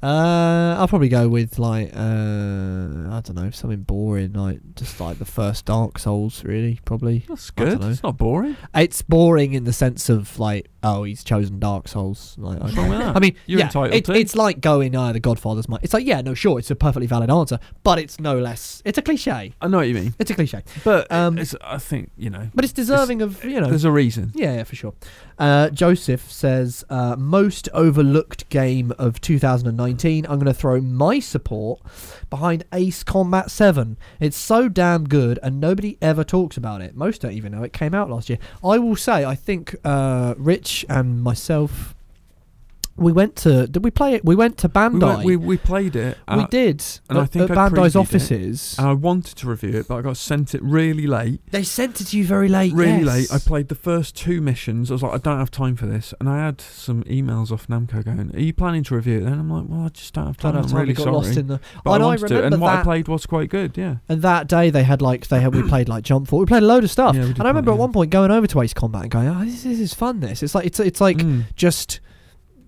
[SPEAKER 2] Uh, I'll probably go with like uh, I don't know something boring like just like the first Dark Souls really probably.
[SPEAKER 1] That's
[SPEAKER 2] I don't
[SPEAKER 1] good.
[SPEAKER 2] know.
[SPEAKER 1] It's not boring.
[SPEAKER 2] It's boring in the sense of like oh he's chosen Dark Souls like
[SPEAKER 1] What's
[SPEAKER 2] okay.
[SPEAKER 1] wrong with that?
[SPEAKER 2] [LAUGHS] I mean
[SPEAKER 1] You're
[SPEAKER 2] yeah,
[SPEAKER 1] entitled
[SPEAKER 2] it-
[SPEAKER 1] to.
[SPEAKER 2] it's like going uh, the Godfather's my it's like yeah no sure it's a perfectly valid answer but it's no less it's a cliche
[SPEAKER 1] I know what you mean,
[SPEAKER 2] it's a cliche
[SPEAKER 1] but
[SPEAKER 2] Um,
[SPEAKER 1] it's, I think you know.
[SPEAKER 2] but it's deserving of you know
[SPEAKER 1] There's a reason.
[SPEAKER 2] Yeah, yeah, for sure. Uh, Joseph says uh, most overlooked game of 2019. I'm going to throw my support behind Ace Combat 7. It's so damn good, and nobody ever talks about it. Most don't even know it came out last year. I will say, I think uh, Rich and myself, we went to did we play it? We went to
[SPEAKER 1] We,
[SPEAKER 2] Bandai.
[SPEAKER 1] went-
[SPEAKER 2] We,
[SPEAKER 1] we we played it. at-
[SPEAKER 2] did.
[SPEAKER 1] and
[SPEAKER 2] at,
[SPEAKER 1] I think
[SPEAKER 2] at
[SPEAKER 1] I previewed
[SPEAKER 2] Bandai's
[SPEAKER 1] it. Uh,
[SPEAKER 2] offices.
[SPEAKER 1] And I wanted to review it, but I got sent it really late.
[SPEAKER 2] they sent it to you very late.
[SPEAKER 1] really
[SPEAKER 2] yes.
[SPEAKER 1] late. I played the first two missions. I was like, I don't have time for this, and I had some emails off Namco going, "Are you planning to review it?" Then I'm like, "Well, I just don't have
[SPEAKER 2] Don't
[SPEAKER 1] time.
[SPEAKER 2] know,
[SPEAKER 1] I'm really
[SPEAKER 2] got
[SPEAKER 1] sorry."
[SPEAKER 2] lost in the.
[SPEAKER 1] but
[SPEAKER 2] I
[SPEAKER 1] I
[SPEAKER 2] know, I
[SPEAKER 1] wanted to,
[SPEAKER 2] remember
[SPEAKER 1] and what I
[SPEAKER 2] that.
[SPEAKER 1] played was quite good. Yeah,
[SPEAKER 2] And that day they had like they had we played like jump forward. We played a load of stuff.
[SPEAKER 1] Yeah, we did
[SPEAKER 2] and I remember
[SPEAKER 1] play,
[SPEAKER 2] at
[SPEAKER 1] yeah.
[SPEAKER 2] one point going over to Ace Combat and going, "Oh, this, this is fun. This it's like it's it's like
[SPEAKER 1] Mm.
[SPEAKER 2] just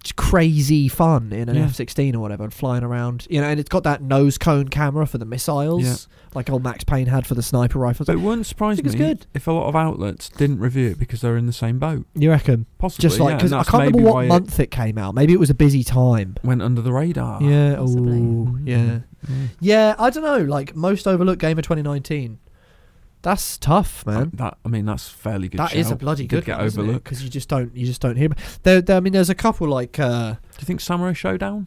[SPEAKER 2] it's crazy fun in an
[SPEAKER 1] Yeah.
[SPEAKER 2] F-16 or whatever, and flying around. You know, and it's got that nose cone camera for the missiles,
[SPEAKER 1] Yeah.
[SPEAKER 2] like old Max Payne had for the sniper rifles.
[SPEAKER 1] But it wouldn't surprise
[SPEAKER 2] think it's
[SPEAKER 1] me
[SPEAKER 2] good.
[SPEAKER 1] if a lot of outlets didn't review it because they're in the same boat.
[SPEAKER 2] you reckon?
[SPEAKER 1] Possibly,
[SPEAKER 2] Just like
[SPEAKER 1] yeah,
[SPEAKER 2] because
[SPEAKER 1] and
[SPEAKER 2] I
[SPEAKER 1] that's
[SPEAKER 2] can't remember
[SPEAKER 1] maybe
[SPEAKER 2] what
[SPEAKER 1] why it
[SPEAKER 2] month it came out. Maybe it was a busy time.
[SPEAKER 1] went under the radar.
[SPEAKER 2] yeah.
[SPEAKER 3] Possibly.
[SPEAKER 2] Oh,
[SPEAKER 1] Mm.
[SPEAKER 2] yeah.
[SPEAKER 1] Yeah.
[SPEAKER 2] Yeah, I don't know. Like most overlooked game of 2019. That's tough, man.
[SPEAKER 1] That I mean, that's fairly good.
[SPEAKER 2] That is a
[SPEAKER 1] shout.
[SPEAKER 2] bloody
[SPEAKER 1] It
[SPEAKER 2] good
[SPEAKER 1] Did get
[SPEAKER 2] one, isn't it?
[SPEAKER 1] overlooked.
[SPEAKER 2] 'Cause you just don't you just don't hear. There, there, I mean, there's a couple like. Uh,
[SPEAKER 1] Do you think Samurai Showdown?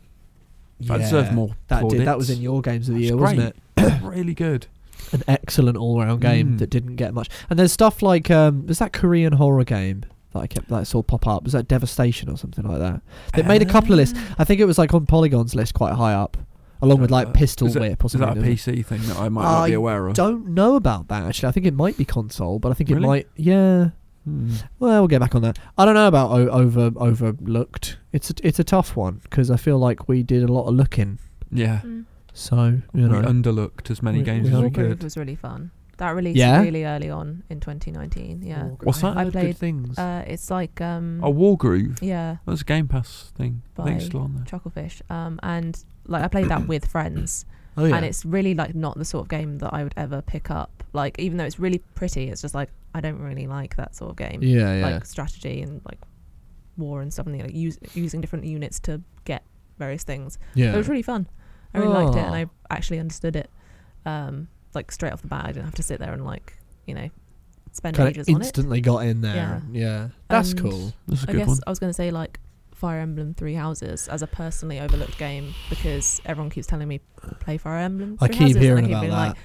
[SPEAKER 1] That
[SPEAKER 2] yeah,
[SPEAKER 1] deserved more.
[SPEAKER 2] That did. That was in
[SPEAKER 1] [COUGHS] plaudits.
[SPEAKER 2] your games of the
[SPEAKER 1] That's
[SPEAKER 2] year, wasn't it?
[SPEAKER 1] really good.
[SPEAKER 2] An excellent all-round game
[SPEAKER 1] Mm.
[SPEAKER 2] that didn't get much. And there's stuff like um, there's that Korean horror game that I kept that I saw pop up. Was that Devastation or something like that? That made a couple of lists. I think it was like on Polygon's list quite high up, along with like
[SPEAKER 1] Uh,
[SPEAKER 2] Pistol
[SPEAKER 1] is it-
[SPEAKER 2] Whip or
[SPEAKER 1] Is
[SPEAKER 2] something.
[SPEAKER 1] that a
[SPEAKER 2] wasn't it?
[SPEAKER 1] PC thing that I might not
[SPEAKER 2] I
[SPEAKER 1] be aware of?
[SPEAKER 2] Don't know about that actually. I think it might be console, but I think it
[SPEAKER 1] Really?
[SPEAKER 2] might. Yeah.
[SPEAKER 1] Hmm.
[SPEAKER 2] Well, we'll get back on that. I don't know about o- over overlooked. It's a, it's a tough one because I feel like we did a lot of looking.
[SPEAKER 1] Yeah,
[SPEAKER 3] Mm.
[SPEAKER 2] So you know,
[SPEAKER 1] we underlooked as many
[SPEAKER 2] We-
[SPEAKER 1] games
[SPEAKER 2] we
[SPEAKER 1] as we
[SPEAKER 2] all-
[SPEAKER 3] Groove
[SPEAKER 1] could.
[SPEAKER 3] was really fun. That released
[SPEAKER 2] Yeah? Oh,
[SPEAKER 3] really early on in 2019. Yeah.
[SPEAKER 1] What's that?
[SPEAKER 2] I
[SPEAKER 3] I
[SPEAKER 2] heard
[SPEAKER 3] played,
[SPEAKER 2] good things.
[SPEAKER 3] Uh, it's like um,
[SPEAKER 1] Oh, Wargroove.
[SPEAKER 3] yeah,
[SPEAKER 1] That was a Game Pass thing. I think it's
[SPEAKER 3] By-
[SPEAKER 1] still on there.
[SPEAKER 3] Chucklefish. Um, and like I played
[SPEAKER 2] [COUGHS]
[SPEAKER 3] that with friends,
[SPEAKER 2] oh yeah,
[SPEAKER 3] and it's really like not the sort of game that I would ever pick up. Like even though it's really pretty, it's just like I don't really like that sort of game.
[SPEAKER 2] yeah, yeah.
[SPEAKER 3] Like strategy and like war and stuff, and like use, using different units to get various things. But
[SPEAKER 2] yeah.
[SPEAKER 3] It was really fun. I really liked it, and
[SPEAKER 2] Oh.
[SPEAKER 3] I actually understood it. Um, like straight off the bat, I didn't have to sit there and like you know spend
[SPEAKER 2] Kind
[SPEAKER 3] ages
[SPEAKER 2] of
[SPEAKER 3] on it.
[SPEAKER 2] instantly got in there.
[SPEAKER 3] Yeah.
[SPEAKER 2] Yeah, that's
[SPEAKER 3] And-
[SPEAKER 2] cool.
[SPEAKER 1] That's a
[SPEAKER 3] I
[SPEAKER 1] good
[SPEAKER 3] guess
[SPEAKER 1] one.
[SPEAKER 3] I was going to say like Fire Emblem Three Houses as a personally overlooked game because everyone keeps telling me play Fire Emblem.
[SPEAKER 2] I
[SPEAKER 3] Three
[SPEAKER 2] keep
[SPEAKER 3] Houses,"
[SPEAKER 2] hearing
[SPEAKER 3] and I keep
[SPEAKER 2] about that.
[SPEAKER 3] being Like,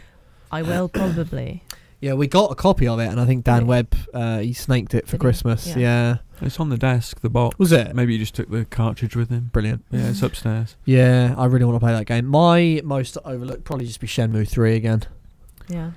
[SPEAKER 3] I will [COUGHS] probably.
[SPEAKER 2] yeah, we got a copy of it, and I think Dan
[SPEAKER 3] Did it?
[SPEAKER 2] Webb uh, he snaked it
[SPEAKER 3] Did
[SPEAKER 2] for
[SPEAKER 3] he?
[SPEAKER 2] Christmas.
[SPEAKER 3] Yeah.
[SPEAKER 2] Yeah.
[SPEAKER 1] It's on the desk, the box.
[SPEAKER 2] was it
[SPEAKER 1] Maybe you just took the cartridge with him.
[SPEAKER 2] brilliant?
[SPEAKER 1] Yeah,
[SPEAKER 3] [LAUGHS]
[SPEAKER 1] it's upstairs.
[SPEAKER 2] Yeah, I really want to play that game. My most overlooked probably just be Shenmue three again.
[SPEAKER 3] yeah.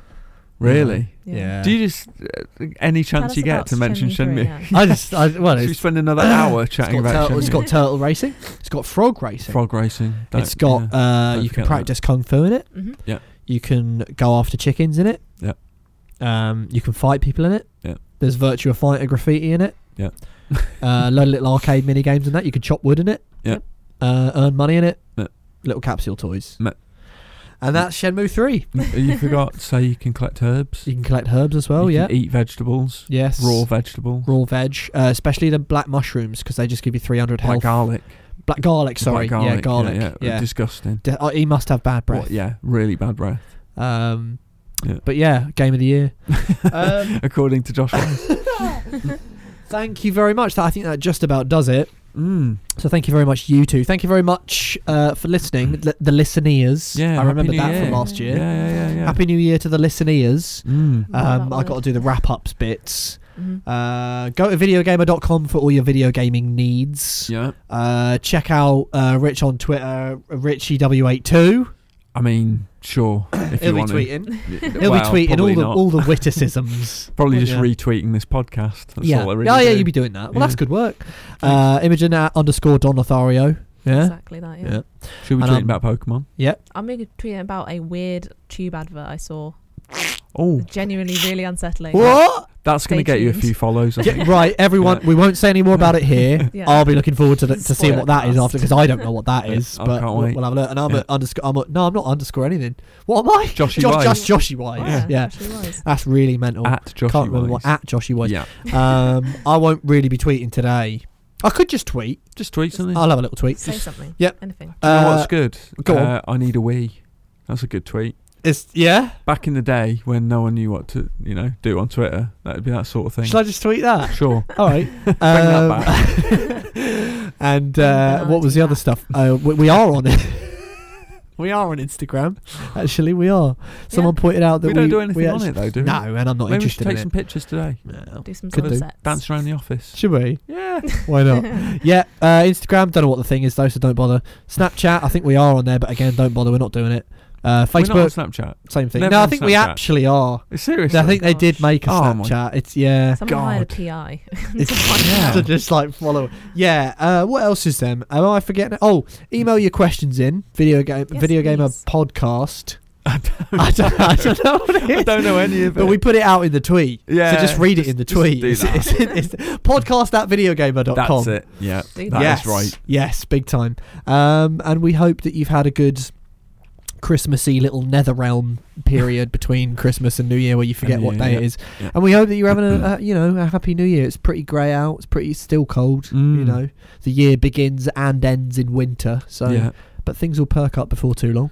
[SPEAKER 1] Really?
[SPEAKER 3] Yeah.
[SPEAKER 2] Yeah.
[SPEAKER 1] Do you just uh, any
[SPEAKER 3] Tell
[SPEAKER 1] chance
[SPEAKER 3] us
[SPEAKER 1] you
[SPEAKER 3] about
[SPEAKER 1] get to mention
[SPEAKER 3] three,
[SPEAKER 1] Shenmue?
[SPEAKER 3] yeah.
[SPEAKER 2] I just I,
[SPEAKER 1] [LAUGHS]
[SPEAKER 2] well,
[SPEAKER 1] Should
[SPEAKER 2] it's
[SPEAKER 1] we spend
[SPEAKER 2] [COUGHS]
[SPEAKER 1] another hour chatting
[SPEAKER 2] it's got
[SPEAKER 1] about
[SPEAKER 2] turtle, It's
[SPEAKER 1] Shenmue?
[SPEAKER 2] got turtle racing. It's got frog racing.
[SPEAKER 1] frog racing. Don't-
[SPEAKER 2] it's got
[SPEAKER 1] yeah.
[SPEAKER 2] uh,
[SPEAKER 1] don't
[SPEAKER 2] you
[SPEAKER 1] forget
[SPEAKER 2] can
[SPEAKER 1] that.
[SPEAKER 2] practice kung fu in it.
[SPEAKER 3] Mhm.
[SPEAKER 2] You can go after chickens in it.
[SPEAKER 1] Yeah.
[SPEAKER 2] Um, you can fight people in it.
[SPEAKER 1] Yeah.
[SPEAKER 2] There's virtual fighter graffiti in it.
[SPEAKER 1] Yeah.
[SPEAKER 2] [LAUGHS] uh, a load of little arcade mini games in that. You can chop wood in it.
[SPEAKER 1] Yeah.
[SPEAKER 2] Uh, earn money in it.
[SPEAKER 1] Yeah.
[SPEAKER 2] Little capsule toys.
[SPEAKER 1] Yeah.
[SPEAKER 2] And that's Shenmue three.
[SPEAKER 1] N- you forgot. Say you can collect
[SPEAKER 2] [LAUGHS]
[SPEAKER 1] herbs.
[SPEAKER 2] You can collect herbs as well.
[SPEAKER 1] you
[SPEAKER 2] Oh, yeah.
[SPEAKER 1] Can eat vegetables.
[SPEAKER 2] yes.
[SPEAKER 1] Raw vegetables.
[SPEAKER 2] Raw veg, uh, especially the black mushrooms, because they just give you 300
[SPEAKER 1] Black
[SPEAKER 2] health.
[SPEAKER 1] garlic.
[SPEAKER 2] Black garlic, sorry.
[SPEAKER 1] Black garlic.
[SPEAKER 2] Yeah, garlic.
[SPEAKER 1] Yeah, yeah. disgusting.
[SPEAKER 2] D- oh, he must have bad breath.
[SPEAKER 1] What- yeah, really bad breath.
[SPEAKER 2] [LAUGHS] Um,
[SPEAKER 1] Yeah.
[SPEAKER 2] But yeah, game of
[SPEAKER 1] [LAUGHS]
[SPEAKER 2] the year. um,
[SPEAKER 1] According to Josh.
[SPEAKER 2] [LAUGHS]
[SPEAKER 1] Weiss.
[SPEAKER 2] thank you very much. That I think that just about does it.
[SPEAKER 1] mm.
[SPEAKER 2] So thank you very much, you two. Thank you very much uh, for listening, the, the listeners.
[SPEAKER 1] Yeah,
[SPEAKER 2] I
[SPEAKER 1] Happy
[SPEAKER 2] remember
[SPEAKER 1] New
[SPEAKER 2] that
[SPEAKER 1] Year.
[SPEAKER 2] from last year.
[SPEAKER 1] Yeah, yeah, yeah. yeah.
[SPEAKER 2] Happy New Year to the listeners.
[SPEAKER 1] Mm.
[SPEAKER 3] Love
[SPEAKER 2] Um,
[SPEAKER 3] that
[SPEAKER 2] I got to
[SPEAKER 3] word.
[SPEAKER 2] do the wrap ups bits.
[SPEAKER 3] Mhm.
[SPEAKER 2] Uh, go to videogamer.com for all your video gaming needs.
[SPEAKER 1] Yeah.
[SPEAKER 2] Uh, check out uh, Rich on Twitter, RichieW82.
[SPEAKER 1] I mean,
[SPEAKER 2] [COUGHS]
[SPEAKER 1] sure. If
[SPEAKER 2] He'll
[SPEAKER 1] you
[SPEAKER 2] be
[SPEAKER 1] want to.
[SPEAKER 2] tweeting.
[SPEAKER 1] He'll
[SPEAKER 2] [LAUGHS] He'll be tweeting all the
[SPEAKER 1] not.
[SPEAKER 2] all
[SPEAKER 1] [LAUGHS]
[SPEAKER 2] the witticisms.
[SPEAKER 1] Probably just
[SPEAKER 2] Yeah.
[SPEAKER 1] retweeting this podcast. That's
[SPEAKER 2] yeah.
[SPEAKER 1] all I really
[SPEAKER 2] oh yeah,
[SPEAKER 1] do.
[SPEAKER 2] you'd be doing that. Well, that's
[SPEAKER 1] Yeah.
[SPEAKER 2] good work. Uh, Imogen at underscore Don Lothario. Yeah.
[SPEAKER 3] Exactly that. Yeah.
[SPEAKER 2] Yeah.
[SPEAKER 1] Should we
[SPEAKER 2] and,
[SPEAKER 1] tweet
[SPEAKER 2] um,
[SPEAKER 1] about Pokemon?
[SPEAKER 3] I'm going to tweet about a weird tube advert I saw.
[SPEAKER 1] Oh,
[SPEAKER 3] Genuinely, really unsettling.
[SPEAKER 2] What?
[SPEAKER 1] that's going to
[SPEAKER 3] stay
[SPEAKER 1] get you a
[SPEAKER 3] tuned.
[SPEAKER 1] few follows. I
[SPEAKER 2] Yeah,
[SPEAKER 1] think.
[SPEAKER 2] right, everyone.
[SPEAKER 1] Yeah.
[SPEAKER 2] We won't say any more about
[SPEAKER 1] [LAUGHS]
[SPEAKER 2] it here.
[SPEAKER 3] Yeah.
[SPEAKER 2] I'll be looking forward to the, to seeing
[SPEAKER 3] Spoiler
[SPEAKER 2] what that is
[SPEAKER 3] cast.
[SPEAKER 2] after because I don't know what that
[SPEAKER 1] Yeah,
[SPEAKER 2] is.
[SPEAKER 1] I
[SPEAKER 2] But
[SPEAKER 1] can't
[SPEAKER 2] we'll,
[SPEAKER 1] wait.
[SPEAKER 2] we'll have a look. And I'm
[SPEAKER 1] Yeah.
[SPEAKER 2] at underscore. I'm at, no, I'm not underscore anything. What am I?
[SPEAKER 1] Joshy
[SPEAKER 2] Josh,
[SPEAKER 1] Wise.
[SPEAKER 2] just Joshy Wise.
[SPEAKER 3] Oh,
[SPEAKER 2] Yeah.
[SPEAKER 1] Yeah.
[SPEAKER 3] actually was.
[SPEAKER 2] That's really mental.
[SPEAKER 1] at Joshy
[SPEAKER 2] can't remember what
[SPEAKER 1] Wise.
[SPEAKER 2] at Joshy Wise.
[SPEAKER 1] Yeah,
[SPEAKER 2] um, I won't really be tweeting today. I could just tweet.
[SPEAKER 1] just tweet something.
[SPEAKER 2] I'll have a little tweet.
[SPEAKER 3] Say something.
[SPEAKER 2] Yep.
[SPEAKER 3] Anything.
[SPEAKER 1] You know
[SPEAKER 2] Uh,
[SPEAKER 1] what's good?
[SPEAKER 2] go on.
[SPEAKER 1] uh, I need a Wii. That's a good tweet.
[SPEAKER 2] it's yeah.
[SPEAKER 1] Back in the day when no one knew what to, you know, do on Twitter, that'd be that sort of thing.
[SPEAKER 2] Should I Um, just tweet that? [LAUGHS]
[SPEAKER 1] sure. [LAUGHS]
[SPEAKER 2] All right.
[SPEAKER 1] that
[SPEAKER 2] back. and uh,
[SPEAKER 3] Yeah,
[SPEAKER 2] what was the
[SPEAKER 3] do
[SPEAKER 2] other
[SPEAKER 3] that.
[SPEAKER 2] stuff? Uh, we, we are on it. [LAUGHS] we are on Instagram. Actually, we are. Someone pointed out that
[SPEAKER 1] we
[SPEAKER 2] we
[SPEAKER 1] don't do anything
[SPEAKER 2] we
[SPEAKER 1] on
[SPEAKER 2] actu-
[SPEAKER 1] it though, do we?
[SPEAKER 2] No, and I'm not
[SPEAKER 1] Maybe we should
[SPEAKER 2] interested
[SPEAKER 1] take
[SPEAKER 2] in
[SPEAKER 1] some
[SPEAKER 2] it.
[SPEAKER 1] pictures today.
[SPEAKER 2] No.
[SPEAKER 3] Do some
[SPEAKER 1] Could
[SPEAKER 2] do.
[SPEAKER 3] subsets.
[SPEAKER 1] Dance around the office.
[SPEAKER 2] Should we?
[SPEAKER 1] Yeah.
[SPEAKER 2] Why not?
[SPEAKER 1] [LAUGHS]
[SPEAKER 2] yeah. Uh, Instagram. Don't know what the thing is though, so don't bother. Snapchat. I think we are on there, but again, don't bother. We're not doing it. Uh,
[SPEAKER 1] We're not on
[SPEAKER 2] Facebook.
[SPEAKER 1] Snapchat.
[SPEAKER 2] Same thing.
[SPEAKER 1] Never
[SPEAKER 2] no, I
[SPEAKER 1] on
[SPEAKER 2] think we
[SPEAKER 1] Snapchat.
[SPEAKER 2] actually are.
[SPEAKER 1] Seriously.
[SPEAKER 2] I
[SPEAKER 1] [LAUGHS]
[SPEAKER 2] think they did
[SPEAKER 3] gosh.
[SPEAKER 2] make a
[SPEAKER 1] Oh, my-
[SPEAKER 2] Snapchat. It's yeah.
[SPEAKER 3] Someone hired a
[SPEAKER 1] God.
[SPEAKER 3] PI.
[SPEAKER 2] It's
[SPEAKER 1] Yeah.
[SPEAKER 2] [LAUGHS] to just like follow. Yeah. Uh, what else is them? Am I forgetting? Oh, email your questions in video game
[SPEAKER 3] Yes,
[SPEAKER 2] video gamer
[SPEAKER 3] please.
[SPEAKER 2] podcast I don't, I don't know what it is.
[SPEAKER 1] I don't know any of it.
[SPEAKER 2] But we put it out in the tweet.
[SPEAKER 1] Yeah,
[SPEAKER 2] So just read it
[SPEAKER 1] just-
[SPEAKER 2] in the
[SPEAKER 1] just
[SPEAKER 2] tweet.
[SPEAKER 1] do
[SPEAKER 2] It's,
[SPEAKER 1] that.
[SPEAKER 2] it's, it's, podcast at videogamer.com.
[SPEAKER 1] That's it. Yeah.
[SPEAKER 3] Do
[SPEAKER 1] That is
[SPEAKER 2] yes.
[SPEAKER 1] right.
[SPEAKER 2] Yes, big time. Um, and we hope that you've had a good Christmassy little nether realm period between Christmas and New Year where you forget
[SPEAKER 1] And
[SPEAKER 2] what
[SPEAKER 1] New
[SPEAKER 2] day
[SPEAKER 1] Year,
[SPEAKER 2] it
[SPEAKER 1] yeah,
[SPEAKER 2] is.
[SPEAKER 1] yeah.
[SPEAKER 2] And we hope that you're having a, a you know, a happy New Year. It's pretty grey out, it's pretty still cold, you
[SPEAKER 1] Mm.
[SPEAKER 2] know. The year begins and ends in winter, so
[SPEAKER 1] yeah.
[SPEAKER 2] but things will perk up before too long.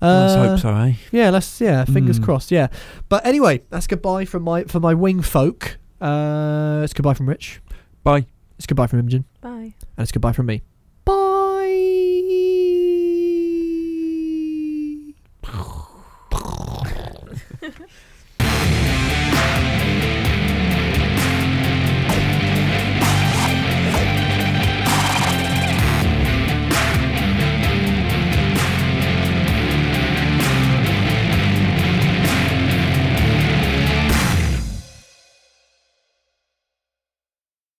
[SPEAKER 1] Let's
[SPEAKER 2] Uh,
[SPEAKER 1] hope so, eh?
[SPEAKER 2] yeah, let's yeah, fingers
[SPEAKER 1] Mm.
[SPEAKER 2] crossed. Yeah, but anyway, that's goodbye from my for my wing folk. Uh, it's goodbye from Rich.
[SPEAKER 1] Bye.
[SPEAKER 2] It's goodbye from Imogen,
[SPEAKER 3] [LAUGHS] Bye.
[SPEAKER 2] and it's goodbye from me. Bye.